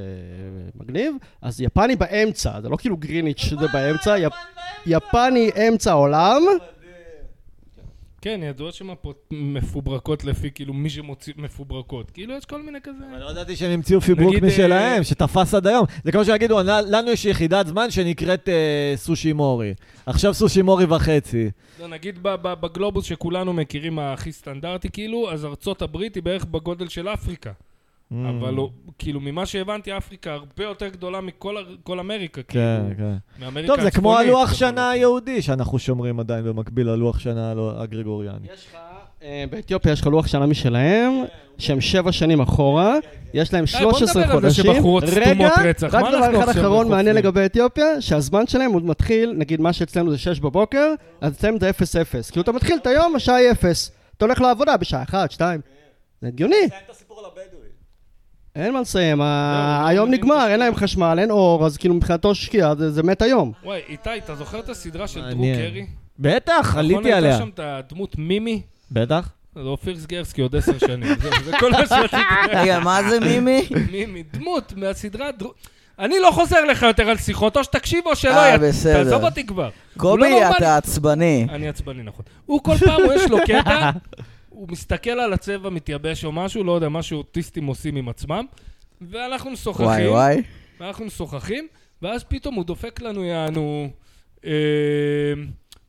[SPEAKER 4] מגניב, אז יפני באמצע, זה לא כאילו גריניץ' שזה באמצע, יפ- יפני אמצע העולם.
[SPEAKER 1] כן, ידוע שהן הפות- מפוברקות לפי, כאילו, מי שמפוברקות. כאילו, יש כל מיני כזה...
[SPEAKER 3] אבל לא ידעתי שהם המציאו פיברוק
[SPEAKER 1] נגיד,
[SPEAKER 3] משלהם,
[SPEAKER 1] אה,
[SPEAKER 3] שתפס עד היום. זה כמו שיגידו, "אנ- לנו יש יחידת זמן שנקראת אה, סושי מורי. עכשיו סושי מורי וחצי.
[SPEAKER 1] לא, נגיד ב- ב- בגלובוס שכולנו מכירים הכי סטנדרטי, כאילו, אז ארצות הברית היא בערך בגודל של אפריקה.
[SPEAKER 3] Mm.
[SPEAKER 1] אבל הוא- כאילו, ממה שהבנתי, אפריקה הרבה יותר גדולה מכל הר- כל אמריקה, כאילו.
[SPEAKER 3] כן, כן.
[SPEAKER 1] מאמריקה
[SPEAKER 3] טוב, זה כמו
[SPEAKER 1] הצפונית,
[SPEAKER 3] הלוח
[SPEAKER 1] אבל-
[SPEAKER 3] שנה היהודי שאנחנו שומרים עדיין במקביל ללוח שנה הלא- הגרגוריאני.
[SPEAKER 4] יש לך, אה, באתיופיה יש לך לוח שנה משלהם, שהם שבע שנים אחורה, יש להם 13
[SPEAKER 1] בוא נדבר על זה
[SPEAKER 4] חודשים.
[SPEAKER 1] שבחורות סתומות רצח.
[SPEAKER 4] רק
[SPEAKER 1] מה אנחנו
[SPEAKER 4] דבר אחד
[SPEAKER 1] עכשיו
[SPEAKER 4] אחרון מעניין
[SPEAKER 1] חופרים?
[SPEAKER 4] לגבי אתיופיה, שהזמן שלהם הוא מתחיל, נגיד מה שאצלנו זה 6 בבוקר, אז אצלם זה 0-0. כאילו אתה מתחיל את היום, השעה היא 0. אתה הולך לעבודה בשעה 1, 2. זה הגיוני. אין מה לסיים, ה-
[SPEAKER 1] לא,
[SPEAKER 4] היום
[SPEAKER 1] לא
[SPEAKER 4] נגמר, אין להם חשמל, אין אור, אז כאילו מבחינתו שקיעה, זה זה מת היום.
[SPEAKER 1] וואי, איתי, אתה זוכר את הסדרה של דרו
[SPEAKER 3] מעניין.
[SPEAKER 1] קרי?
[SPEAKER 3] בטח, עליתי
[SPEAKER 1] נכון,
[SPEAKER 3] עליה.
[SPEAKER 1] הייתה שם את הדמות מימי?
[SPEAKER 3] בטח.
[SPEAKER 1] זה אופיר סגרסקי עוד עשר שנים. זהו, זה כל מה שרציתי להגיד.
[SPEAKER 2] רגע, מה זה מימי?
[SPEAKER 1] מימי, דמות מהסדרה דרו... אני לא חוזר לך יותר על שיחות, או שתקשיב או שלא.
[SPEAKER 2] אה,
[SPEAKER 1] י-
[SPEAKER 2] בסדר.
[SPEAKER 1] תעזוב אותי כבר. הוא לא
[SPEAKER 2] קובי,
[SPEAKER 1] נורמלי.
[SPEAKER 2] אתה עצבני.
[SPEAKER 1] אני עצבני, נכון. הוא כל פעם, הוא יש לו קטע, הוא מסתכל על הצבע מתייבש או משהו, לא יודע, מה שאוטיסטים עושים עם עצמם, ואנחנו משוחחים.
[SPEAKER 2] וואי וואי.
[SPEAKER 1] ואנחנו משוחחים, ואז פתאום הוא דופק לנו, יענו, אה,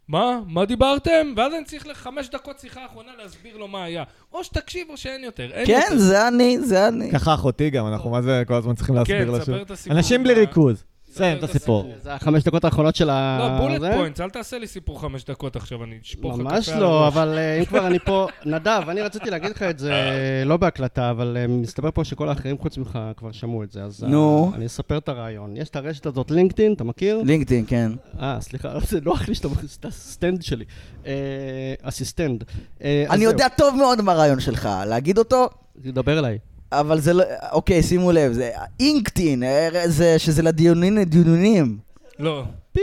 [SPEAKER 1] מה? מה דיברתם? ואז אני צריך לחמש דקות שיחה אחרונה להסביר לו מה היה. או שתקשיב או שאין יותר. אין
[SPEAKER 2] כן,
[SPEAKER 1] יותר.
[SPEAKER 2] זה אני, זה אני.
[SPEAKER 3] ככה אחותי גם, אנחנו מה זה כל הזמן צריכים להסביר
[SPEAKER 1] כן,
[SPEAKER 3] לה
[SPEAKER 1] תספר
[SPEAKER 3] שוב.
[SPEAKER 1] את הסיפור.
[SPEAKER 3] אנשים בלי
[SPEAKER 1] מה-
[SPEAKER 3] ריכוז. סיים את
[SPEAKER 1] את
[SPEAKER 3] הסיפור.
[SPEAKER 4] זה החמש דקות האחרונות של ה...
[SPEAKER 1] לא, בולט
[SPEAKER 4] זה.
[SPEAKER 1] פוינטס, אל תעשה לי סיפור חמש דקות עכשיו, אני אשפוך לך
[SPEAKER 4] ממש
[SPEAKER 1] קפה על
[SPEAKER 4] לא,
[SPEAKER 1] הראש.
[SPEAKER 4] אבל אה, אם כבר אני פה... נדב, אני רציתי להגיד לך את זה אה, לא בהקלטה, אבל אה, מסתבר פה שכל האחרים חוץ ממך כבר שמעו את זה, אז אה,
[SPEAKER 2] נו.
[SPEAKER 4] אני אספר את הרעיון. יש את הרשת הזאת, לינקדאין, אתה מכיר?
[SPEAKER 2] לינקדאין, כן.
[SPEAKER 4] אה, סליחה, זה נוח לי שאתה מכניס את הסטנד שלי. אה, אסיסטנד. אה, אז
[SPEAKER 2] אני
[SPEAKER 4] זהו,
[SPEAKER 2] יודע טוב מאוד מה הרעיון שלך, להגיד אותו,
[SPEAKER 4] תדבר אליי.
[SPEAKER 2] אבל זה לא... אוקיי, שימו לב, זה אינקטין, אה, זה- שזה לדיונים, דיונים.
[SPEAKER 1] לא.
[SPEAKER 4] פי!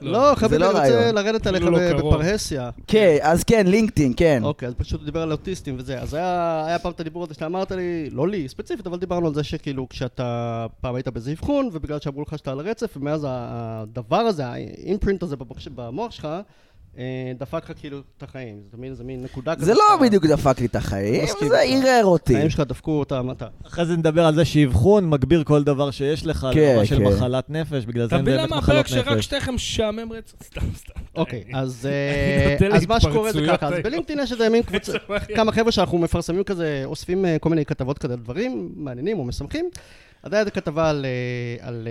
[SPEAKER 1] לא,
[SPEAKER 4] לא,
[SPEAKER 2] זה
[SPEAKER 4] חביבי,
[SPEAKER 2] לא
[SPEAKER 4] אני רוצה
[SPEAKER 2] רעיון.
[SPEAKER 4] לרדת עליך
[SPEAKER 1] אפילו לא
[SPEAKER 4] ב-
[SPEAKER 1] קרוב.
[SPEAKER 4] בפרהסיה.
[SPEAKER 2] כן, אז כן, לינקדאין, כן.
[SPEAKER 4] אוקיי, אז פשוט הוא דיבר על אוטיסטים וזה. אז היה, היה פעם את הדיבור הזה שאתה אמרת לי, לא לי ספציפית, אבל דיברנו על זה שכאילו כשאתה פעם היית באיזה אבחון, ובגלל שאמרו לך שאתה על הרצף, ומאז ה- הדבר הזה, האימפרינט הזה במוח- במוח שלך, אה, דפק לך כאילו את החיים. זה מין, זה מין נקודה כזאת.
[SPEAKER 2] זה
[SPEAKER 4] שאתה-
[SPEAKER 2] לא בדיוק דפק לי את החיים,
[SPEAKER 4] מסכים
[SPEAKER 2] זה
[SPEAKER 4] איתך.
[SPEAKER 2] ערער אותי.
[SPEAKER 4] החיים שלך דפקו אותם, אתה.
[SPEAKER 3] אחרי זה נדבר על זה שאבחון מגביר כל דבר שיש לך,
[SPEAKER 2] כן,
[SPEAKER 3] לרמה של
[SPEAKER 2] כן.
[SPEAKER 3] מחלת נפש, בגלל זה
[SPEAKER 1] אתה
[SPEAKER 3] אין
[SPEAKER 1] מבין
[SPEAKER 3] באמת
[SPEAKER 1] למה הפרק
[SPEAKER 3] מחלות
[SPEAKER 1] שרק
[SPEAKER 3] נפש.
[SPEAKER 1] שתיכם משעמם רצח? סתם, סתם.
[SPEAKER 4] אוקיי, אז
[SPEAKER 1] אני
[SPEAKER 4] אה,
[SPEAKER 1] נותן
[SPEAKER 4] אז מה שקורה זה
[SPEAKER 1] להתפרצויות
[SPEAKER 4] ככה, אז
[SPEAKER 1] היום.
[SPEAKER 4] בלינקדאין יש איזה מין קבוצה, כמה חבר'ה שאנחנו מפרסמים כזה, אוספים אה, כל מיני כתבות כזה על דברים מעניינים או משמחים. אז הייתה כתבה על, אה, על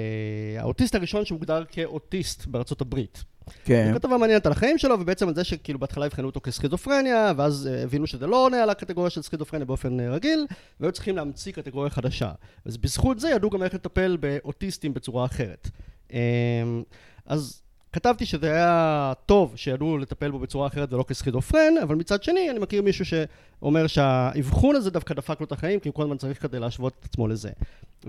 [SPEAKER 4] אה, האוטיסט הראשון שהוגדר כאוטיסט בארצות הברית.
[SPEAKER 2] כן.
[SPEAKER 4] זו כתבה מעניינת על החיים שלו, ובעצם על זה שכאילו בהתחלה אבחנו אותו כסכיזופרניה, ואז אה, הבינו שזה לא עונה על הקטגוריה של סכיזופרניה באופן אה, רגיל, והיו צריכים להמציא קטגוריה חדשה. אז בזכות זה ידעו גם איך לטפל באוטיסטים בצורה אחרת. אה, אז כתבתי שזה היה טוב שידעו לטפל בו בצורה אחרת ולא כסכיזופרן, אבל מצד שני אני מכיר מישהו שאומר שהאבחון הזה דווקא דפק לו את החיים, כי הוא כל הזמן צריך כדי להשוות את עצמו לזה.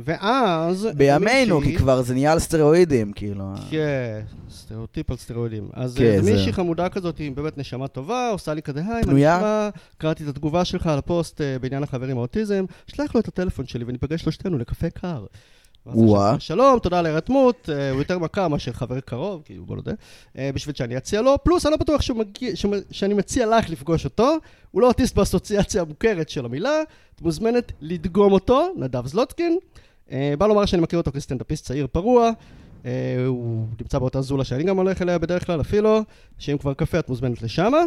[SPEAKER 4] ואז...
[SPEAKER 2] בימינו,
[SPEAKER 4] מישהי-
[SPEAKER 2] כי כבר זה נהיה על סטרואידים, כאילו.
[SPEAKER 4] כן, סטריאוטיפ על סטרואידים. אז
[SPEAKER 2] כן,
[SPEAKER 4] אה,
[SPEAKER 2] זה-
[SPEAKER 4] מישהי חמודה כזאת עם באמת נשמה טובה, עושה לי כזה, היי, מה
[SPEAKER 2] פנויה?"
[SPEAKER 4] נשמע? קראתי את התגובה שלך על הפוסט אה, בעניין החבר עם האוטיזם, שלח לו את הטלפון שלי וניפגש שלושתנו לקפה קר. ואז
[SPEAKER 2] וואה.
[SPEAKER 4] חשבתי, שלום, תודה על ההירתמות, אה, הוא יותר מכר מאשר חבר קרוב, כאילו, בוא נודה, אה, בשביל שאני אציע לו, פלוס אני לא בטוח שהוא מגיע- שהוא- שאני מציע לך לפגוש אותו, הוא לא אוטיסט באסוציאציה המוכרת של המילה, את מוזמנת לדגום אותו, נדב זלוטקין. אה, בא לומר שאני מכיר אותו כסטנדאפיסט צעיר פרוע, אה, הוא נמצא באותה זולה שאני גם הולך אליה בדרך כלל אפילו, שאם כבר קפה את מוזמנת לשמה.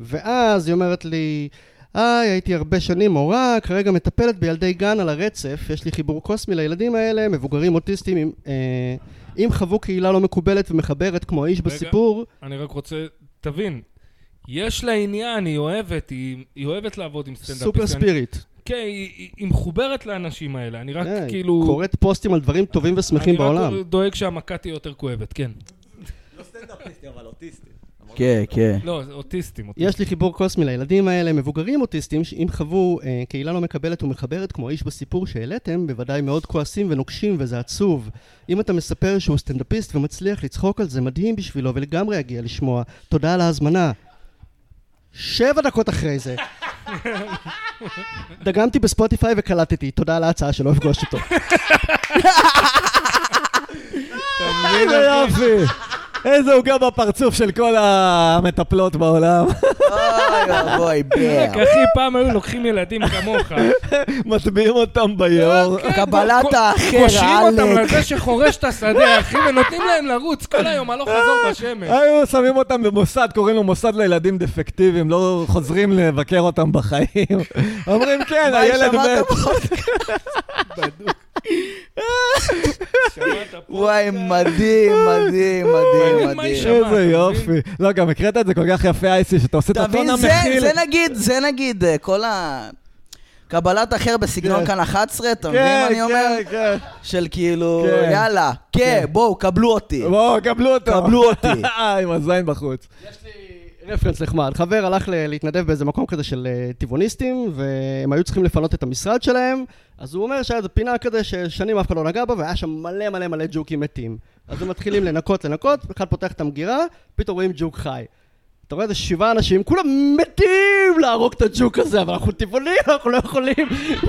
[SPEAKER 4] ואז היא אומרת לי, היי, הייתי הרבה שנים מורה, כרגע מטפלת בילדי גן על הרצף, יש לי חיבור קוסמי לילדים האלה, מבוגרים אוטיסטים, עם, אה, אם חוו קהילה לא מקובלת ומחברת כמו האיש
[SPEAKER 1] רגע.
[SPEAKER 4] בסיפור,
[SPEAKER 1] אני רק רוצה, תבין, יש לה עניין, היא אוהבת, היא היא אוהבת לעבוד עם סטנדאפיסט.
[SPEAKER 4] סופר
[SPEAKER 1] אני-
[SPEAKER 4] ספיריט.
[SPEAKER 1] כן, היא- היא היא מחוברת לאנשים האלה, אני רק
[SPEAKER 4] כן, היא
[SPEAKER 1] כאילו...
[SPEAKER 4] קוראת פוסטים על דברים טובים ושמחים בעולם.
[SPEAKER 1] אני רק דואג שהמכה תהיה יותר כואבת, כן.
[SPEAKER 2] כן, כן.
[SPEAKER 1] לא, זה אוטיסטים. אוטיסטים.
[SPEAKER 4] יש לי חיבור קוסמי לילדים האלה, מבוגרים אוטיסטים, שאם חוו אה, קהילה לא מקבלת ומחברת, כמו האיש בסיפור שהעליתם, בוודאי מאוד כועסים ונוקשים, וזה עצוב. אם אתה מספר שהוא סטנדאפיסט ומצליח לצחוק על זה, מדהים בשבילו, ולגמרי יגיע לשמוע. תודה על ההזמנה. שבע דקות אחרי זה. דגמתי בספוטיפיי וקלטתי, תודה על ההצעה שלא אפגוש אותו. אה,
[SPEAKER 1] אתה מבין,
[SPEAKER 3] איזה
[SPEAKER 1] אחי?
[SPEAKER 3] יופי! איזה עוגה בפרצוף של כל המטפלות בעולם.
[SPEAKER 2] אוי ואבוי,
[SPEAKER 4] כן,
[SPEAKER 2] בר.
[SPEAKER 1] אחי, פעם היו לוקחים ילדים כמוך.
[SPEAKER 3] מטביעים אותם ביאור.
[SPEAKER 2] אוקיי.
[SPEAKER 1] כן,
[SPEAKER 2] קבלת
[SPEAKER 1] קו-
[SPEAKER 2] האחר,
[SPEAKER 1] קושרים אותם
[SPEAKER 2] העלק.
[SPEAKER 1] לזה שחורש את השדה, אחי, ונותנים להם לרוץ כל היום, הלוך חזור בשמש.
[SPEAKER 3] היו שמים אותם במוסד, קוראים לו מוסד לילדים דפקטיביים, לא חוזרים לבקר אותם בחיים. אומרים, כן,
[SPEAKER 2] וואי,
[SPEAKER 3] הילד
[SPEAKER 2] שמעת
[SPEAKER 3] מת.
[SPEAKER 2] פודקאסט?
[SPEAKER 1] שמעת פה?
[SPEAKER 2] וואי, מדהים, מדהים, מדהים,
[SPEAKER 1] מעניין מה
[SPEAKER 2] מדהים.
[SPEAKER 1] יישמע. שמע,
[SPEAKER 3] איזה
[SPEAKER 1] אתה
[SPEAKER 3] יופי. לא, גם הקראת את זה כל כך יפה, אייסי, שאתה עושה את הטון
[SPEAKER 2] תבין, זה-
[SPEAKER 3] המכיל.
[SPEAKER 2] זה נגיד, זה נגיד, אה, כל ה... קבלת אחר בסגנון
[SPEAKER 3] כן.
[SPEAKER 2] כאן 11, אתה מבין
[SPEAKER 3] כן,
[SPEAKER 2] מה אני אומר?
[SPEAKER 3] כן, כן.
[SPEAKER 2] של כאילו,
[SPEAKER 3] כן.
[SPEAKER 2] יאללה, כן, בואו, קבלו אותי.
[SPEAKER 3] בואו, קבלו אותו.
[SPEAKER 2] קבלו אותי.
[SPEAKER 3] אה, עם הזין בחוץ.
[SPEAKER 4] יש לי רפרנס נחמד. חבר הלך ל- להתנדב באיזה מקום כזה של אה, טבעוניסטים, והם היו צריכים לפנות את המשרד שלהם, אז הוא אומר שהיה איזו פינה כזה ששנים אף אחד לא נגע בה, והיה שם מלא מלא מלא ג'וקים מתים. אז הם מתחילים לנקות, לנקות, אחד פותח את המגירה, פתאום רואים ג'וק חי. אתה רואה איזה שבעה אנשים, כולם מתים להרוג את הג'וק הזה, אבל אנחנו טבעונים, אנחנו לא יכולים.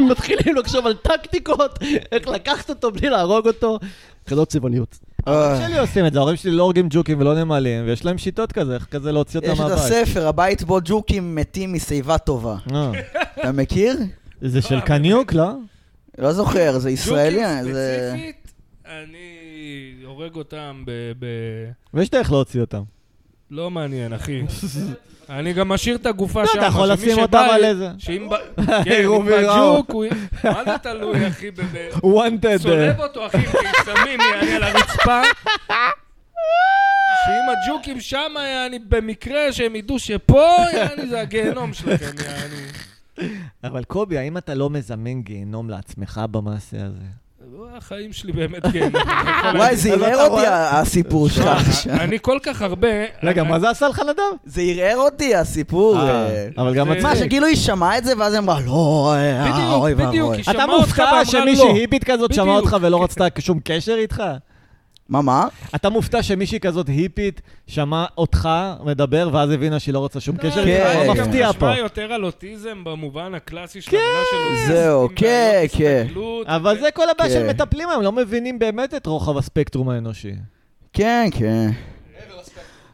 [SPEAKER 4] מתחילים לחשוב על טקטיקות, איך לקחת אותו בלי להרוג אותו. כזאת צבעוניות.
[SPEAKER 2] אה.
[SPEAKER 3] שלי עושים את זה, ההורים שלי לא הורגים ג'וקים ולא נמלים, ויש להם שיטות כזה, איך כזה להוציא אותם
[SPEAKER 2] יש את
[SPEAKER 3] מהבית.
[SPEAKER 2] הספר, הבית בו ג'וקים מתים משיבה טובה.
[SPEAKER 3] אה,
[SPEAKER 2] אתה מכיר?
[SPEAKER 3] זה של קניוק, לא?
[SPEAKER 2] לא זוכר, זה ישראלי. אה,
[SPEAKER 1] ג'וקים
[SPEAKER 2] זה...
[SPEAKER 1] ספציפית, אני הורג אותם ב- ב...
[SPEAKER 3] ויש דרך להוציא אותם.
[SPEAKER 1] לא מעניין, אחי. אני גם משאיר את הגופה
[SPEAKER 3] לא, אתה
[SPEAKER 1] שם.
[SPEAKER 3] יכול
[SPEAKER 1] שמי
[SPEAKER 3] לשים
[SPEAKER 1] שבא
[SPEAKER 3] אותם
[SPEAKER 1] לי-
[SPEAKER 3] על איזה.
[SPEAKER 1] שאם ב... כן,
[SPEAKER 3] יראו
[SPEAKER 1] אם
[SPEAKER 3] מי ראה.
[SPEAKER 1] בג'וק, הוא... מה זה תלוי, אחי? ב- ב-
[SPEAKER 3] וונטד.
[SPEAKER 1] סובב אותו, אחי, עם קיסמים, יעני על הרצפה. שאם הג'וקים שם, יעני, במקרה שהם ידעו שפה, יעני, זה הגיהנום שלכם, יעני.
[SPEAKER 3] אבל קובי, האם אתה לא מזמן גיהנום לעצמך במעשה הזה?
[SPEAKER 1] החיים שלי באמת גיהנום. אני יכול
[SPEAKER 2] וואי,
[SPEAKER 1] להגיד.
[SPEAKER 2] זה
[SPEAKER 3] אז
[SPEAKER 2] ערער
[SPEAKER 3] אתה
[SPEAKER 2] אותי
[SPEAKER 3] רואה?
[SPEAKER 2] ה- הסיפור שלך
[SPEAKER 1] שמע,
[SPEAKER 2] עכשיו.
[SPEAKER 1] אני כל כך הרבה...
[SPEAKER 3] רגע, מה זה עשה לך לדם?
[SPEAKER 2] זה ערער אותי הסיפור. אה.
[SPEAKER 3] אבל גם
[SPEAKER 1] זה-
[SPEAKER 2] מה,
[SPEAKER 3] מצחיק.
[SPEAKER 2] שכאילו היא שמעה את זה, ואז היא אמרה, לא, אה, אה,
[SPEAKER 1] בדיוק,
[SPEAKER 2] אוי
[SPEAKER 1] בדיוק,
[SPEAKER 2] ואבוי.
[SPEAKER 1] היא שמעה
[SPEAKER 3] אתה
[SPEAKER 1] אותך ואמרה
[SPEAKER 3] מופתע
[SPEAKER 1] לא.
[SPEAKER 3] שמישהי היפית כזאת שמעה
[SPEAKER 1] בדיוק.
[SPEAKER 3] אותך ולא רצתה שום קשר איתך?
[SPEAKER 2] מה, מה?
[SPEAKER 3] אתה מופתע שמישהי כזאת היפית שמעה אותך מדבר ואז הבינה שהיא לא רוצה שום קשר איתך?
[SPEAKER 2] כן.
[SPEAKER 3] לא מפתיע פה.
[SPEAKER 1] נשמע יותר על אוטיזם במובן הקלאסי של המילה של לא, אוטיזם.
[SPEAKER 2] זהו,
[SPEAKER 1] עם
[SPEAKER 2] כן,
[SPEAKER 1] בעיות
[SPEAKER 2] כן.
[SPEAKER 1] הסתגלות.
[SPEAKER 3] אבל זה כל הבעיה
[SPEAKER 2] כן.
[SPEAKER 3] של מטפלים היום, לא מבינים באמת את רוחב הספקטרום האנושי.
[SPEAKER 2] כן, כן.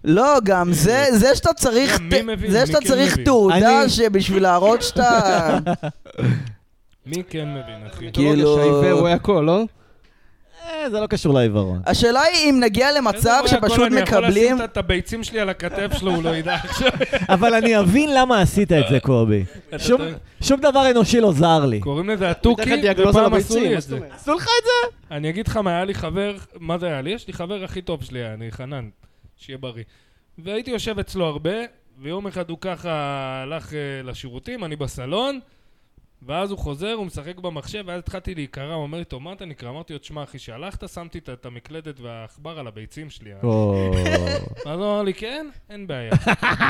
[SPEAKER 2] לא, גם זה, זה שאתה צריך,
[SPEAKER 1] גם מי מבין,
[SPEAKER 2] זה
[SPEAKER 1] מי
[SPEAKER 2] שאתה
[SPEAKER 1] כן
[SPEAKER 2] צריך
[SPEAKER 1] מבין.
[SPEAKER 2] תעודה
[SPEAKER 3] אני-
[SPEAKER 2] שבשביל להראות שאתה...
[SPEAKER 1] מי כן מבין, אחי?
[SPEAKER 2] כאילו-
[SPEAKER 4] שהעיוור רואה הכל, לא?
[SPEAKER 3] אה, זה לא קשור לעיוורון.
[SPEAKER 2] השאלה היא אם נגיע למצב
[SPEAKER 1] איזה רואה הכל,
[SPEAKER 2] שפשוט
[SPEAKER 1] אני יכול לשים
[SPEAKER 2] מקבלים...
[SPEAKER 1] את- את הביצים שלי על הכתף שלו, הוא לא ידע עכשיו.
[SPEAKER 3] אבל אני אבין למה עשית את זה, קובי. שום-
[SPEAKER 1] טועה.
[SPEAKER 3] שום דבר אנושי לא זר לי.
[SPEAKER 1] קוראים לזה
[SPEAKER 4] תחת
[SPEAKER 1] התוכי,
[SPEAKER 4] דיאגנוזה
[SPEAKER 1] ופעם
[SPEAKER 4] לביצים,
[SPEAKER 1] עשו לי
[SPEAKER 4] מה
[SPEAKER 1] את
[SPEAKER 4] זאת
[SPEAKER 1] זה.
[SPEAKER 4] אומרת?
[SPEAKER 3] עשו לך את זה?
[SPEAKER 1] אני אגיד לך מה, היה לי חבר, מה זה היה לי? יש לי חבר הכי טוב שלי, אני חנן, שיהיה בריא. והייתי יושב אצלו הרבה, ויום אחד הוא ככה הלך אה, לשירותים, אני בסלון, ואז הוא חוזר, הוא משחק במחשב, ואז התחלתי להיקרע, הוא אומר לי, "טוב, מה אתה נקרא? אמרתי לו, תשמע אחי, שהלכת, שמתי את- את המקלדת והעכבר על הביצים שלי. אה." ואז הוא אמר לי, כן? אין בעיה.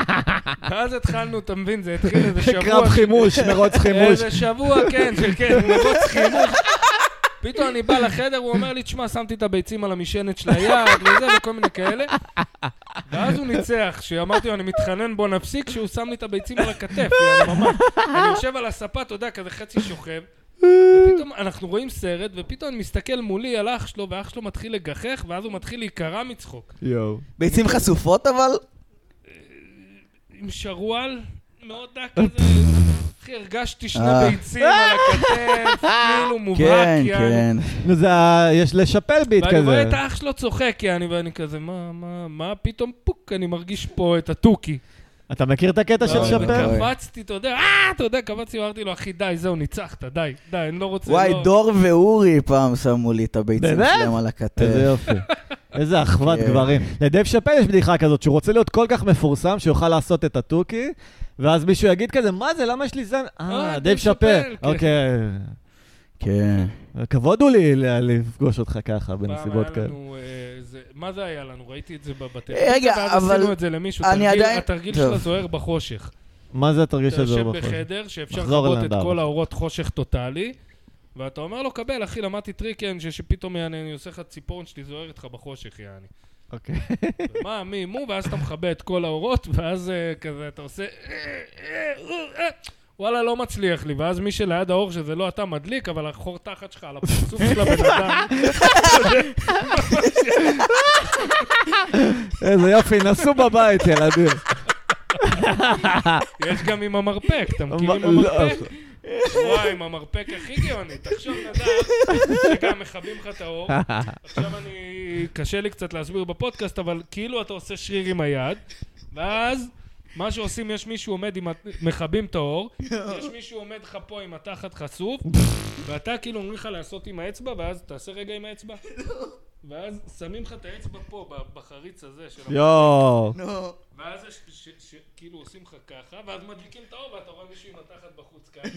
[SPEAKER 1] ואז התחלנו, אתה מבין, זה התחיל איזה
[SPEAKER 3] קרב
[SPEAKER 1] שבוע
[SPEAKER 3] חימוש, מרוץ חימוש.
[SPEAKER 1] איזה שבוע, כן, של כן, מרוץ חימוש. פתאום אני בא לחדר, הוא אומר לי, תשמע, שמתי את הביצים על המשענת של היד, וזה, וכל מיני כאלה. ואז הוא ניצח, שאמרתי לו, אני מתחנן, בוא נפסיק, שהוא שם לי את הביצים על הכתף, יאללה, ממש. אני יושב על הספה, אתה יודע, כזה חצי שוכב. ופתאום אנחנו רואים סרט, ופתאום אני מסתכל מולי על אח שלו, ואח שלו מתחיל לגחך, ואז הוא מתחיל להיקרע מצחוק.
[SPEAKER 3] יואו.
[SPEAKER 2] ביצים חשופות אבל?
[SPEAKER 1] עם שרוואל מאוד דק כזה. אחי, הרגשתי שני
[SPEAKER 2] אה.
[SPEAKER 1] ביצים על הכתף, כאילו מובהק,
[SPEAKER 2] כן,
[SPEAKER 1] יעני.
[SPEAKER 2] כן.
[SPEAKER 3] נו, זה ה- יש לשפל ביט
[SPEAKER 1] ואני רואה
[SPEAKER 3] כזה.
[SPEAKER 1] את האח שלו צוחק, יעני, ואני כזה, מה, מה, מה, פתאום פוק, אני מרגיש פה את התוכי.
[SPEAKER 3] אתה מכיר את הקטע של
[SPEAKER 2] לא,
[SPEAKER 3] שפל?
[SPEAKER 2] בטח.
[SPEAKER 1] קבצתי, אתה יודע, אה, אתה יודע, קבצתי, אמרתי לו, אחי, די, זהו, ניצחת, די, די, אני לא רוצה,
[SPEAKER 2] וואי,
[SPEAKER 1] לא...
[SPEAKER 2] דור ואורי פעם שמו לי את הביצים
[SPEAKER 3] באמת?
[SPEAKER 2] שלהם על
[SPEAKER 3] איזה
[SPEAKER 2] הכתף.
[SPEAKER 3] יופי. איזה אחוות
[SPEAKER 2] כן.
[SPEAKER 3] גברים. לדב שאפל יש בדיחה כזאת, שהוא רוצה להיות כל כך מפורסם, שיוכל לעשות את התוכי, ואז מישהו יגיד כזה, מה זה, למה יש לי זן? אה, דב שאפל.
[SPEAKER 1] כן.
[SPEAKER 3] אוקיי.
[SPEAKER 2] כן.
[SPEAKER 3] כבוד הוא לי ל- לפגוש אותך ככה,
[SPEAKER 1] פעם
[SPEAKER 3] בנסיבות
[SPEAKER 1] היה
[SPEAKER 3] כאלה.
[SPEAKER 1] לנו, אה, זה- מה זה היה לנו? ראיתי את זה בטלוויזיה.
[SPEAKER 2] רגע,
[SPEAKER 1] ואז
[SPEAKER 2] אבל
[SPEAKER 1] עשינו את זה למישהו,
[SPEAKER 2] אני
[SPEAKER 1] תרגיל-
[SPEAKER 2] עדיין-
[SPEAKER 1] התרגיל
[SPEAKER 2] טוב.
[SPEAKER 1] של הזוהר בחושך.
[SPEAKER 3] מה זה התרגיש
[SPEAKER 1] אתה
[SPEAKER 3] הזה
[SPEAKER 1] יושב
[SPEAKER 3] בחוץ?
[SPEAKER 1] בחדר שאפשר
[SPEAKER 3] מחזור
[SPEAKER 1] לכבות את
[SPEAKER 3] אליהם
[SPEAKER 1] כל
[SPEAKER 3] בעבר.
[SPEAKER 1] האורות חושך טוטאלי, ואתה אומר לו, קבל, אחי, למדתי טריק, כן, ש- שפתאום יעני, אני עושה לך ציפורן שלי זוהרת לך בחושך, יעני.
[SPEAKER 3] אוקיי.
[SPEAKER 1] מה, מי, מו, ואז אתה מכבה את כל האורות, ואז אה, כזה אתה עושה... "אה, אה, אה, אה." וואלה, לא מצליח לי, ואז מי שליד האור שזה לא אתה מדליק, אבל החור תחת שלך על הפרצוף של הבן אדם.
[SPEAKER 3] איזה יופי, נסעו בבית, ילדים.
[SPEAKER 1] יש גם עם המרפק, אתה מכיר עם
[SPEAKER 3] מה- לא.
[SPEAKER 1] המרפק? וואי, עם המרפק הכי גאוני. תחשוב, נדב, שגם מכבים לך את האור. עכשיו אני... קשה לי קצת להסביר בפודקאסט, אבל כאילו אתה עושה שריר עם היד, ואז... מה שעושים, יש מישהו עומד עם... ה- מכבים את האור, יש מישהו עומד לך פה עם התחת חשוף, ואתה כאילו אומרים לך לעשות עם האצבע, ואז תעשה רגע עם האצבע. ואז שמים לך את האצבע פה, ב- בחריץ הזה של המרפק.
[SPEAKER 3] לא, יואו.
[SPEAKER 5] נו.
[SPEAKER 1] ואז יש- ש- ש- כאילו עושים לך ככה, ואז מדליקים את האור ואתה רואה מישהו עם התחת בחוץ ככה.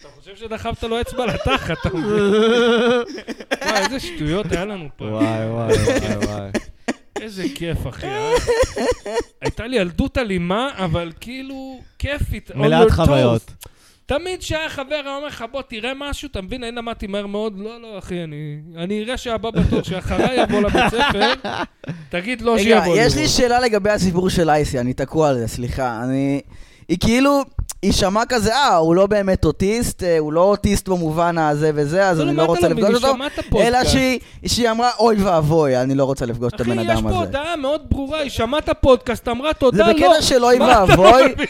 [SPEAKER 1] אז אתה חושב שדחפת לו אצבע לתחת, אתה מבין? וואי, איזה שטויות היה לנו פה.
[SPEAKER 3] וואי, וואי, וואי, וואי.
[SPEAKER 1] איזה כיף, אחי. אה? הייתה לי ילדות אלימה, אבל כאילו כיפית. on
[SPEAKER 3] מלאת
[SPEAKER 1] your toes.
[SPEAKER 3] חוויות.
[SPEAKER 1] תמיד כשהיה חבר היה אומר לך, בוא תראה משהו, אתה מבין, אני למדתי מהר מאוד, לא, לא, אחי, אני אני אראה שהבא בתור שאחריי יבוא לבית ספר, תגיד לא
[SPEAKER 2] רגע,
[SPEAKER 1] שיבוא.
[SPEAKER 2] יש לי
[SPEAKER 1] לראות."
[SPEAKER 2] שאלה לגבי הסיפור של אייסי, אני תקוע על זה, סליחה. אני... היא כאילו, היא שמעה כזה, אה, הוא לא באמת אוטיסט, אה, הוא לא אוטיסט במובן הזה וזה, אז
[SPEAKER 1] לא,
[SPEAKER 2] אני
[SPEAKER 1] מה
[SPEAKER 2] לא
[SPEAKER 1] אתה
[SPEAKER 2] רוצה
[SPEAKER 1] לא מבין?
[SPEAKER 2] לפגוש
[SPEAKER 1] היא
[SPEAKER 2] אותו.
[SPEAKER 1] שמעה את
[SPEAKER 2] אלא
[SPEAKER 1] הפודקאסט.
[SPEAKER 2] שהיא- שהיא אמרה, אוי ואבוי, אני לא רוצה לפגוש את הבן
[SPEAKER 1] אחי, יש
[SPEAKER 2] אדם
[SPEAKER 1] פה
[SPEAKER 2] הזה.
[SPEAKER 1] הודעה מאוד ברורה, היא שמעה את הפודקאסט, אמרה תודה, לא.
[SPEAKER 2] זה בקטע של אוי
[SPEAKER 1] מה אתה לא
[SPEAKER 2] ואבוי.
[SPEAKER 1] מבין?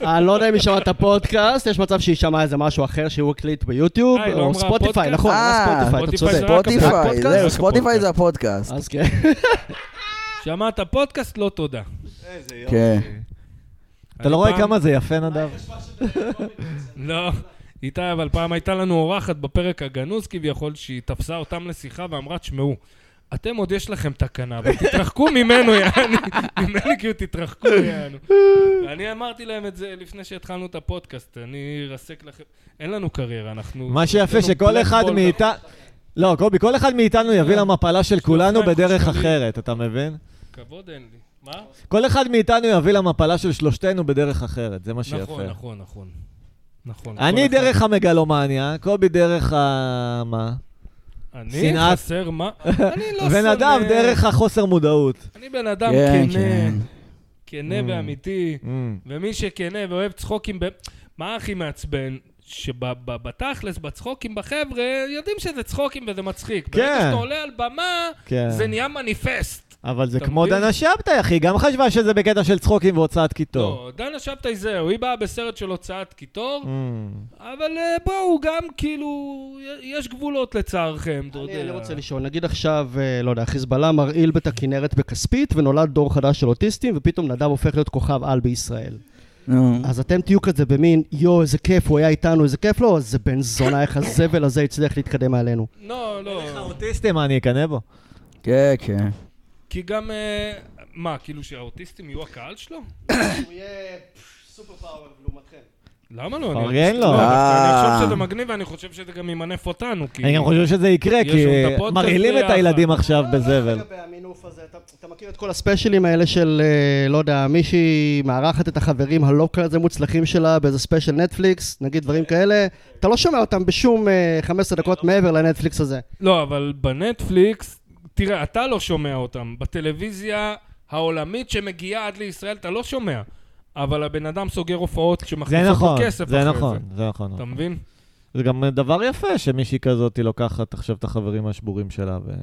[SPEAKER 4] אני לא יודע אם היא שמעה את הפודקאסט, יש מצב שהיא שמעה איזה משהו אחר שהוא הקליט ביוטיוב,
[SPEAKER 1] אה, היא לא
[SPEAKER 4] או
[SPEAKER 1] אמרה
[SPEAKER 4] ספוטיפיי,
[SPEAKER 1] הפודקאסט?
[SPEAKER 4] נכון,
[SPEAKER 2] אה,
[SPEAKER 4] אמרה ספוטיפיי, אתה
[SPEAKER 1] ספוטיפיי
[SPEAKER 4] צודק.
[SPEAKER 1] זה רק הפודקאסט?
[SPEAKER 2] ספוטיפיי, זהו, ספוטיפיי זה הפודקאסט.
[SPEAKER 4] אז כן.
[SPEAKER 1] לא שמעה את הפודקאסט, לא תודה.
[SPEAKER 2] כן.
[SPEAKER 1] אוקיי.
[SPEAKER 3] אתה לא
[SPEAKER 1] אני
[SPEAKER 3] רואה
[SPEAKER 1] פעם-
[SPEAKER 3] כמה זה יפה, נדב?
[SPEAKER 1] לא. איתי, אבל פעם הייתה לנו אורחת בפרק הגנוז כביכול, שהיא תפסה אותם לשיחה ואמרה, תשמעו, אתם עוד יש לכם תקנה, אבל תתרחקו ממנו, יעני, ממני כאילו תתרחקו, יענו. אני אמרתי להם את זה לפני שהתחלנו את הפודקאסט, אני ארסק לכם, אין לנו קריירה, אנחנו...
[SPEAKER 3] מה שיפה
[SPEAKER 1] יש לנו
[SPEAKER 3] שכל
[SPEAKER 1] black כן.
[SPEAKER 3] אחד
[SPEAKER 1] ball,
[SPEAKER 3] מאיתנו... לא, קובי, כל אחד מאיתנו יביא למפלה של כולנו
[SPEAKER 1] אופניים
[SPEAKER 3] בדרך
[SPEAKER 1] חשמליים.
[SPEAKER 3] אחרת, אתה מבין?
[SPEAKER 1] כבוד אין לי. מה?
[SPEAKER 3] כל אחד מאיתנו יביא למפלה של שלושתנו בדרך אחרת, זה מה שיפה.
[SPEAKER 1] נכון, נכון, נכון. נכון. כל
[SPEAKER 3] אני
[SPEAKER 1] אחד-
[SPEAKER 3] דרך המגלומניה, קובי דרך ה... מה?
[SPEAKER 1] אני
[SPEAKER 3] שנאת-
[SPEAKER 1] חסר מה? אני לא שונא.
[SPEAKER 3] ונדב דרך החוסר מודעות.
[SPEAKER 1] אני בן אדם
[SPEAKER 2] כן,
[SPEAKER 1] כנה,
[SPEAKER 2] כן.
[SPEAKER 3] Mm.
[SPEAKER 1] כנה ואמיתי, ומי שכנה ואוהב צחוקים, ב- מה הכי מעצבן? שבתכלס, בצחוקים בחבר'ה, יודעים שזה צחוקים וזה מצחיק.
[SPEAKER 3] כן.
[SPEAKER 1] ברגע שאתה עולה על במה,
[SPEAKER 3] כן.
[SPEAKER 1] זה נהיה מניפסט.
[SPEAKER 3] אבל זה
[SPEAKER 1] אתה
[SPEAKER 3] כמו
[SPEAKER 1] מבין?
[SPEAKER 3] דנה שבתאי, אחי, גם חשבה שזה בקטע של צחוקים והוצאת קיטור.
[SPEAKER 1] לא, דנה שבתאי זהו, היא באה בסרט של הוצאת קיטור,
[SPEAKER 3] אמ.
[SPEAKER 1] אבל אה, בואו, גם כאילו, י- יש גבולות לצערכם, אתה יודע.
[SPEAKER 4] אני לא רוצה לשאול, נגיד עכשיו, אה, לא יודע, חיזבאללה מרעיל את הכנרת בכספית, ונולד דור חדש של אוטיסטים, ופתאום נדב הופך להיות כוכב על בישראל.
[SPEAKER 2] נו.
[SPEAKER 3] אה,
[SPEAKER 4] אז אתם תהיו כזה במין, יואו, איזה כיף, הוא היה איתנו, איזה כיף לו, אז זה בן זונה, איך הזבל הזה הצליח להתקדם מעלינו.
[SPEAKER 1] לא, לא.
[SPEAKER 3] אוטיסטים, אני אקנא בו.
[SPEAKER 2] כן, כן.
[SPEAKER 1] כי גם, אה, מה, כאילו שהאוטיסטים יהיו הקהל שלו?
[SPEAKER 4] הוא יהיה סופר פאוור לעומתכם.
[SPEAKER 1] למה לא?
[SPEAKER 3] פרגן לו.
[SPEAKER 1] לא, דווקא אני
[SPEAKER 2] אה.
[SPEAKER 1] חושב שזה מגניב, ואני חושב שזה גם ימנף אותנו, כי...
[SPEAKER 3] אני גם חושב שזה יקרה,
[SPEAKER 1] יש
[SPEAKER 3] כי
[SPEAKER 1] לנו את הפודקאסט
[SPEAKER 3] מרעילים את
[SPEAKER 1] ביחד.
[SPEAKER 3] הילדים עכשיו בזבל.
[SPEAKER 4] לגבי המינוף הזה, אתה- אתה מכיר את כל הספיישלים האלה של, אה, לא יודע, מישהי מארחת את החברים הלא כזה מוצלחים שלה באיזה ספיישל נטפליקס, נגיד דברים כאלה, אתה לא שומע אותם בשום אה, 15 דקות מעבר לנטפליקס הזה.
[SPEAKER 1] לא, אבל בנטפליקס, תראה, אתה לא שומע אותם. בטלוויזיה העולמית שמגיעה עד לישראל, אתה לא שומע. אבל הבן אדם סוגר הופעות
[SPEAKER 3] זה
[SPEAKER 1] שמכניסות לו
[SPEAKER 3] נכון,
[SPEAKER 1] כסף אחרי
[SPEAKER 3] זה
[SPEAKER 1] זה.
[SPEAKER 3] נכון, זה נכון.
[SPEAKER 1] אתה מבין?
[SPEAKER 3] זה גם דבר יפה שמישהי כזאת היא לוקחת עכשיו את החברים השבורים שלה
[SPEAKER 1] כן.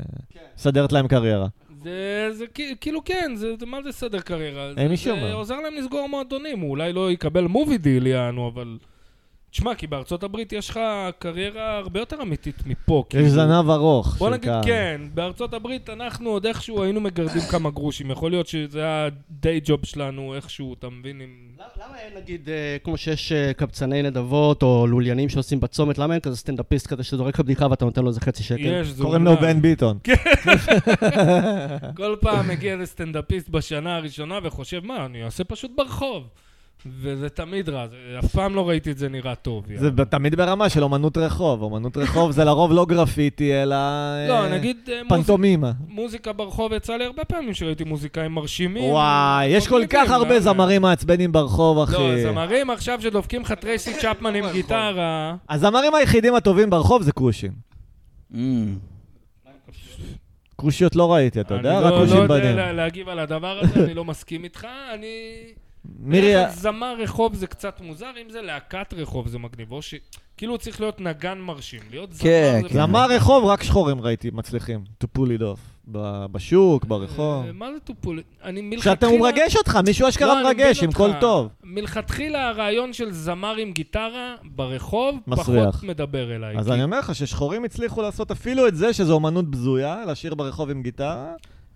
[SPEAKER 3] ומסדרת להם קריירה.
[SPEAKER 1] זה, זה כ- כאילו כן, זה, זה- מה זה סדר קריירה? זה-
[SPEAKER 3] מי שאומר.
[SPEAKER 1] זה עוזר להם לסגור מועדונים, הוא אולי לא יקבל מובי דיל יענו, אבל... תשמע, כי בארצות הברית יש לך קריירה הרבה יותר אמיתית מפה.
[SPEAKER 3] יש
[SPEAKER 1] כאילו.
[SPEAKER 3] זנב ארוך.
[SPEAKER 1] בוא
[SPEAKER 3] של
[SPEAKER 1] נגיד
[SPEAKER 3] קהל.
[SPEAKER 1] כן, בארצות הברית אנחנו עוד איכשהו היינו מגרדים כמה גרושים, יכול להיות שזה היה די ג'וב שלנו איכשהו, אתה מבין? אם-
[SPEAKER 4] למה- למה אין נגיד, אה, כמו שיש אה, קבצני נדבות או לוליינים שעושים בצומת, למה אין כזה סטנדאפיסט כזה שזורק לך בדיחה ואתה נותן לו איזה חצי שקל?
[SPEAKER 1] יש, זה
[SPEAKER 3] כן, קוראים לו
[SPEAKER 1] אומנם. כן.
[SPEAKER 3] בן ביטון.
[SPEAKER 1] כל פעם מגיע איזה סטנדאפיסט בשנה הראשונה וחושב, מה, אני אעשה פשוט ברחוב. וזה תמיד רע, זה- אף פעם לא ראיתי את זה נראה טוב. יאללה.
[SPEAKER 3] זה ב- תמיד ברמה של אומנות רחוב. אומנות רחוב זה לרוב לא גרפיטי, אלא...
[SPEAKER 1] לא,
[SPEAKER 3] אה,
[SPEAKER 1] נגיד אה, מוז-
[SPEAKER 3] פנטומימה.
[SPEAKER 1] מוזיקה ברחוב יצא לי הרבה פעמים שראיתי מוזיקאים מרשימים.
[SPEAKER 3] וואי, יש כל
[SPEAKER 1] מגניבים,
[SPEAKER 3] כך הרבה
[SPEAKER 1] לאן-
[SPEAKER 3] זמרים מעצבנים ברחוב, אחי.
[SPEAKER 1] לא, זמרים עכשיו שדופקים לך טרייסי צ'פמן עם גיטרה.
[SPEAKER 3] הזמרים היחידים הטובים ברחוב זה כושים.
[SPEAKER 2] אמ.
[SPEAKER 3] כושיות לא ראיתי, אתה יודע?
[SPEAKER 1] אני
[SPEAKER 3] רק
[SPEAKER 1] לא-
[SPEAKER 3] כושים
[SPEAKER 1] לא יודע
[SPEAKER 3] בנים.
[SPEAKER 1] לה- להגיב על הדבר הזה, אני לא מסכים איתך. אני...
[SPEAKER 3] מירי...
[SPEAKER 1] זמר רחוב זה קצת מוזר, אם זה להקת רחוב זה מגניב. או ש... כאילו הוא צריך להיות נגן מרשים, להיות זמר.
[SPEAKER 2] כן,
[SPEAKER 1] זה- אה,
[SPEAKER 2] כן.
[SPEAKER 3] זמר רחוב, רק שחורים ראיתי מצליחים. To pull it off. ב- בשוק, ברחוב.
[SPEAKER 1] אה, מה זה טופול? אני מלכתחילה...
[SPEAKER 3] שאתה, הוא מרגש אותך, מישהו
[SPEAKER 1] לא,
[SPEAKER 3] אשכרה
[SPEAKER 1] אני
[SPEAKER 3] מרגש,
[SPEAKER 1] מבין
[SPEAKER 3] עם קול
[SPEAKER 1] אותך.
[SPEAKER 3] טוב.
[SPEAKER 1] מלכתחילה הרעיון של זמר עם גיטרה ברחוב,
[SPEAKER 3] מסריח.
[SPEAKER 1] פחות מדבר אליי.
[SPEAKER 3] אז
[SPEAKER 1] כי-
[SPEAKER 3] אני אומר לך ששחורים הצליחו לעשות אפילו את זה, שזו אומנות בזויה, לשיר ברחוב עם גיטרה.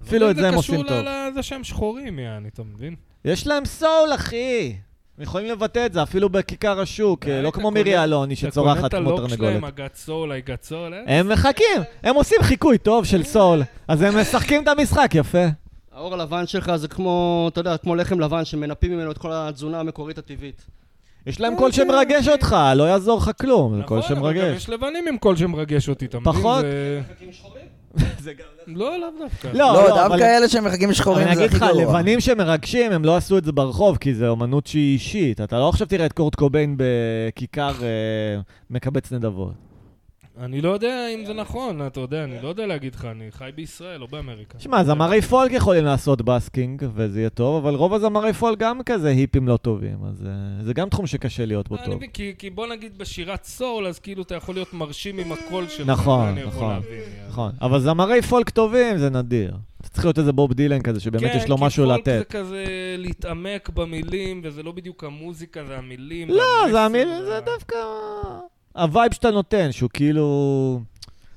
[SPEAKER 3] אפילו את זה הם עושים
[SPEAKER 1] זה
[SPEAKER 3] טוב.
[SPEAKER 1] קשור ל- לזה שהם שחורים, יעני, אתה מבין?
[SPEAKER 3] יש להם סול, אחי! הם יכולים לבטא את זה אפילו בכיכר השוק,
[SPEAKER 1] די,
[SPEAKER 3] אה, לא
[SPEAKER 1] אתה
[SPEAKER 3] כמו
[SPEAKER 1] קונה-
[SPEAKER 3] מירי אלוני שצורחת כמו
[SPEAKER 1] אתה קונה את הלוק שלהם,
[SPEAKER 3] תרנגולת.
[SPEAKER 1] הגת סול, הגת סול, אה?
[SPEAKER 3] הם מחכים, הם עושים חיקוי טוב של סול, אז הם משחקים את המשחק, יפה.
[SPEAKER 4] האור הלבן שלך זה כמו, אתה יודע, כמו לחם לבן שמנפים ממנו את כל התזונה המקורית הטבעית.
[SPEAKER 3] יש להם קול
[SPEAKER 2] כן,
[SPEAKER 3] שמרגש אותך, לא יעזור לך כלום, זה קול
[SPEAKER 1] נכון, אבל גם
[SPEAKER 3] שמרגש.
[SPEAKER 1] יש לבנים עם קול שמרגש אותי, אתה מבין?
[SPEAKER 3] פחות.
[SPEAKER 1] זה-
[SPEAKER 3] זה גם-
[SPEAKER 1] לא, לאו דווקא.
[SPEAKER 2] לא,
[SPEAKER 3] אבל-
[SPEAKER 2] דווקא אלה שמחכים
[SPEAKER 3] אבל
[SPEAKER 2] שחורים
[SPEAKER 3] אני
[SPEAKER 2] זה
[SPEAKER 3] אגיד
[SPEAKER 2] הכי
[SPEAKER 3] לך,
[SPEAKER 2] גרוע.
[SPEAKER 3] לבנים שמרגשים, הם לא עשו את זה ברחוב, כי זו אמנות שהיא אישית. אתה לא עכשיו תראה את קורט קוביין בכיכר אה, מקבץ נדבות.
[SPEAKER 1] אני לא יודע אם זה נכון, אתה יודע, אני לא יודע להגיד לך, אני חי בישראל, לא באמריקה.
[SPEAKER 3] שמע, זמרי פולק יכולים לעשות בסקינג, וזה יהיה טוב, אבל רוב הזמרי פולק גם כזה היפים לא טובים, אז אה, זה גם תחום שקשה להיות בו
[SPEAKER 1] אני
[SPEAKER 3] טוב.
[SPEAKER 1] מבין, כי- כי בוא נגיד בשירת סול, אז כאילו אתה יכול להיות מרשים עם הקול שלך.
[SPEAKER 3] נכון,
[SPEAKER 1] אני יכול
[SPEAKER 3] נכון.
[SPEAKER 1] להבין, יעני.
[SPEAKER 3] נכון, אבל זמרי פולק טובים זה נדיר. אתה צריך להיות איזה בוב דילן כזה, שבאמת יש לו משהו
[SPEAKER 1] כן, כי פולק זה
[SPEAKER 3] לתת.
[SPEAKER 1] כזה להתעמק במילים, וזה לא בדיוק המוזיקה, זה המילים.
[SPEAKER 3] לא,
[SPEAKER 1] והמסר,
[SPEAKER 3] זה המיל... זה
[SPEAKER 1] וה-
[SPEAKER 3] דווקא... הווייב שאתה נותן, שהוא כאילו...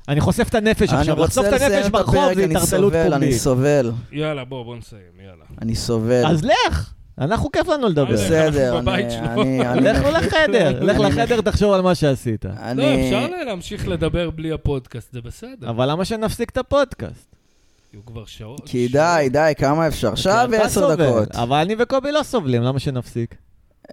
[SPEAKER 3] אני חושף את הנפש
[SPEAKER 2] אני
[SPEAKER 3] עכשיו,
[SPEAKER 2] רוצה
[SPEAKER 3] לחשוף את הנפש
[SPEAKER 2] לסיים את
[SPEAKER 3] ברחוב
[SPEAKER 2] הפרק,
[SPEAKER 3] זה
[SPEAKER 2] אני
[SPEAKER 3] התערטלות
[SPEAKER 2] סובל, אני
[SPEAKER 3] פומבית.
[SPEAKER 2] סובל,
[SPEAKER 1] יאללה, בוא, בוא נסיים, יאללה.
[SPEAKER 2] אני סובל.
[SPEAKER 3] אז לך, אנחנו כיף לנו לדבר.
[SPEAKER 1] אז-
[SPEAKER 2] בסדר,
[SPEAKER 1] כן. אנחנו בבית
[SPEAKER 2] אני-
[SPEAKER 1] שלו.
[SPEAKER 2] אני... אני-
[SPEAKER 3] לך לחדר, לך
[SPEAKER 2] אני-
[SPEAKER 3] לחדר, תחשוב על מה שעשית.
[SPEAKER 1] לא,
[SPEAKER 2] אני-
[SPEAKER 1] אפשר לה- להמשיך לדבר בלי הפודקאסט, זה בסדר.
[SPEAKER 3] אבל למה שנפסיק את הפודקאסט?
[SPEAKER 1] יהיו כבר שעות.
[SPEAKER 2] כי
[SPEAKER 1] שעות.
[SPEAKER 2] די, די, כמה אפשר? שעה
[SPEAKER 3] כן, אתה
[SPEAKER 2] ועשר
[SPEAKER 3] סובל,
[SPEAKER 2] דקות.
[SPEAKER 3] אבל אני וקובי לא סובלים, למה שנפסיק?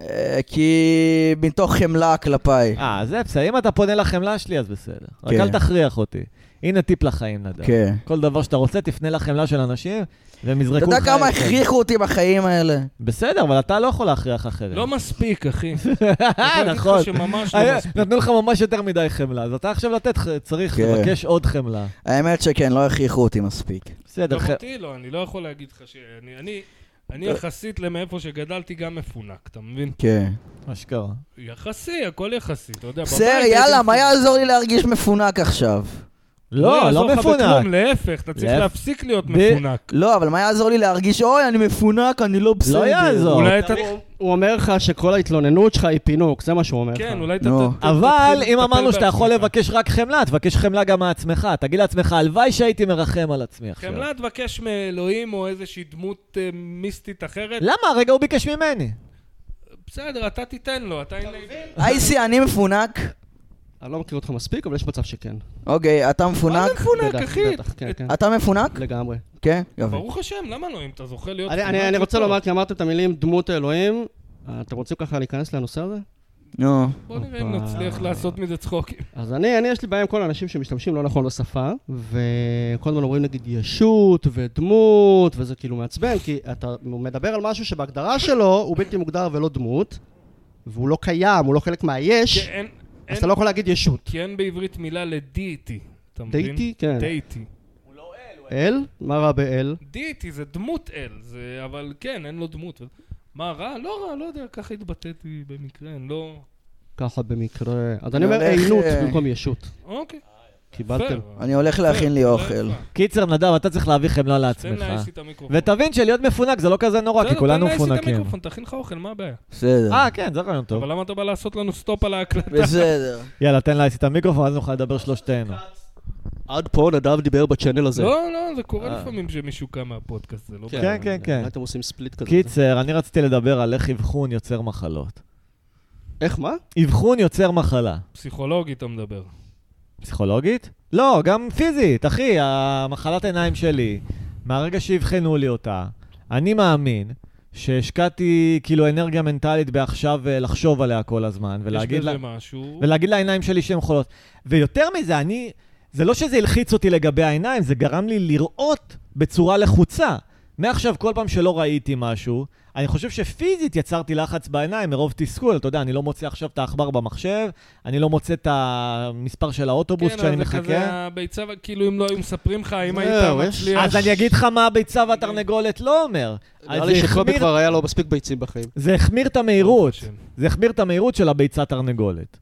[SPEAKER 2] אה, כי מתוך חמלה כלפיי.
[SPEAKER 3] אה, זה בסדר, אם אתה פונה לחמלה שלי, אז בסדר. רק
[SPEAKER 2] כן.
[SPEAKER 3] אל תכריח אותי. הנה טיפ לחיים, נדב.
[SPEAKER 2] כן.
[SPEAKER 3] כל דבר שאתה רוצה, תפנה לחמלה של אנשים, והם
[SPEAKER 2] אתה
[SPEAKER 3] יזרקו לך...
[SPEAKER 2] יודע כמה
[SPEAKER 3] את זה.
[SPEAKER 2] הכריחו אותי בחיים האלה?
[SPEAKER 3] בסדר, אבל אתה לא יכול להכריח אחרים.
[SPEAKER 1] לא מספיק, אחי.
[SPEAKER 3] נכון.
[SPEAKER 1] אני יכול להגיד לך שממש לא
[SPEAKER 3] היה-
[SPEAKER 1] מספיק.
[SPEAKER 3] נתנו לך ממש יותר מדי חמלה, אז אתה עכשיו לתת, ח- צריך
[SPEAKER 2] כן.
[SPEAKER 3] לבקש עוד חמלה.
[SPEAKER 2] האמת שכן, לא הכריחו אותי מספיק.
[SPEAKER 3] בסדר,
[SPEAKER 1] גם
[SPEAKER 3] ח-
[SPEAKER 1] אותי לא, אני לא יכול להגיד לך ש... אני- אני... אני יחסית למאיפה שגדלתי גם מפונק, אתה מבין?
[SPEAKER 2] כן.
[SPEAKER 3] אשכרה.
[SPEAKER 1] יחסי, הכל יחסי, אתה יודע.
[SPEAKER 2] בסדר,
[SPEAKER 1] בבית
[SPEAKER 2] יאללה,
[SPEAKER 1] הייתי
[SPEAKER 2] מה
[SPEAKER 1] מפונק.
[SPEAKER 2] יעזור לי להרגיש מפונק עכשיו?
[SPEAKER 3] לא,
[SPEAKER 1] יעזור
[SPEAKER 3] לא
[SPEAKER 1] לך
[SPEAKER 3] מפונק.
[SPEAKER 1] בכלום, להפך, אתה צריך
[SPEAKER 3] להפ-
[SPEAKER 1] להפסיק להיות
[SPEAKER 3] ב-
[SPEAKER 1] מפונק.
[SPEAKER 2] לא, אבל מה יעזור לי להרגיש, אוי, אני מפונק, אני לא בסדר.
[SPEAKER 3] לא יעזור.
[SPEAKER 1] אולי אתה...
[SPEAKER 4] הוא- הוא אומר לך שכל ההתלוננות שלך היא פינוק, זה מה שהוא אומר לך.
[SPEAKER 1] כן, אולי אתה...
[SPEAKER 2] נו.
[SPEAKER 1] ת- ת-
[SPEAKER 3] נכון. אבל
[SPEAKER 1] תתחיל
[SPEAKER 3] אם
[SPEAKER 1] לטפל
[SPEAKER 3] אמרנו שאתה יכול
[SPEAKER 1] בעצמך.
[SPEAKER 3] לבקש רק חמלה, תבקש חמלה גם מעצמך. תגיד לעצמך, הלוואי שהייתי מרחם על עצמי עכשיו.
[SPEAKER 1] חמלה תבקש מאלוהים או איזושהי דמות אה, מיסטית אחרת.
[SPEAKER 3] למה? הרגע הוא ביקש ממני.
[SPEAKER 1] בסדר, אתה תיתן לו, אתה... הנה-
[SPEAKER 2] אייסי, אני מפונק?
[SPEAKER 4] אני לא מכיר אותך מספיק, אבל יש מצב שכן.
[SPEAKER 2] אוקיי, אתה מפונק?
[SPEAKER 1] מה זה מפונק,
[SPEAKER 4] בטח,
[SPEAKER 1] אחי?
[SPEAKER 4] בטח, כן, כן.
[SPEAKER 2] אתה מפונק?
[SPEAKER 4] לגמרי.
[SPEAKER 2] כן, יופי.
[SPEAKER 1] ברוך השם, למה לא? אם אתה זוכה להיות...
[SPEAKER 4] אני-
[SPEAKER 1] פונק,
[SPEAKER 4] אני אני
[SPEAKER 1] זה
[SPEAKER 4] רוצה
[SPEAKER 1] טוב.
[SPEAKER 4] לומר, כי אמרתם את המילים דמות אלוהים, אה, אתם רוצים ככה להיכנס לנושא הזה?
[SPEAKER 2] נו.
[SPEAKER 1] בוא נראה אם נצליח לעשות מזה צחוקים.
[SPEAKER 4] אז אני, אני יש לי בעיה עם כל האנשים שמשתמשים לא נכון בשפה, וכל הזמן אומרים נגיד ישות ודמות, וזה כאילו מעצבן, כי אתה מדבר על משהו שבהגדרה שלו הוא בלתי מוגדר ולא דמות, והוא לא קיים, הוא לא חלק
[SPEAKER 1] כי
[SPEAKER 4] מהיש,
[SPEAKER 1] אין...
[SPEAKER 4] אז
[SPEAKER 1] אין-
[SPEAKER 4] אתה לא יכול להגיד ישות.
[SPEAKER 1] כי אין בעברית מילה לדייטי, אתה מבין?
[SPEAKER 4] דייטי? כן.
[SPEAKER 1] דייטי.
[SPEAKER 4] אל? מה רע באל?
[SPEAKER 1] דייטי זה דמות אל, זה... אבל כן, אין לו דמות. מה, רע? לא רע, לא יודע, ככה התבטאתי במקרה, אני לא...
[SPEAKER 4] ככה במקרה. אז אני אומר
[SPEAKER 2] הולך,
[SPEAKER 4] עינות
[SPEAKER 2] אה,
[SPEAKER 4] במקום ישות.
[SPEAKER 1] אוקיי.
[SPEAKER 4] קיבלתם.
[SPEAKER 1] פייר.
[SPEAKER 2] אני הולך להכין לי
[SPEAKER 1] פייר,
[SPEAKER 2] אוכל.
[SPEAKER 1] לא יפה.
[SPEAKER 3] קיצר, נדב, אתה צריך להביא חמלה
[SPEAKER 1] תן
[SPEAKER 3] לעצמך.
[SPEAKER 1] לאייסי את המיקרופון.
[SPEAKER 3] ותבין שלהיות מפונק זה לא כזה נורא, כי
[SPEAKER 1] בסדר,
[SPEAKER 3] כולנו
[SPEAKER 1] תן לאייסי את
[SPEAKER 3] מפונקים.
[SPEAKER 1] המיקרופון, תכין לך אוכל, מה הבעיה?
[SPEAKER 2] בסדר.
[SPEAKER 3] אה, כן, זה רעיון טוב.
[SPEAKER 1] אבל למה אתה בא לעשות לנו סטופ על ההקלטה?
[SPEAKER 2] בסדר.
[SPEAKER 3] יאללה, תן לאייסי את המיקרופון, אז נוכל לדבר שלושתנו.
[SPEAKER 4] עד פה נדב דיבר בצ'אנל הזה.
[SPEAKER 1] לא, לא, זה קורה לפעמים שמישהו קם מהפודקאסט, זה לא... בעיה.
[SPEAKER 3] כן, כן, כן.
[SPEAKER 4] אולי אתם עושים ספליט כזה.
[SPEAKER 3] קיצר, אני רציתי לדבר על איך אבחון יוצר מחלות.
[SPEAKER 4] איך, מה?
[SPEAKER 3] אבחון יוצר מחלה.
[SPEAKER 1] פסיכולוגי אתה מדבר.
[SPEAKER 3] פסיכולוגית? לא, גם פיזית, אחי, המחלת עיניים שלי, מהרגע שאבחנו לי אותה, אני מאמין שהשקעתי כאילו אנרגיה מנטלית בעכשיו אה, לחשוב עליה כל הזמן,
[SPEAKER 1] יש
[SPEAKER 3] ולהגיד, לה,
[SPEAKER 1] בזה משהו...
[SPEAKER 3] ולהגיד לעיניים שלי שהן חולות. ויותר מזה, אני, זה לא שזה הלחיץ אותי לגבי העיניים, זה גרם לי לראות בצורה לחוצה. מעכשיו, כל פעם שלא ראיתי משהו, אני חושב שפיזית יצרתי לחץ בעיניים מרוב תסכול. אתה יודע, אני לא מוצא עכשיו את העכבר במחשב, אני לא מוצא את המספר של האוטובוס כשאני
[SPEAKER 1] כן, אבל זה כזה
[SPEAKER 3] מחכה.
[SPEAKER 1] הביצה, כאילו אם לא היו מספרים לך, אם היית
[SPEAKER 4] זהו, יש-
[SPEAKER 1] מצליח...
[SPEAKER 3] אז אני אגיד לך מה הביצה והתרנגולת לא אומר.
[SPEAKER 4] נראה
[SPEAKER 3] אז
[SPEAKER 4] לי
[SPEAKER 3] זה
[SPEAKER 4] שקובי
[SPEAKER 3] החמיר-
[SPEAKER 4] כבר היה לו מספיק ביצים בחיים.
[SPEAKER 1] לא
[SPEAKER 3] זה החמיר את המהירות.
[SPEAKER 1] ברוך השם.
[SPEAKER 3] זה החמיר את המהירות של הביצה תרנגולת.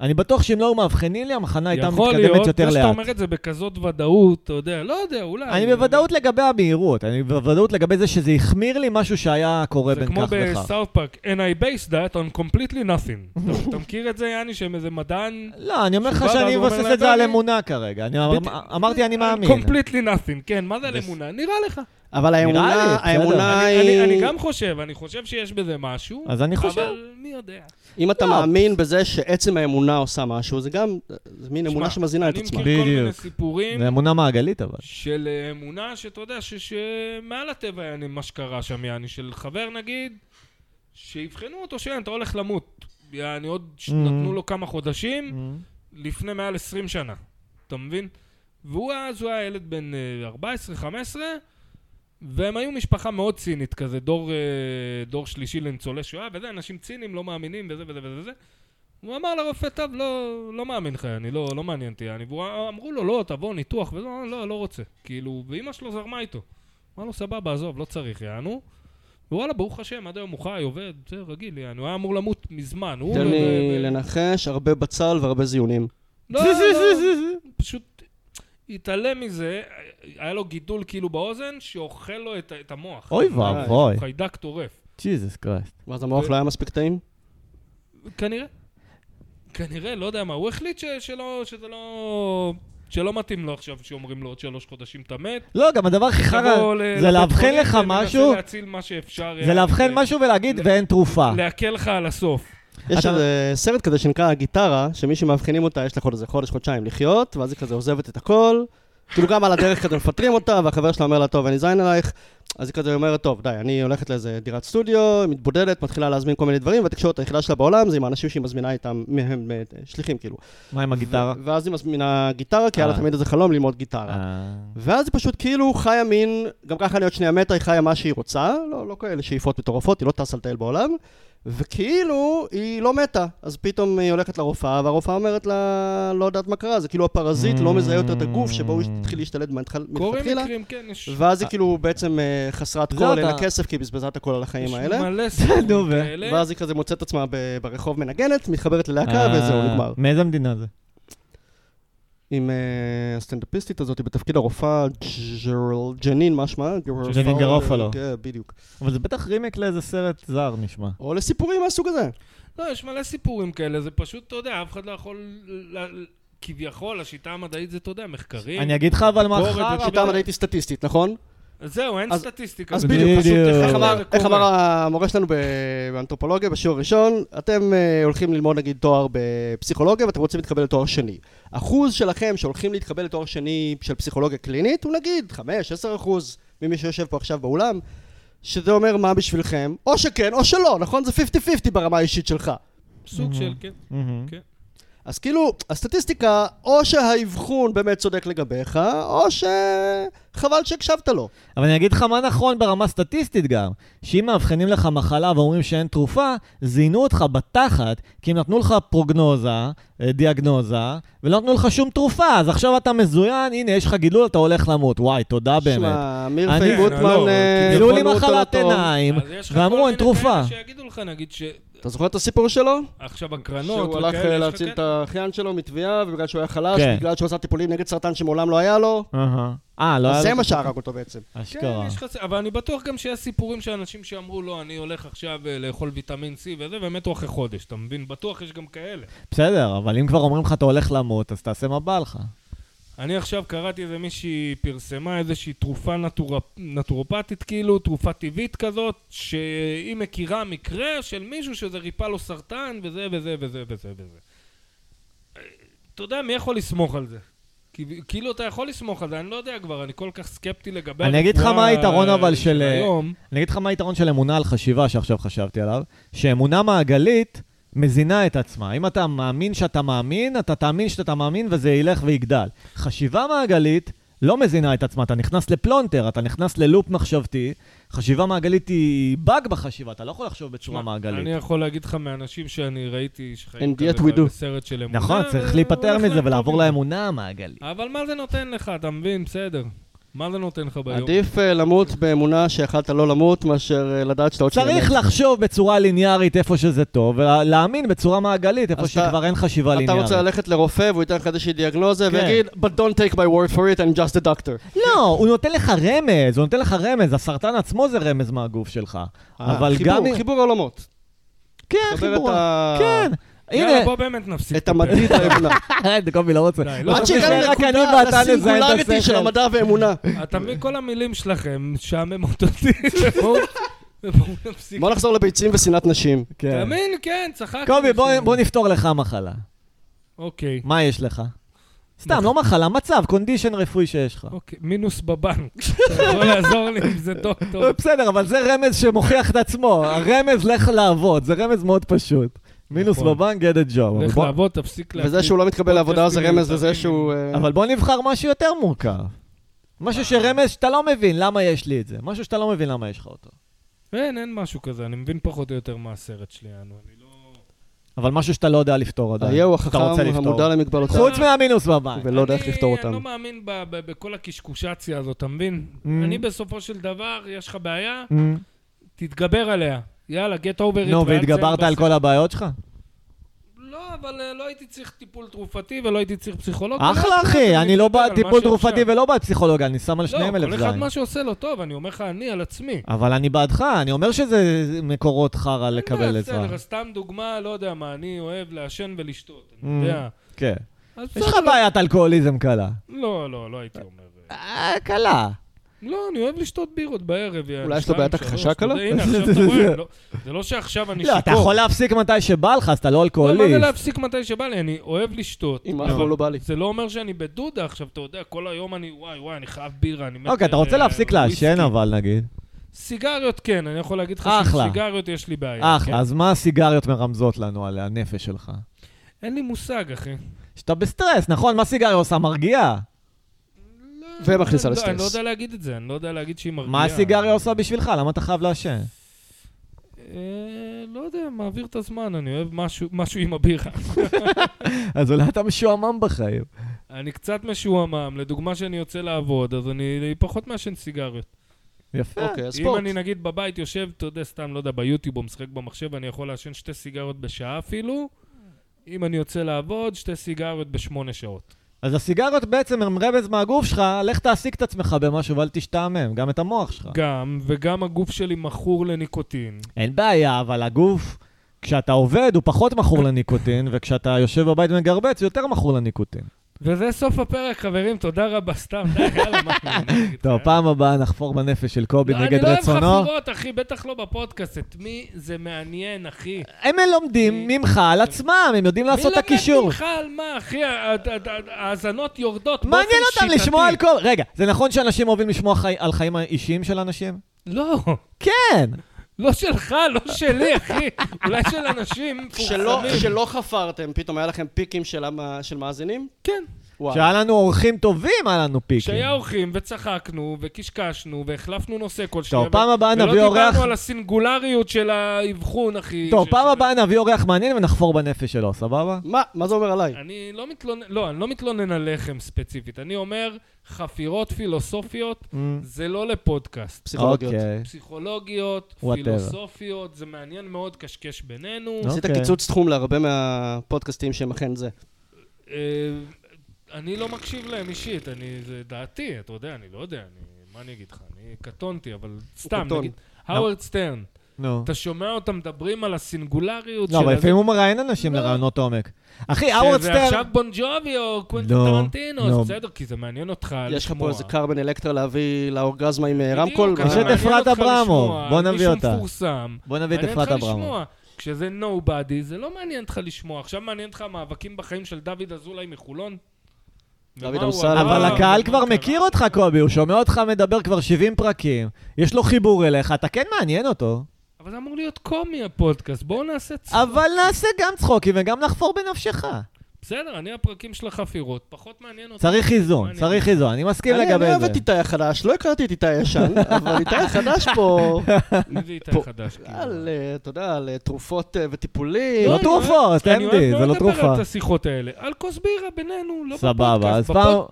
[SPEAKER 3] אני בטוח שאם לא היו מאבחנים לי, המחנה הייתה
[SPEAKER 1] יכול
[SPEAKER 3] מתקדמת
[SPEAKER 1] להיות,
[SPEAKER 3] יותר
[SPEAKER 1] זה שאתה
[SPEAKER 3] לאט.
[SPEAKER 1] אומר את זה בכזאת ודאות, אתה יודע, לא יודע, אולי.
[SPEAKER 3] אני בוודאות לגבי המהירות, אני בוודאות לגבי זה שזה החמיר לי משהו שהיה קורה
[SPEAKER 1] זה
[SPEAKER 3] בין
[SPEAKER 1] כמו
[SPEAKER 3] כך וכך.
[SPEAKER 1] בסאוט פארק, and I base that on completely nothing. טוב, אתה מכיר את זה, יעני, שהם איזה מדען...
[SPEAKER 3] לא, אני אומר לך
[SPEAKER 1] שבא ואז הוא
[SPEAKER 3] שאני
[SPEAKER 1] אומר
[SPEAKER 3] מבסס
[SPEAKER 1] לה,
[SPEAKER 3] את זה על
[SPEAKER 1] "אני-"
[SPEAKER 3] אמונה כרגע. אני אמר-
[SPEAKER 1] בדיוק.
[SPEAKER 3] אמרתי, אני מאמין.
[SPEAKER 1] completely nothing, כן, מה זה על אמונה? נראה לך.
[SPEAKER 4] אבל
[SPEAKER 3] לי,
[SPEAKER 4] האמונה,
[SPEAKER 3] בסדר.
[SPEAKER 4] האמונה
[SPEAKER 1] אני- אני
[SPEAKER 4] היא...
[SPEAKER 1] אני גם חושב, אני חושב שיש בזה משהו,
[SPEAKER 3] אז אני חושב.
[SPEAKER 1] אבל מי יודע.
[SPEAKER 4] אם אתה
[SPEAKER 3] לא.
[SPEAKER 4] מאמין בזה שעצם האמונה עושה משהו, זה גם, זה מין
[SPEAKER 1] שמע,
[SPEAKER 4] אמונה שמזינה את
[SPEAKER 1] אני
[SPEAKER 4] עצמה.
[SPEAKER 1] מכיר כל מיני
[SPEAKER 3] אה, בדיוק.
[SPEAKER 1] סיפורים
[SPEAKER 3] זה אמונה מעגלית אבל.
[SPEAKER 1] של אה, אמונה שאתה יודע ש- שמעל הטבע, יעני, מה שקרה שם, יעני, של חבר נגיד, שאבחנו אותו שאין, אתה הולך למות. יעני, עוד ש-
[SPEAKER 3] Mhm.
[SPEAKER 1] נתנו לו כמה חודשים, לפני מעל 20 שנה, אתה מבין? והוא אז, הוא היה ילד בן אה, 14-15, והם היו משפחה מאוד צינית כזה, דור, אה, דור שלישי לניצולי שואה, וזה, אנשים ציניים, לא מאמינים, וזה וזה וזה וזה. הוא אמר לרופא, טוב, לא, לא מאמין לך, אני לא, לא מעניין אותי, אני, והוא אמרו לו, לא, תבוא, ניתוח, וזה, "אה, לא, לא רוצה. כאילו, ואימא שלו זרמה איתו. אמר לו, סבבה, עזוב, לא צריך, יענו. ווואלה, ברוך השם, עד היום הוא חי, עובד, זה רגיל, יענו, הוא היה אמור למות מזמן. הוא לא-
[SPEAKER 4] תן
[SPEAKER 1] ו-
[SPEAKER 4] לי
[SPEAKER 1] ו- ו-
[SPEAKER 4] לנחש, הרבה בצל והרבה זיונים.
[SPEAKER 1] לא, לא, פשוט התעלם מזה, היה לו גידול כאילו באוזן שאוכל לו את, את המוח.
[SPEAKER 3] אוי ואבוי.
[SPEAKER 1] הוא חיידק טורף.
[SPEAKER 3] ג'יזוס קראסט.
[SPEAKER 4] ואז המוח לא היה מספיק טעים?
[SPEAKER 1] כנראה. כנראה, לא יודע מה, הוא החליט ש, שלא, שזה לא... שלא מתאים לו עכשיו שאומרים לו עוד שלוש חודשים אתה מת.
[SPEAKER 3] לא, גם הדבר הכי חרא
[SPEAKER 1] תבוא ל-
[SPEAKER 3] זה
[SPEAKER 1] לבית
[SPEAKER 3] לאבחן
[SPEAKER 1] חולים
[SPEAKER 3] לך
[SPEAKER 1] וננסה
[SPEAKER 3] משהו,
[SPEAKER 1] להציל מה שאפשר.
[SPEAKER 3] זה לאבחן משהו ולהגיד
[SPEAKER 1] ל-
[SPEAKER 3] ואין תרופה.
[SPEAKER 1] להקל לך על הסוף.
[SPEAKER 4] יש
[SPEAKER 3] אתה-
[SPEAKER 4] איזה סרט כזה שנקרא הגיטרה, שמי שמאבחנים אותה, יש לך עוד איזה חודש, חודשיים לחיות, ואז היא כזה עוזבת את הכל. כאילו גם על הדרך כזה מפטרים אותה, והחבר שלה אומר לה, טוב, אין לי זין עלייך. אז היא כזה אומרת, טוב, די, אני הולכת לאיזה דירת סטודיו, מתבודדת, מתחילה להזמין כל מיני דברים, והתקשורת היחידה שלה בעולם זה עם האנשים שהיא מזמינה איתם, מהם אה, שליחים כאילו.
[SPEAKER 3] מה עם הגיטרה?
[SPEAKER 4] ואז היא מזמינה גיטרה, כי היה לה
[SPEAKER 3] אה.
[SPEAKER 4] תמיד איזה חלום ללמוד גיטרה.
[SPEAKER 3] אה,
[SPEAKER 4] ואז היא פשוט כאילו חיה מין, גם ככה להיות שנייה מתה, היא חיה מה שהיא רוצה, לא, לא כאלה שאיפות מטורפות, היא לא טסה לטייל בעולם, וכאילו היא לא מתה, אז פתאום היא הולכת לרופאה, והרופאה אומרת לה, לא יודעת מה קרה, זה כאילו הפרזיט לא מזהה יותר את הגוף שבו הוא התחיל להשתלט מהתחל-
[SPEAKER 1] קורים
[SPEAKER 4] מלכתחילה,
[SPEAKER 1] מקרים, כן, יש...
[SPEAKER 4] ואז היא כאילו בעצם אה, חסרת
[SPEAKER 3] זה
[SPEAKER 4] כל, אין לה
[SPEAKER 3] אתה-
[SPEAKER 4] כסף, כי היא בזבזה את הכל על החיים
[SPEAKER 1] יש
[SPEAKER 4] האלה,
[SPEAKER 1] מלא סיפורים
[SPEAKER 3] נו, ו-
[SPEAKER 1] כאלה.
[SPEAKER 4] ואז היא כזה מוצאת עצמה ב- ברחוב מנגנת, מתחברת ללהקה, וזהו,
[SPEAKER 3] אה,
[SPEAKER 4] נגמר.
[SPEAKER 3] מאיזה מדינה זה?
[SPEAKER 4] עם אה, הסטנדאפיסטית הזאת בתפקיד הרופאה ג'רל- ג'נין, מה שמה? ג'רל-
[SPEAKER 3] ג'נין גרופלו.
[SPEAKER 4] כן, בדיוק.
[SPEAKER 3] אבל זה בטח רימק לאיזה סרט זר נשמע.
[SPEAKER 4] או לסיפורים מהסוג הזה.
[SPEAKER 1] לא, יש מלא סיפורים כאלה, זה פשוט, אתה יודע, אף אחד לא יכול... ל- כביכול, השיטה המדעית זה, אתה יודע, מחקרים.
[SPEAKER 3] אני אגיד לך אבל מה
[SPEAKER 1] ביקורת
[SPEAKER 3] חרא.
[SPEAKER 4] שיטה מדעית היא סטטיסטית, נכון?
[SPEAKER 1] אז זהו, אין
[SPEAKER 4] אז-
[SPEAKER 1] סטטיסטיקה.
[SPEAKER 4] אז
[SPEAKER 1] זה
[SPEAKER 4] בדיוק,
[SPEAKER 1] פשוט
[SPEAKER 3] בדיוק.
[SPEAKER 1] איך
[SPEAKER 4] איך
[SPEAKER 1] אמר-
[SPEAKER 4] אמר- איך אמר
[SPEAKER 1] קורה.
[SPEAKER 4] המורה שלנו ב- באנתרופולוגיה בשיעור הראשון, אתם אה, הולכים ללמוד נגיד תואר בפסיכולוגיה ואתם רוצים להתקבל לתואר שני. אחוז שלכם שהולכים להתקבל לתואר שני של פסיכולוגיה קלינית הוא נגיד 5-10 אחוז ממי שיושב פה עכשיו באולם, שזה אומר מה בשבילכם, או שכן או שלא, נכון? זה 50-50 ברמה האישית שלך.
[SPEAKER 1] סוג של, כן.
[SPEAKER 3] מהמם.
[SPEAKER 1] כן.
[SPEAKER 4] אז כאילו, הסטטיסטיקה, או שהאבחון באמת צודק לגביך, או שחבל שהקשבת לו.
[SPEAKER 3] אבל אני אגיד לך מה נכון ברמה סטטיסטית גם, שאם מאבחנים לך מחלה ואומרים שאין תרופה, זינו אותך בתחת, כי הם נתנו לך פרוגנוזה, אה, דיאגנוזה, ולא נתנו לך שום תרופה, אז עכשיו אתה מזוין, הנה, יש לך גילול, אתה הולך למות. וואי, תודה באמת.
[SPEAKER 4] שמע, אמיר
[SPEAKER 3] אני-
[SPEAKER 4] פיי
[SPEAKER 3] כן,
[SPEAKER 1] לא,
[SPEAKER 4] גוטמן... אה,
[SPEAKER 3] גילו לי
[SPEAKER 4] הבחנו אותו
[SPEAKER 3] מחלת
[SPEAKER 4] לטוב.
[SPEAKER 3] עיניים,
[SPEAKER 1] אז יש לך כל
[SPEAKER 3] ואמרו אין
[SPEAKER 1] מיני
[SPEAKER 3] תרופה.
[SPEAKER 1] כאלה שיגידו לך, נגיד, שעכשיו
[SPEAKER 4] אתה זוכר את הסיפור שלו?
[SPEAKER 1] הקרנות...
[SPEAKER 4] שהוא
[SPEAKER 1] וכאלה,
[SPEAKER 4] הלך
[SPEAKER 1] יש
[SPEAKER 4] אה,
[SPEAKER 1] לך כן-
[SPEAKER 4] להציל את
[SPEAKER 1] כאלה?
[SPEAKER 4] האחיין שלו מתביעה, ובגלל שהוא היה חלש,
[SPEAKER 3] כן.
[SPEAKER 4] בגלל שהוא עשה טיפולים נגד סרטן שמעולם לא היה לו,
[SPEAKER 3] אהה. אה, לא
[SPEAKER 4] אז
[SPEAKER 3] היה...
[SPEAKER 4] זה
[SPEAKER 3] לו-
[SPEAKER 4] מה שהרג אותו בעצם.
[SPEAKER 1] כן,
[SPEAKER 3] אשכרה.
[SPEAKER 1] יש לך... אבל אני בטוח גם שיש סיפורים של אנשים שאמרו, לא, אני הולך עכשיו אה, לאכול ויטמין C וזה, ומתו אחרי חודש, אתה מבין? בטוח יש גם כאלה.
[SPEAKER 3] בסדר, אבל אם כבר אומרים לך אתה הולך למות, אז תעשה מה בא לך.
[SPEAKER 1] אני עכשיו קראתי איזה מישהי פרסמה איזושהי תרופה נטור... נטורופטית, כאילו, תרופה טבעית כזאת, שהיא מכירה מקרה של מישהו שזה ריפא לו סרטן, וזה וזה וזה וזה וזה. אה, אתה יודע, מי יכול לסמוך על זה? כי- כאילו, אתה יכול לסמוך על זה, אני לא יודע כבר, אני כל כך סקפטי לגבי...
[SPEAKER 3] אני אגיד לך
[SPEAKER 1] הרפואה,
[SPEAKER 3] מה היתרון
[SPEAKER 1] אה,
[SPEAKER 3] אבל של, אה,
[SPEAKER 1] היום.
[SPEAKER 3] אני אגיד לך מה היתרון של אמונה על חשיבה שעכשיו חשבתי עליו, שאמונה מעגלית מזינה את עצמה. אם אתה מאמין שאתה מאמין, אתה תאמין שאתה מאמין וזה ילך ויגדל. חשיבה מעגלית לא מזינה את עצמה, אתה נכנס לפלונטר, אתה נכנס ללופ מחשבתי. חשיבה מעגלית היא באג בחשיבה, אתה לא יכול לחשוב בצורה
[SPEAKER 1] אני
[SPEAKER 3] מעגלית.
[SPEAKER 1] יכול להגיד לך מאנשים שאני ראיתי שחיים
[SPEAKER 4] And yet we do.
[SPEAKER 1] בסרט של אמונה.
[SPEAKER 3] נכון, צריך להיפטר
[SPEAKER 1] והולך
[SPEAKER 3] מזה
[SPEAKER 1] להם טוב
[SPEAKER 3] ולעבור
[SPEAKER 1] עם זה.
[SPEAKER 3] לאמונה המעגלית.
[SPEAKER 1] אבל מה זה נותן לך, אתה מבין? בסדר. מה זה נותן לך ביום?
[SPEAKER 4] עדיף אה, למות באמונה שיכלת לא למות, מאשר אה, לדעת שאתה עוד שנייה
[SPEAKER 3] צריך
[SPEAKER 4] מת.
[SPEAKER 3] לחשוב בצורה ליניארית איפה שזה טוב, ולהאמין בצורה מעגלית איפה
[SPEAKER 4] אז
[SPEAKER 3] שכבר
[SPEAKER 4] אתה-
[SPEAKER 3] אין חשיבה
[SPEAKER 4] אתה
[SPEAKER 3] ליניארית.
[SPEAKER 4] רוצה ללכת לרופא והוא ייתן לך איזושהי דיאגנוזה
[SPEAKER 3] כן.
[SPEAKER 4] ויגיד, but don't take my word for it, I'm just a doctor.
[SPEAKER 3] לא, הוא נותן לך רמז, הוא נותן לך רמז, הסרטן עצמו זה רמז מהגוף שלך. אבל
[SPEAKER 4] אה, חיבור,
[SPEAKER 3] גם...
[SPEAKER 4] חיבור עולמות.
[SPEAKER 3] כן,
[SPEAKER 4] מחבר
[SPEAKER 3] חיבור.
[SPEAKER 4] את ה-
[SPEAKER 3] כן,
[SPEAKER 1] יאללה,
[SPEAKER 3] הנה.
[SPEAKER 1] בוא באמת נפסיק.
[SPEAKER 4] את המדעית האמונה.
[SPEAKER 3] די, קובי, לא רוצה.
[SPEAKER 1] די, לא
[SPEAKER 3] לא
[SPEAKER 4] עד
[SPEAKER 3] רוצה
[SPEAKER 4] שהגענו
[SPEAKER 3] שרק אני
[SPEAKER 4] לנקודה,
[SPEAKER 3] ואתה נזיין את
[SPEAKER 4] לסינגולריטי
[SPEAKER 1] כן.
[SPEAKER 4] של
[SPEAKER 3] השכל.
[SPEAKER 4] המדע ואמונה.
[SPEAKER 1] אתה מבין, כל המילים שלכם משעממות אותי. בואו בואו נפסיק.
[SPEAKER 4] בוא נחזור לביצים ושנאת נשים.
[SPEAKER 3] כן.
[SPEAKER 1] תאמין, כן, צחקתי.
[SPEAKER 3] קובי, בוא- בוא נפתור לך מחלה.
[SPEAKER 1] אוקיי.
[SPEAKER 3] מה יש לך? סתם, לא מחלה, מצב, קונדישן רפואי שיש לך.
[SPEAKER 1] אוקיי, מינוס בבנק. אתה יכול לעזור לי אם זה דוקטור.
[SPEAKER 3] אה, בסדר, אבל זה רמז שמוכיח את עצמו. הרמז לך לעבוד, זה רמז מאוד פשוט. מינוס
[SPEAKER 1] נכון.
[SPEAKER 3] בבנק, get a job.
[SPEAKER 1] לך
[SPEAKER 3] אבל אוקיי. בוא-
[SPEAKER 1] לעבוד, תפסיק להקליט.
[SPEAKER 4] וזה שהוא לא מתקבל
[SPEAKER 1] בוא
[SPEAKER 4] לעבודה זה
[SPEAKER 1] תפסיק
[SPEAKER 4] רמז
[SPEAKER 1] להתאמן.
[SPEAKER 4] לזה שהוא... אה,
[SPEAKER 3] אבל בוא נבחר משהו יותר מורכב. משהו שרמז שאתה לא מבין למה יש לי את זה. משהו שאתה לא מבין למה יש לך אותו. לא-
[SPEAKER 1] אין, אין משהו כזה, אני מבין פחות או יותר מה הסרט שלי, אנו. אני לא...
[SPEAKER 3] אבל משהו שאתה לא יודע לפתור עדיין.
[SPEAKER 4] היהו
[SPEAKER 3] שאתה רוצה
[SPEAKER 4] אה, החכם
[SPEAKER 3] לפתור.
[SPEAKER 4] המודע למגבלותיו.
[SPEAKER 3] חוץ מהמינוס בבנק.
[SPEAKER 4] ולא יודע איך
[SPEAKER 1] אני-
[SPEAKER 4] לפתור
[SPEAKER 1] אני
[SPEAKER 4] אותם.
[SPEAKER 1] לא מאמין ב- ב- בכל הקשקושציה הזאת, אתה מבין?
[SPEAKER 3] Mm.
[SPEAKER 1] אני בסופו של דבר, יש לך בעיה, תתגבר עליה. יאללה, get over it.
[SPEAKER 3] נו,
[SPEAKER 1] ואל
[SPEAKER 3] והתגברת
[SPEAKER 1] תסיים
[SPEAKER 3] על כל הבעיות שלך?
[SPEAKER 1] בס- לא, אבל אה, לא הייתי צריך טיפול תרופתי ולא הייתי צריך פסיכולוג.
[SPEAKER 3] אחלה,
[SPEAKER 1] ולא,
[SPEAKER 3] אחי, אני לא
[SPEAKER 1] מדבר על
[SPEAKER 3] בעד
[SPEAKER 1] מה
[SPEAKER 3] טיפול
[SPEAKER 1] שאפשר.
[SPEAKER 3] תרופתי ולא בעד פסיכולוגיה, אני שם על שניהם
[SPEAKER 1] לא,
[SPEAKER 3] אלף
[SPEAKER 1] כל אחד
[SPEAKER 3] זין.
[SPEAKER 1] מה שעושה לו טוב, אני אומר לך, אני על עצמי.
[SPEAKER 3] אבל אני בעדך, אני אומר שזה מקורות חרא לקבל עזרה.
[SPEAKER 1] אה, בסדר, אז סתם דוגמה, לא יודע מה, אני אוהב לעשן ולשתות, אני
[SPEAKER 3] Mm.
[SPEAKER 1] יודע.
[SPEAKER 3] כן.
[SPEAKER 1] אז
[SPEAKER 3] יש
[SPEAKER 1] בסדר,
[SPEAKER 3] לך
[SPEAKER 1] לא-
[SPEAKER 3] בעיית אלכוהוליזם קלה.
[SPEAKER 1] לא, לא, לא הייתי אומר. אה,
[SPEAKER 3] אה, קלה.
[SPEAKER 1] לא, אני אוהב לשתות בירות בערב. יעני,
[SPEAKER 4] אולי יש לו
[SPEAKER 1] שתיים,
[SPEAKER 4] בעיית
[SPEAKER 1] שלוש,
[SPEAKER 4] הכחשה
[SPEAKER 1] אתה יודע,
[SPEAKER 4] קלה?
[SPEAKER 1] הנה, עכשיו אתה רואה, לא- זה לא שעכשיו אני שיכור.
[SPEAKER 3] לא, אתה יכול להפסיק מתי שבא לך, אז אתה לא
[SPEAKER 1] לא, מה זה
[SPEAKER 3] אלכוהוליסט.
[SPEAKER 1] להפסיק מתי שבא לי? אני אוהב לשתות.
[SPEAKER 4] אם אף
[SPEAKER 1] אבל
[SPEAKER 4] פעם לא בא לי.
[SPEAKER 1] זה לא אומר שאני בדודה עכשיו, אתה יודע, כל היום אני, וואי, וואי, אני חייב בירה, אני מת...
[SPEAKER 3] אוקיי, אתה רוצה
[SPEAKER 1] אה,
[SPEAKER 3] להפסיק
[SPEAKER 1] וויסקי.
[SPEAKER 3] לעשן אבל נגיד.
[SPEAKER 1] סיגריות כן, אני יכול להגיד לך
[SPEAKER 3] אחלה.
[SPEAKER 1] שסיגריות יש לי בעיה.
[SPEAKER 3] אחלה, אז מה הסיגריות מרמזות לנו על הנפש שלך?
[SPEAKER 1] כן. אין לי מושג, אחי.
[SPEAKER 3] שאתה בסטרס, נכון? מה סיגריה עושה? מרגיעה.
[SPEAKER 4] ומכניסה
[SPEAKER 1] לא, אני לא
[SPEAKER 4] לסטרס.
[SPEAKER 1] יודע להגיד את זה, אני לא יודע להגיד שהיא מרגיעה.
[SPEAKER 3] מה הסיגריה עושה בשבילך? למה אתה חייב לעשן?
[SPEAKER 1] אה, לא יודע, מעביר את הזמן, אני אוהב משהו- משהו עם הבירה.
[SPEAKER 3] אז אולי אתה משועמם בחיים.
[SPEAKER 1] אני קצת משועמם, לדוגמה שאני יוצא לעבוד, אז אני פחות מעשן סיגריות.
[SPEAKER 3] יפה.
[SPEAKER 4] אוקיי, אז
[SPEAKER 1] אם
[SPEAKER 4] ספורט.
[SPEAKER 1] אני נגיד בבית יושב, אתה יודע, סתם, לא יודע, ביוטיוב או משחק במחשב, אני יכול לעשן שתי סיגריות בשעה אפילו. אם אני יוצא לעבוד, שתי סיגריות בשמונה שעות.
[SPEAKER 3] אז הסיגריות בעצם הם רמז מהגוף שלך, לך תעסיק את עצמך במשהו ואל תשתעמם, גם את המוח שלך.
[SPEAKER 1] גם, וגם הגוף שלי מכור לניקוטין.
[SPEAKER 3] אין בעיה, אבל הגוף, כשאתה עובד, הוא פחות מכור לניקוטין, וכשאתה יושב בבית ומגרבץ, הוא יותר מכור לניקוטין.
[SPEAKER 1] וזה סוף הפרק, חברים, תודה רבה, סתם, די, יאללה, מה אני אגיד לך,
[SPEAKER 3] טוב,
[SPEAKER 1] אה?
[SPEAKER 3] פעם הבאה נחפור בנפש של קובי
[SPEAKER 1] לא,
[SPEAKER 3] נגד
[SPEAKER 1] אני לא
[SPEAKER 3] רצונו.
[SPEAKER 1] אוהב חפירות, אחי, בטח לא בפודקאסט. את מי זה מעניין, אחי?
[SPEAKER 3] הם לומדים ממך על עצמם, הם יודעים לעשות את
[SPEAKER 1] מי
[SPEAKER 3] הקישור.
[SPEAKER 1] לומד ממך על מה, אחי? ה- ה- ה- ההאזנות יורדות באופן
[SPEAKER 3] מעניין
[SPEAKER 1] שיטתי.
[SPEAKER 3] אותם לשמוע על כל... רגע, זה נכון שאנשים אוהבים לשמוע חי- על חיים האישיים של אנשים?
[SPEAKER 1] לא,
[SPEAKER 3] כן!
[SPEAKER 1] לא שלך, לא שלי, אחי. אולי של אנשים
[SPEAKER 4] שלא-
[SPEAKER 1] מפורסמים.
[SPEAKER 4] שלא חפרתם, פתאום היה לכם פיקים של המ- של מאזינים?
[SPEAKER 1] כן.
[SPEAKER 4] וואו.
[SPEAKER 3] שהיה לנו אורחים טובים, היה לנו פיקים.
[SPEAKER 1] שהיה אורחים וצחקנו וקשקשנו והחלפנו נושא כל שנייה.
[SPEAKER 3] טוב, פעם הבאה נביא
[SPEAKER 1] ולא
[SPEAKER 3] אורח...
[SPEAKER 1] דיברנו על הסינגולריות של האבחון, אחי.
[SPEAKER 3] טוב,
[SPEAKER 1] ש-
[SPEAKER 3] פעם
[SPEAKER 1] של-
[SPEAKER 3] הבאה נביא אורח מעניין ונחפור בנפש שלו, סבבה?
[SPEAKER 4] מה? מה זה אומר עליי?
[SPEAKER 1] אני לא מתלונן, לא, אני לא מתלונן עליכם ספציפית. אני אומר, חפירות פילוסופיות
[SPEAKER 3] Mm.
[SPEAKER 1] זה לא לפודקאסט.
[SPEAKER 4] פסיכולוגיות.
[SPEAKER 3] אוקיי.
[SPEAKER 1] פסיכולוגיות,
[SPEAKER 3] Whatever.
[SPEAKER 1] פילוסופיות, זה מעניין מאוד קשקש בינינו.
[SPEAKER 3] נו.
[SPEAKER 4] עשית
[SPEAKER 3] אוקיי.
[SPEAKER 4] קיצוץ תחום להרבה מהפודקאסטים שהם אכן זה.
[SPEAKER 1] אה, אני לא מקשיב להם אישית, אני, זה דעתי, אתה יודע, אני לא יודע, אני, מה אני אגיד לך? אני קטונתי, אבל סתם,
[SPEAKER 4] קטון.
[SPEAKER 1] נגיד, האוורד סטרן,
[SPEAKER 3] נו.
[SPEAKER 1] אתה שומע אותם מדברים על הסינגולריות
[SPEAKER 3] לא, אבל
[SPEAKER 1] הזה,
[SPEAKER 3] לפעמים הוא מראיין אנשים
[SPEAKER 1] לא.
[SPEAKER 3] לרעיונות עומק. אחי, האוורד
[SPEAKER 1] שזה
[SPEAKER 3] סטרן...
[SPEAKER 1] עכשיו בון ג'ובי או קווינטין
[SPEAKER 3] לא,
[SPEAKER 1] טרנטינו,
[SPEAKER 3] לא.
[SPEAKER 1] אז בסדר, כי זה מעניין אותך לשמוע.
[SPEAKER 4] יש לך פה איזה קרבן אלקטרה להביא לאורגזמה עם אה, רמקול?
[SPEAKER 1] בדיוק,
[SPEAKER 4] מה?
[SPEAKER 1] זה
[SPEAKER 3] פשוט
[SPEAKER 1] מעניין
[SPEAKER 3] אפרת
[SPEAKER 1] אותך
[SPEAKER 3] אברמוב,
[SPEAKER 1] לשמוע,
[SPEAKER 3] בוא נביא אותה.
[SPEAKER 1] מישהו מפורסם.
[SPEAKER 3] בוא נביא את
[SPEAKER 1] מעניין
[SPEAKER 3] אפרת
[SPEAKER 1] אותך
[SPEAKER 3] אברהם.
[SPEAKER 1] לשמוע. כשזה נובדי, זה לא מעניין אותך לשמוע. עכשיו מעניין אותך המאבקים בחיים של דוד אזולאי מחולון?
[SPEAKER 4] דוד
[SPEAKER 1] ומה הוא
[SPEAKER 4] אמסלם.
[SPEAKER 1] עבר,
[SPEAKER 3] אבל
[SPEAKER 1] ומה
[SPEAKER 3] הקהל כבר
[SPEAKER 1] קרה.
[SPEAKER 3] מכיר אותך, קובי, הוא שומע אותך מדבר כבר 70 פרקים, יש לו חיבור אליך, אתה כן מעניין אותו.
[SPEAKER 1] אבל זה אמור להיות קומי הפודקאסט, בואו נעשה צחוק.
[SPEAKER 3] אבל נעשה גם צחוקים וגם נחפור בנפשך.
[SPEAKER 1] בסדר, אני הפרקים של החפירות, פחות מעניין אותי.
[SPEAKER 3] צריך איזון,
[SPEAKER 1] אני-
[SPEAKER 3] צריך איזון, אני מסכים
[SPEAKER 4] אני אני
[SPEAKER 3] לגבי
[SPEAKER 4] אוהב
[SPEAKER 3] זה.
[SPEAKER 4] את איתי החדש, לא הכרתי את איתי הישן, אבל איתי החדש פה,
[SPEAKER 3] כן.
[SPEAKER 1] מי זה איתי
[SPEAKER 4] פה.
[SPEAKER 1] חדש? כאילו?
[SPEAKER 4] על, אה, אתה יודע, על אה, תרופות אה, וטיפולים.
[SPEAKER 3] לא
[SPEAKER 1] אני
[SPEAKER 3] תרופות,
[SPEAKER 1] אוהב- אני
[SPEAKER 3] אנדי,
[SPEAKER 1] אוהב
[SPEAKER 3] זה לא
[SPEAKER 1] מאוד לדבר
[SPEAKER 3] תרופה.
[SPEAKER 1] על את השיחות האלה. על כוס בירה בינינו, לא בפודקאסט.
[SPEAKER 3] סבבה, אז פעם...
[SPEAKER 1] בפוד-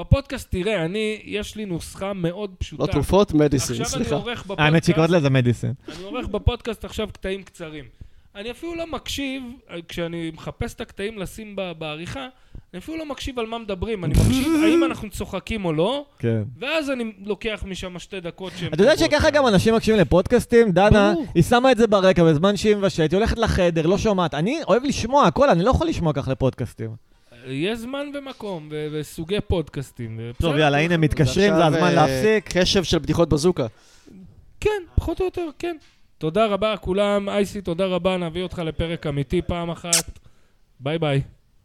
[SPEAKER 1] בפודקאסט, תראה, אני, יש לי נוסחה מאוד פשוטה.
[SPEAKER 4] לא תרופות, מדיסין,
[SPEAKER 1] עכשיו אני
[SPEAKER 4] סליחה.
[SPEAKER 1] עורך בפודקאסט...
[SPEAKER 3] האמת שקוראת לזה מדיסן.
[SPEAKER 1] אני עורך בפודקאסט עכשיו קטעים קצרים. אני אפילו לא מקשיב, כשאני מחפש את הקטעים לשים ב- בעריכה, אני אפילו לא מקשיב על מה מדברים, אני מקשיב האם אנחנו צוחקים או לא,
[SPEAKER 3] כן.
[SPEAKER 1] ואז אני לוקח משם שתי דקות שהן...
[SPEAKER 3] אתה יודע
[SPEAKER 1] טובות.
[SPEAKER 3] שככה גם אנשים מקשיבים לפודקאסטים? דנה,
[SPEAKER 4] ברור.
[SPEAKER 3] היא שמה את זה ברקע בזמן שהיא מבשלת, היא הולכת לחדר, לא שומעת. אני אוהב לשמוע הכל, אני לא יכול לשמוע ככה לפודקאסטים.
[SPEAKER 1] יש זמן ומקום, ו- וסוגי פודקאסטים. ובסדר.
[SPEAKER 3] טוב, יאללה, הנה, מתקשרים, זה
[SPEAKER 4] עכשיו,
[SPEAKER 3] הזמן
[SPEAKER 4] אה,
[SPEAKER 3] להפסיק.
[SPEAKER 4] קשב של בדיחות בזוקה.
[SPEAKER 1] כן, פחות או יותר, כן. תודה רבה כולם, אייסי, תודה רבה, נביא אותך לפרק אמיתי פעם אחת. ביי ביי.